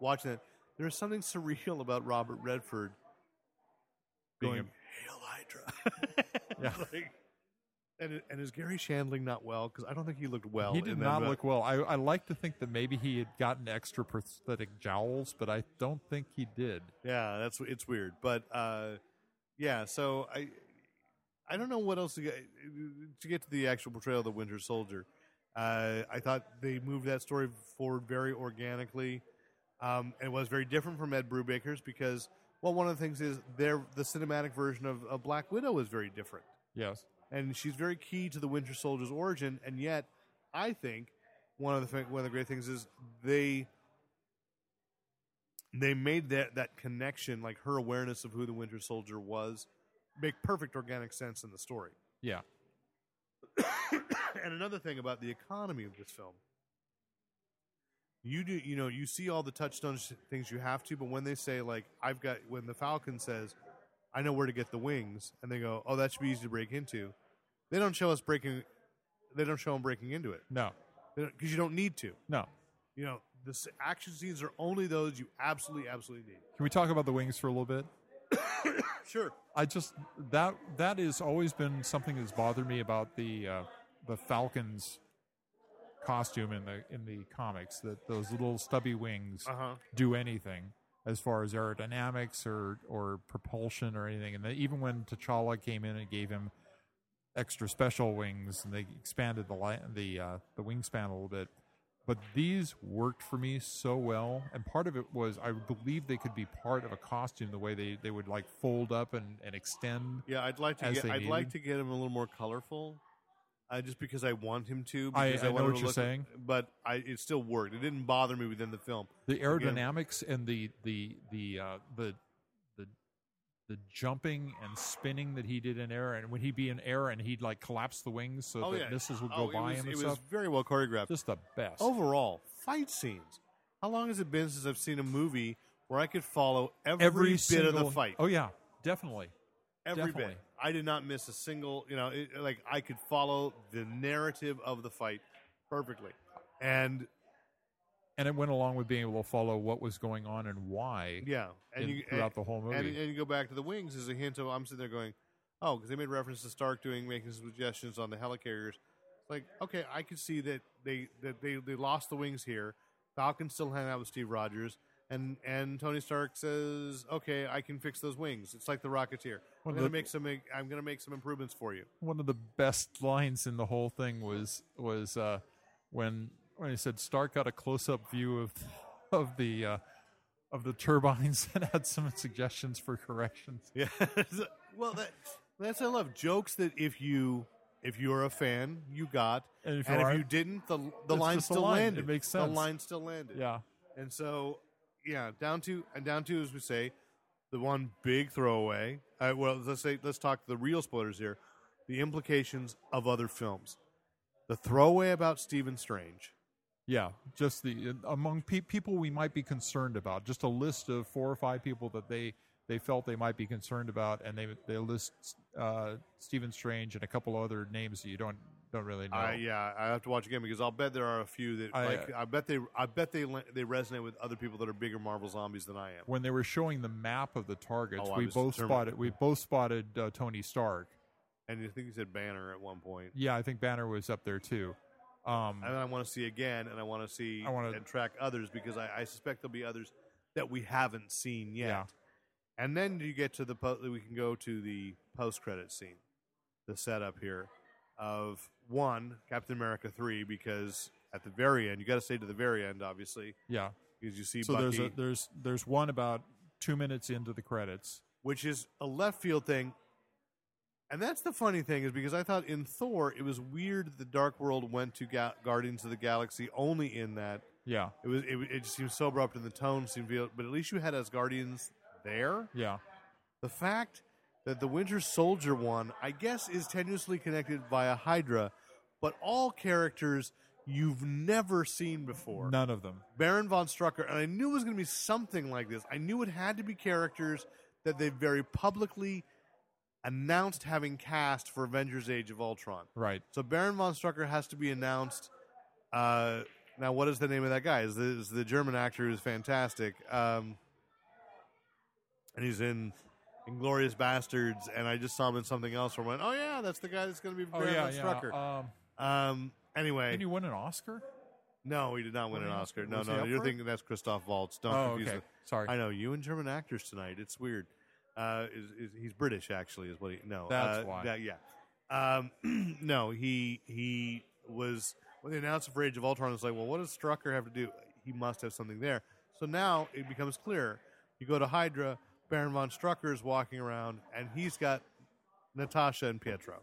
D: watching it. There is something surreal about Robert Redford being
E: Going-
D: Hail Hydra.
E: Yeah.
D: Like, and and is Gary Shandling not well? Because I don't think he looked well.
E: He
D: in
E: did
D: that
E: not
D: re-
E: look well. I, I like to think that maybe he had gotten extra prosthetic jowls, but I don't think he did.
D: Yeah, that's it's weird, but uh, yeah. So I I don't know what else to get to get to the actual portrayal of the Winter Soldier. Uh, I thought they moved that story forward very organically, um, and it was very different from Ed Brubaker's because well, one of the things is their the cinematic version of, of Black Widow is very different
E: Yes.
D: and she's very key to the Winter Soldier's origin. And yet, I think one of the thing- one of the great things is they they made that that connection, like her awareness of who the Winter Soldier was, make perfect organic sense in the story.
E: Yeah.
D: and another thing about the economy of this film. You do, you know, you see all the touchstone sh- things you have to, but when they say like, "I've got," when the Falcon says, "I know where to get the wings," and they go, "Oh, that should be easy to break into," they don't show us breaking. They don't show them breaking into it
E: No.
D: because you don't need to.
E: No.
D: You know, the s- action scenes are only those you absolutely, absolutely need.
E: Can we talk about the wings for a little bit?
D: Sure.
E: I just that that has always been something that's bothered me about the uh, the Falcons costume in the in the comics that those little stubby wings
D: Uh huh.
E: do anything as far as aerodynamics or or propulsion or anything. And they, even when T'Challa came in and gave him extra special wings, and they expanded the li- the uh, the wingspan a little bit. But these worked for me so well, and part of it was I believe they could be part of a costume the way they, they would like fold up and, and extend.
D: Yeah, I'd like to.
E: As
D: Get,
E: they
D: I'd like
E: needed.
D: to get him a little more colorful, uh, just because I want him to.
E: I-
D: Because
E: I know
D: want him
E: what
D: to
E: you're
D: look-
E: saying.
D: but I, it still worked. It didn't bother me within the film.
E: The aerodynamics and the the the uh, the the the jumping and spinning that he did in air, and when he'd be in air and he'd like collapse the wings so
D: oh
E: that
D: yeah,
E: missiles would
D: Oh,
E: go by
D: it was,
E: him and
D: it
E: stuff.
D: was very well choreographed.
E: just the best.
D: Overall, fight scenes. How long has it been since I've seen a movie where I could follow every,
E: every
D: bit
E: single,
D: of the fight?
E: Oh yeah, definitely.
D: every bit.
E: definitely.
D: I did not miss a single. You know, it, like I could follow the narrative of the fight perfectly, and
E: and it went along with being able to follow what was going on and why.
D: Yeah, and
E: in-
D: you
E: throughout
D: and-
E: the whole movie.
D: and, and you go back to the wings as a hint of I'm sitting there going, oh, because they made reference to Stark doing making suggestions on the helicarriers. It's Like, okay, I could see that they that they, they lost the wings here. Falcon's still hanging out with Steve Rogers, and and Tony Stark says, okay, I can fix those wings. It's like the Rocketeer.
E: Well,
D: I'm gonna
E: the-
D: make some I'm gonna make some improvements for you.
E: One of the best lines in the whole thing was was uh, when when he said Stark got a close up view of of the uh, of the turbines and had some suggestions for corrections.
D: Yeah. well, that, that's I love jokes that if you if you're a fan, you got,
E: And if you
D: and if
E: aren't,
D: you didn't, the the
E: it's
D: line
E: just the
D: still
E: line. It
D: landed.
E: makes
D: The
E: sense.
D: line still landed.
E: Yeah,
D: And so, yeah, down to and down to as we say, the one big throwaway. Uh, well, let's say let's talk the real spoilers here. The implications of other films. The throwaway about Stephen Strange.
E: yeah. Just the among pe- people we might be concerned about. Just a list of four or five people that they they felt they might be concerned about, and they they list uh, Stephen Strange and a couple other names that you don't don't really know.
D: I yeah, I have to watch again because I'll bet there are a few that
E: I,
D: like
E: uh,
D: I bet they I bet they le- they resonate with other people that are bigger Marvel zombies than I am.
E: when they were showing the map of the targets,
D: Oh, I
E: we
D: was
E: both
D: determined.
E: spotted we both spotted uh, Tony Stark.
D: And you think he said Banner at one point.
E: Yeah, I think Banner was up there too. Um,
D: And then I want to see again, and I want to see
E: I wanna-
D: and track others because I, I suspect there'll be others that we haven't seen yet.
E: Yeah.
D: And then you get to the po- we can go to the post credit scene, the setup here of one Captain America three because at the very end you got to stay to the very end obviously
E: yeah.
D: because you see
E: So
D: Bucky,
E: there's a, there's there's one about two minutes into the credits.
D: which is a left field thing. And that's the funny thing is because I thought in Thor it was weird that the Dark World went to Ga- Guardians of the Galaxy only in that
E: Yeah,
D: It was. It, it just seemed so abrupt, and the tone seemed. Real, but at least you had Asgardians there.
E: yeah,
D: The fact that the Winter Soldier one, I guess, is tenuously connected via Hydra, but all characters you've never seen before.
E: none of them.
D: Baron von Strucker, and I knew it was going to be something like this. I knew it had to be characters that they very publicly announced having cast for Avengers: Age of Ultron.
E: Right.
D: So Baron von Strucker has to be announced. Uh, now, what is the name of that guy? Is the, is the German actor who's fantastic? Um, and he's in Inglorious Bastards, and I just saw him in something else. Where I went, oh yeah, that's the guy that's going to be
E: Oh
D: Baron
E: yeah,
D: von Strucker.
E: yeah. Um,
D: um, anyway,
E: did he win an Oscar?
D: no, he did not win
E: Won
D: an
E: an
D: Oscar.
E: Oscar?
D: No,
E: Was he
D: no,
E: up
D: you're
E: for it?
D: thinking that's Christoph Waltz. Don't
E: oh,
D: confuse
E: okay.
D: it.
E: Sorry.
D: I know you and German actors tonight. It's weird. Uh, is, is he's British actually? Is what he? No,
E: That's
D: uh,
E: why.
D: that- yeah. Um, no, he he was when they announced it for Age of Ultron. It's like, well, what does Strucker have to do? He must have something there. So now it becomes clear. You go to Hydra. Baron von Strucker is walking around, and he's got Natasha and Pietro,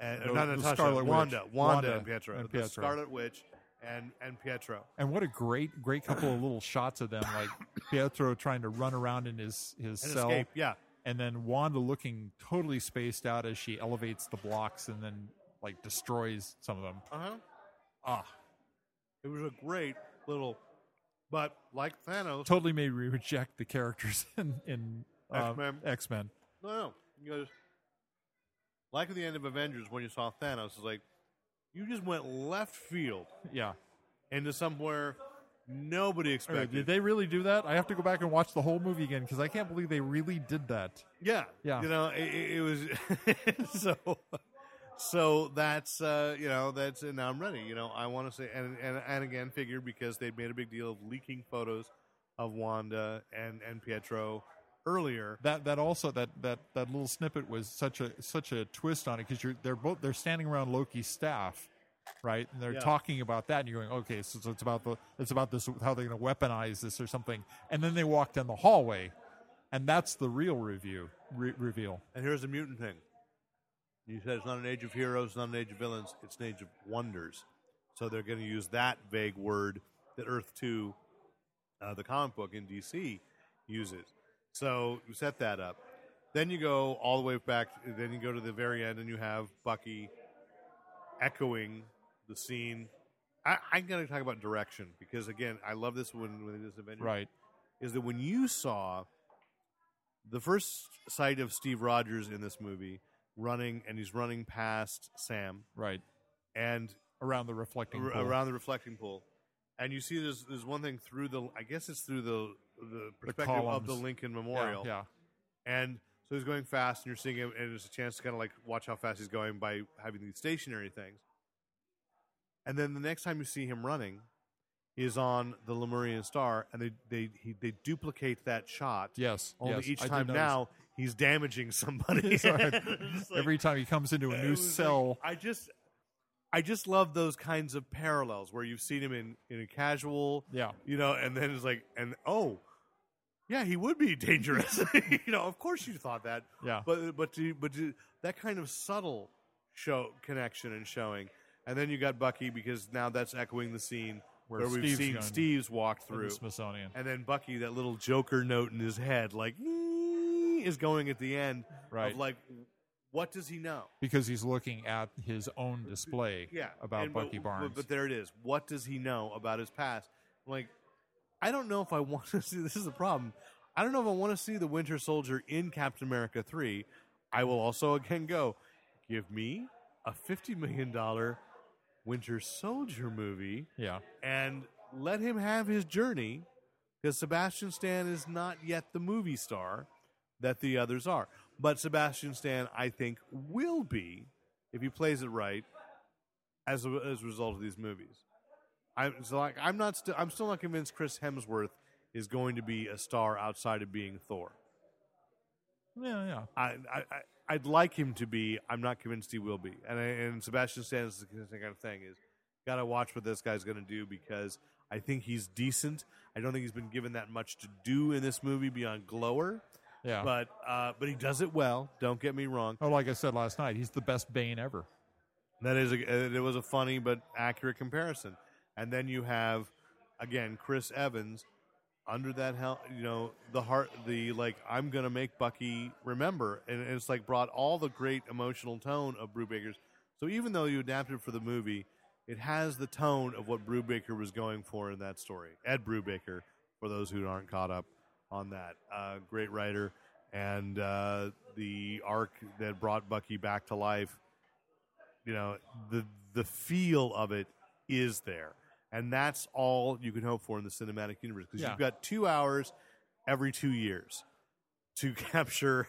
D: and or
E: The-
D: not
E: the
D: Natasha,
E: Scarlet Witch.
D: Wanda, Wanda,
E: Wanda
D: and Pietro,
E: and
D: the
E: Pietro.
D: Scarlet Witch, and and Pietro.
E: And what a great, great couple of little shots of them, like Pietro trying to run around in his his
D: And
E: cell,
D: escape, yeah.
E: and then Wanda looking totally spaced out as she elevates the blocks and then like destroys some of them.
D: Uh huh.
E: Ah,
D: It was a great little, but like Thanos,
E: totally made me reject the characters in in uh,
D: X-Men.
E: X Men.
D: no, no. You know, just- like at the end of Avengers when you saw Thanos, it's like you just went left field
E: Yeah,
D: into somewhere nobody
E: All right, did
D: expected.
E: they really do that? I have to go back and watch the whole movie again because I can't believe they really did that.
D: yeah,
E: Yeah.
D: You know, it, it it was so. So that's uh, you know that's and now I'm ready. You know I want to say and, and and again figure because they made a big deal of leaking photos of Wanda and and Pietro earlier.
E: That that also that that that little snippet was such a such a twist on it because you're they're both they're standing around Loki's staff, right? And they're
D: Yeah.
E: talking about that, and you're going, okay, so, so it's about the it's about this how they're going to weaponize this or something. And then they walk down the hallway, and that's the real review re- reveal.
D: And here's the mutant thing. You said it's not an age of heroes, not an age of villains, it's an age of wonders. So they're going to use that vague word that Earth 2, uh, the comic book in DC, uses. So you set that up. Then you go all the way back, then you go to the very end and you have Bucky echoing the scene. I, I'm going to talk about direction because, again, I love this when, when this Avengers
E: Right.
D: is that when you saw the first sight of Steve Rogers in this movie running, and he's running past Sam
E: Right.
D: and
E: Around the reflecting.
D: r-
E: pool.
D: around the reflecting pool, and you see there's there's one thing through the I guess it's through the the perspective of
E: columns.
D: the Lincoln
E: Yeah,
D: Memorial.
E: yeah.
D: And so he's going fast, and you're seeing him, and there's a chance to kind of like watch how fast he's going by having these stationary things. And then the next time you see him running is on the Lemurian Star, and they they he, they duplicate that shot.
E: Yes.
D: Only
E: yes,
D: each
E: I did
D: time
E: notice.
D: now he's damaging somebody.
E: It's all right.
D: It's like-
E: Every time he comes into a
D: it
E: new
D: was like-
E: cell,
D: I just I just love those kinds of parallels where you've seen him in in a casual,
E: Yeah.
D: you know, and then it's like, and oh, yeah, he would be dangerous, you know. Of course, you thought that,
E: Yeah.
D: but but to, but to, that kind of subtle show connection and showing, and then you got Bucky because now that's echoing the scene where,
E: Where
D: we've
E: Steve's
D: seen
E: going
D: Steve's walk
E: in the
D: through,
E: Smithsonian.
D: and then Bucky that little Joker note in his head, like is going at the end
E: Right.
D: of like, what does he know?
E: because he's looking at his own display
D: yeah,
E: about
D: and- but-
E: Bucky
D: but-
E: Barnes.
D: But, there it is. What does he know about his past? Like, I don't know if I want to see. This is the problem. I don't know if I want to see the Winter Soldier in Captain America three. I will also again go. Give me a fifty million dollar Winter Soldier movie
E: yeah,
D: and let him have his journey because Sebastian Stan is not yet the movie star that the others are. But Sebastian Stan, I think, will be if he plays it right as a, as a result of these movies. I'm so like I'm not still I'm still not convinced Chris Hemsworth is going to be a star outside of being Thor.
E: yeah, yeah.
D: I, I, I I'd like him to be. I'm not convinced he will be. And I, and Sebastian Stan is the kind of thing is got to watch what this guy's going to do because I think he's decent. I don't think he's been given that much to do in this movie beyond Glower,
E: Yeah.
D: but uh, but he does it well. Don't get me wrong.
E: oh, like I said last night, he's the best Bane ever.
D: That is a, uh, it was a funny but accurate comparison. And then you have again Chris Evans under that hell, you know, the heart the like I'm going to make Bucky remember and, and it's like brought all the great emotional tone of Brubaker's. So even though you adapted for the movie, it has the tone of what Brubaker was going for in that story. Ed Brubaker for those who aren't caught up on that. Uh, great writer and uh, the arc that brought Bucky back to life you know the the feel of it is there and that's all you can hope for in the cinematic universe because
E: Yeah.
D: you've got two hours every two years to capture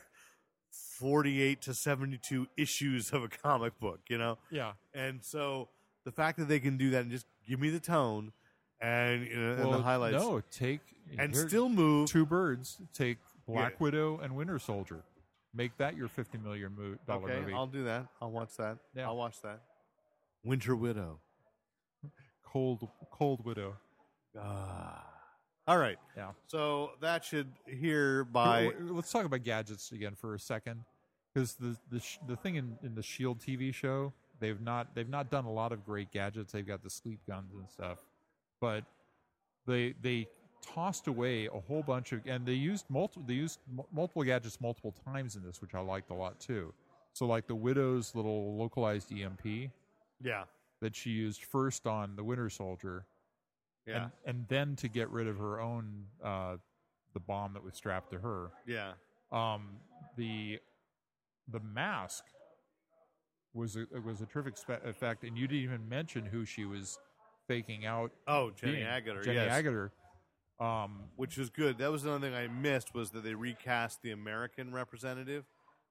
D: 48 to 72 issues of a comic book you know
E: Yeah.
D: and so the fact that they can do that and just give me the tone and you know, and the highlights
E: No, take
D: and
E: here-
D: still move
E: two birds. Take Black
D: Yeah.
E: Widow and Winter Soldier. Make that your fifty million mo- dollar
D: okay
E: movie.
D: i'll do that i'll watch that
E: Yeah.
D: i'll watch that winter widow
E: Cold, Cold Widow.
D: Ah. all right
E: Yeah.
D: So that should hereby.
E: Here, w- let's talk about gadgets again for a second, because the the sh- the thing in, in the Shield TV show they've not they've not done a lot of great gadgets. They've got the sleep guns and stuff, but they they tossed away a whole bunch of and they used multiple they used mu- multiple gadgets multiple times in this, which I liked a lot too. So like the widow's little localized EMP
D: Yeah.
E: that she used first on the Winter Soldier,
D: Yeah.
E: and and then to get rid of her own uh, the bomb that was strapped to her
D: yeah.
E: um, the the mask was a, was a terrific spe- effect, and you didn't even mention who she was faking out.
D: Oh, Jenny
E: being.
D: Agutter.
E: Jenny
D: yes.
E: Agutter. Um,
D: Which was good. That was another thing I missed was that they recast the American representative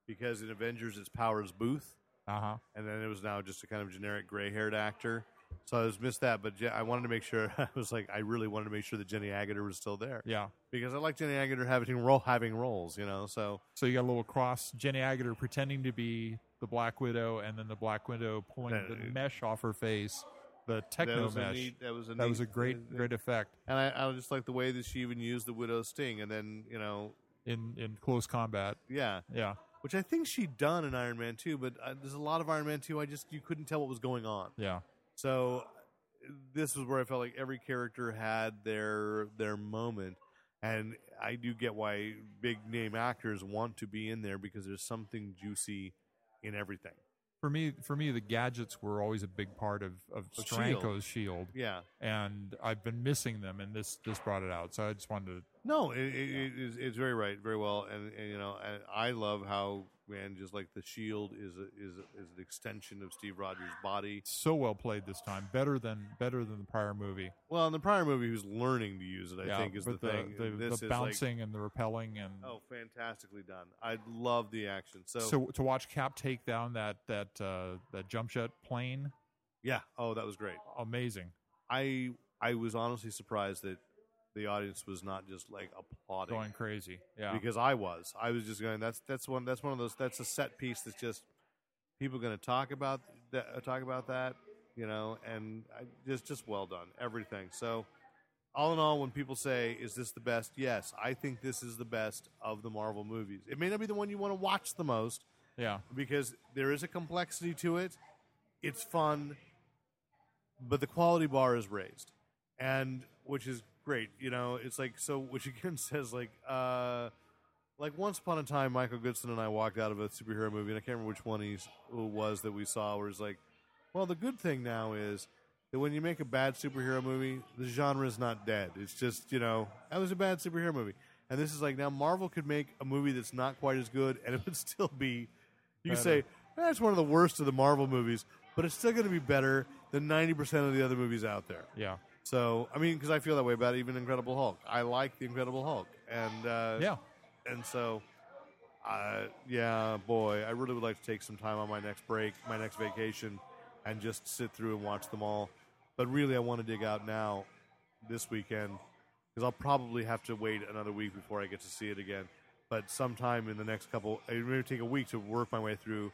D: because in Avengers it's Powers Booth,
E: uh huh.
D: and then it was now just a kind of generic gray-haired actor. So I was missed that, but Je- I wanted to make sure. I was like, I really wanted to make sure that Jenny Agutter was still there
E: Yeah.
D: because I like Jenny Agutter having role having roles, you know. So
E: So you got a little cross Jenny Agutter pretending to be the Black Widow, and then the Black Widow pulling
D: That-
E: the mesh off her face, the
D: that
E: techno
D: was a
E: mesh.
D: neat. That was a
E: that was
D: neat-
E: a great, great effect
D: And I, I just like the way that she even used the widow's sting, and then you know,
E: in in close combat.
D: yeah.
E: Yeah.
D: which I think she'd done in Iron Man 2, but uh, there's a lot of Iron Man 2 I just you couldn't tell what was going on.
E: Yeah.
D: So uh, this was where I felt like every character had their their moment and I do get why big name actors want to be in there because there's something juicy in everything.
E: for me for me the gadgets were always a big part of of
D: Of
E: Stranko's shield.
D: Yeah.
E: and I've been missing them and this this brought it out so I just wanted to
D: No, it, it, it is, it's very right, very well, and, and you know, and I love how McMahon, just like the Shield is a, is a, is an extension of Steve Rogers' body.
E: So well played this time, better than better than the prior movie.
D: Well, in the prior movie, he was learning to use it. I
E: Yeah,
D: think is the,
E: but the
D: thing.
E: The,
D: this
E: the
D: is
E: bouncing and the repelling and
D: Like, oh, fantastically done! I love the action. So,
E: so to watch Cap take down that that uh, that jump jet plane,
D: yeah. Oh, that was great.
E: amazing.
D: I I was honestly surprised that the audience was not just like applauding.
E: Going crazy, yeah.
D: because I was. I was just going. That's that's one. That's one of those. That's a set piece. That's just people going to talk about that. uh, Talk about that. You know, and I, just just well done everything. So, all in all, when people say, "Is this the best?" Yes, I think this is the best of the Marvel movies. It may not be the one you want to watch the most
E: yeah,
D: because there is a complexity to it. It's fun, but the quality bar is raised, and which is great. You know, it's like so. Which again says like, uh, like once upon a time, Michael Goodson and I walked out of a superhero movie, and I can't remember which one he's, it was that we saw. Where it's like, well, the good thing now is that when you make a bad superhero movie, the genre is not dead. It's just you know that was a bad superhero movie. And this is like now Marvel could make a movie that's not quite as good, and it would still be. You could say that's one of the worst of the Marvel movies, but it's still going to be better than ninety percent of the other movies out there.
E: yeah,
D: So I mean, because I feel that way about even Incredible Hulk. I like the Incredible Hulk, and uh,
E: yeah.
D: and so, uh, yeah, boy, I really would like to take some time on my next break, my next vacation, and just sit through and watch them all. But really, I want to dig out now this weekend because I'll probably have to wait another week before I get to see it again. But sometime in the next couple, it may take a week to work my way through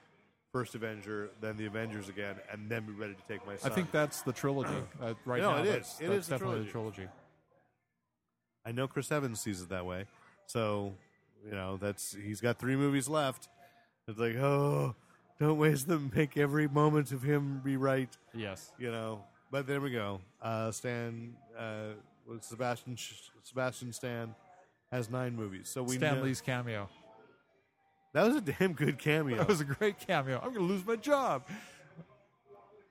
D: first Avenger, then the Avengers again, and then be ready to take my
E: I
D: son.
E: think that's the trilogy uh, right
D: No,
E: now.
D: it is.
E: that's,
D: It
E: that's
D: is the
E: definitely the trilogy.
D: I know Chris Evans sees it that way. So, you know, that's he's got three movies left. It's like, oh, don't waste them. Make every moment of him be right.
E: Yes,
D: You know. But there we go. Uh, Stan, uh, was Sebastian, Sh- Sebastian Stan has nine movies. So we know-
E: Stanley's cameo.
D: that was a damn good cameo.
E: That was a great cameo. I'm going to lose my job.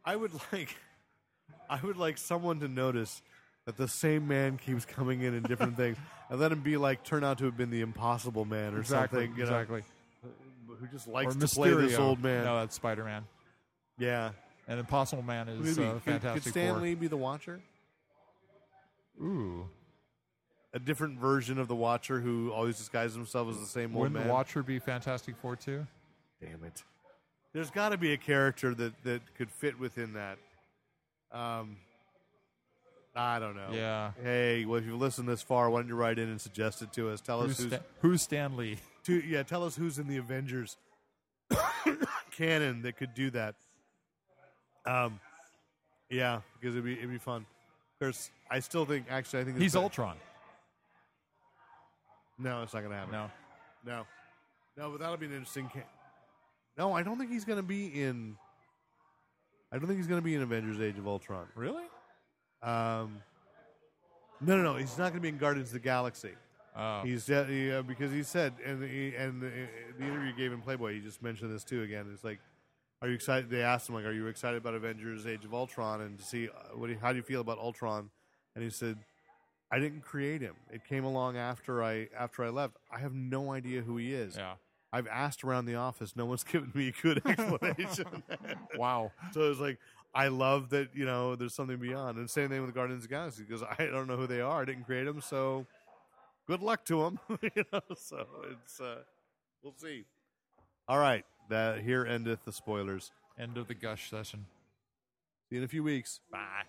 D: I would like, I would like someone to notice that the same man keeps coming in in different things, and let him be like turn out to have been the Impossible Man or
E: exactly,
D: something. you know?
E: exactly.
D: who just likes
E: or
D: to play this
E: Mysterio.
D: old man.
E: No, that's Spider Man.
D: yeah,
E: And Impossible Man is
D: Maybe.
E: uh,
D: Could-
E: Fantastic
D: Could Stan Lee be the Watcher?
E: Four. Ooh,
D: A different version of the Watcher who always disguises himself as the same old
E: wouldn't
D: man.
E: the Watcher be Fantastic Four too?
D: Damn it! There's got to be a character that that could fit within that. Um, I don't know.
E: Yeah.
D: Hey, well, if you've listened this far, why don't you write in and suggest it to us? Tell
E: Who's,
D: us who's
E: Stan- who's Stan Lee?
D: to, yeah, tell us who's in the Avengers canon that could do that. Um, yeah, because it'd be it'd be fun. Of course, I still think actually I think it's
E: He's
D: be-
E: Ultron.
D: No, it's not gonna happen.
E: No,
D: no, no. But that'll be an interesting. Ca- no, I don't think he's gonna be in. I don't think he's gonna be in Avengers: Age of Ultron.
E: really?
D: Um, no, no, no. He's not gonna be in Guardians of the Galaxy.
E: Oh,
D: He's de- he, uh, because he said, and he, and the, the interview he gave in Playboy, he just mentioned this too again. It's like, are you excited? They asked him like, are you excited about Avengers: Age of Ultron? And to see uh, what, do you- how do you feel about Ultron? And he said, I didn't create him. It came along after I after I left. I have no idea who he is.
E: yeah.
D: I've asked around the office. No one's given me a good explanation.
E: Wow.
D: so it was like. I love that you know there's something beyond, and same thing with Guardians of the Galaxy because I don't know who they are. I didn't create them, so good luck to them. you know, so it's uh, we'll see. All right, that here endeth the spoilers.
E: End of the gush session.
D: See you in a few weeks.
E: Bye.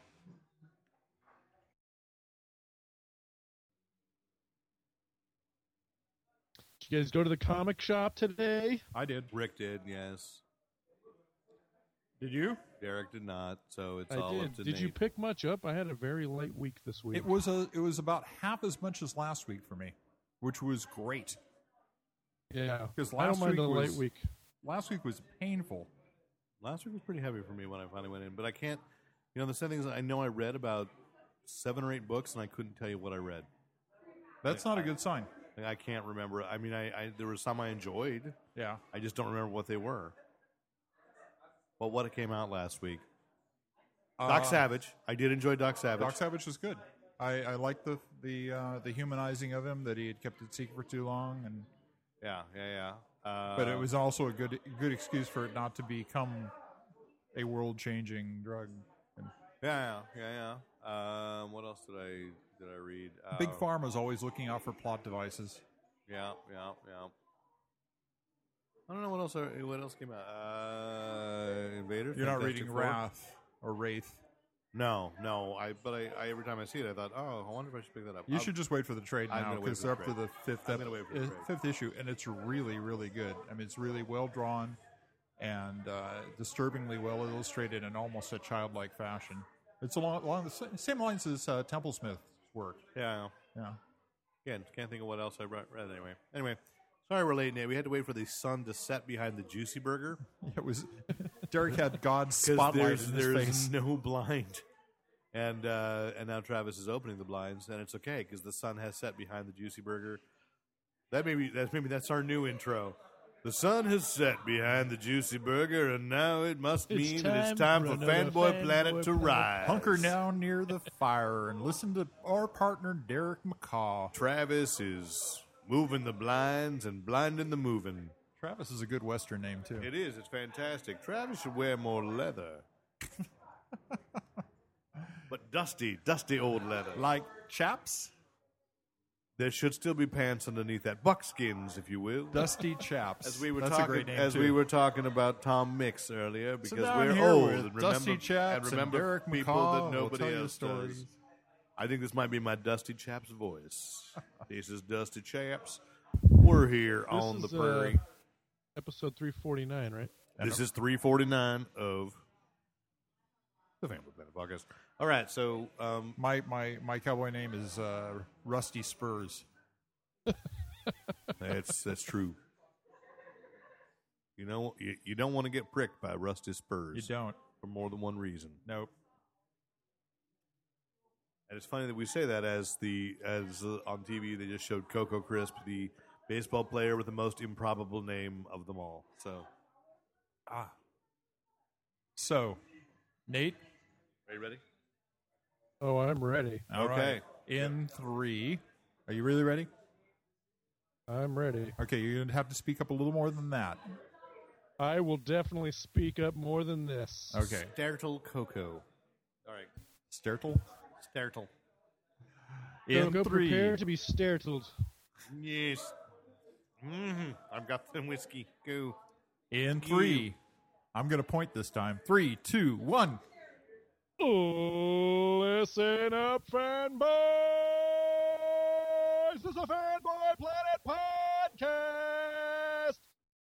C: Did you guys go to the comic shop today?
D: I did. Rick did. Yes.
E: Did you?
D: Derek did not. So it's
C: I did. Did you pick much up? I had a very light week this week.
E: It was a. It was about half as much as last week for me, which was great.
C: yeah.
E: 'Cause
C: I
E: last
C: don't mind
E: week
C: the
E: was-
C: light week.
E: Last week was painful.
D: Last week was pretty heavy for me when I finally went in, but I can't. You know, the sad thing is, I know I read about seven or eight books, and I couldn't tell you what I read.
E: That's not a good sign.
D: Like, I can't remember. I mean, I, I there was some I enjoyed.
E: Yeah.
D: I just don't remember what they were. But what came out last week? Doc
E: Uh,
D: Savage. I did enjoy Doc Savage.
E: Doc Savage was good. I, I liked the the uh, the humanizing of him that he had kept it secret for too long, and
D: yeah, yeah, yeah.
J: Uh,
E: but it was also a good good excuse for it not to become a world changing drug. And
D: Yeah, yeah, yeah. Um, what else did I did I read? Uh,
E: Big Pharma's always looking out for plot devices.
D: Yeah, yeah, yeah. I don't know what else. I- What else came out? Uh, Invaders.
E: You're not
D: Fantastic
E: reading
D: Four?
E: Wrath or Wraith.
D: No, no. I but I, I every time I see it, I thought, oh, I wonder if I should pick that up.
E: You
D: I'll-
E: should just wait for the trade
D: I'm
E: now
D: gonna wait
E: because
D: for the
E: they're up to
D: trade.
E: the fifth
D: I'm
E: ep-
D: gonna wait for the
E: uh,
D: trade.
E: fifth issue, and it's really really good. I mean, it's really well drawn and uh, disturbingly well illustrated in almost a childlike fashion. It's along, along the sa- same lines as uh, Temple Smith's work.
D: Yeah.
E: Yeah.
D: Again, can't think of what else I read, read anyway. Anyway, sorry we're late, Nate. We had to wait for the sun to set behind the Juicy Burger.
E: It was Derek had God's
D: 'Cause
E: spotlight
D: there's,
E: in his
D: there's
E: face.
D: no blind. And uh, and now Travis is opening the blinds, and it's okay because the sun has set behind the Juicy Burger. That maybe that's maybe that's our new intro. The sun has set behind the Juicy Burger, and now it must
C: It's
D: mean that it's time
C: time
D: for
C: for another
D: Fanboy,
C: Fanboy
D: Planet to
C: Planet.
D: rise.
E: Hunker down near the fire and listen to our partner Derek McCaw.
D: Travis is moving the blinds and blinding the moving.
E: Travis is a good Western name too.
D: It is. It's fantastic. Travis should wear more leather. but dusty, dusty old leather.
E: like chaps,
D: There should still be pants underneath that, buckskins, if you will.
E: dusty chaps.
D: as we were
E: That's
D: talking,
E: a great name
D: as
E: too.
D: we were talking about Tom Mix earlier,
E: So
D: because
E: down
D: we're
E: here
D: old
E: with
D: and remember,
E: Dusty Chaps
D: and remember
E: Derek
D: people
E: McCaw
D: that
E: will
D: nobody
E: tell you
D: else
E: stories.
D: does. I think this might be my Dusty Chaps voice. this is Dusty Chaps. We're here
C: This
D: on the
C: is, uh,
D: prairie.
C: episode 349, right?
D: This is 349 of the Family Planet Podcast. All right, so um,
E: My my my cowboy name is uh, Rusty Spurs.
D: that's that's true. You know, you, you don't want to get pricked by rusty spurs
E: You don't.
D: for more than one reason.
E: Nope.
D: And it's funny that we say that as the as uh, on TV they just showed Coco Crisp, the baseball player with the most improbable name of them all. So,
E: So, Nate.
D: are you ready?
C: Oh, I'm ready.
E: all right.
D: Okay.
E: In three. Are you really ready?
C: I'm ready.
E: Okay, you're gonna have to speak up a little more than that.
C: I will definitely speak up more than this.
E: Okay.
D: Stertle Coco. All right,
E: Stertle.
D: Stertle.
C: So
E: In
C: go
E: three.
C: prepare to be startled.
D: Yes. Mm-hmm. I've got some whiskey. Go.
E: In three. I'm gonna point this time. Three, two, one.
C: Listen up, fanboys! This is a Fanboy Planet Pod!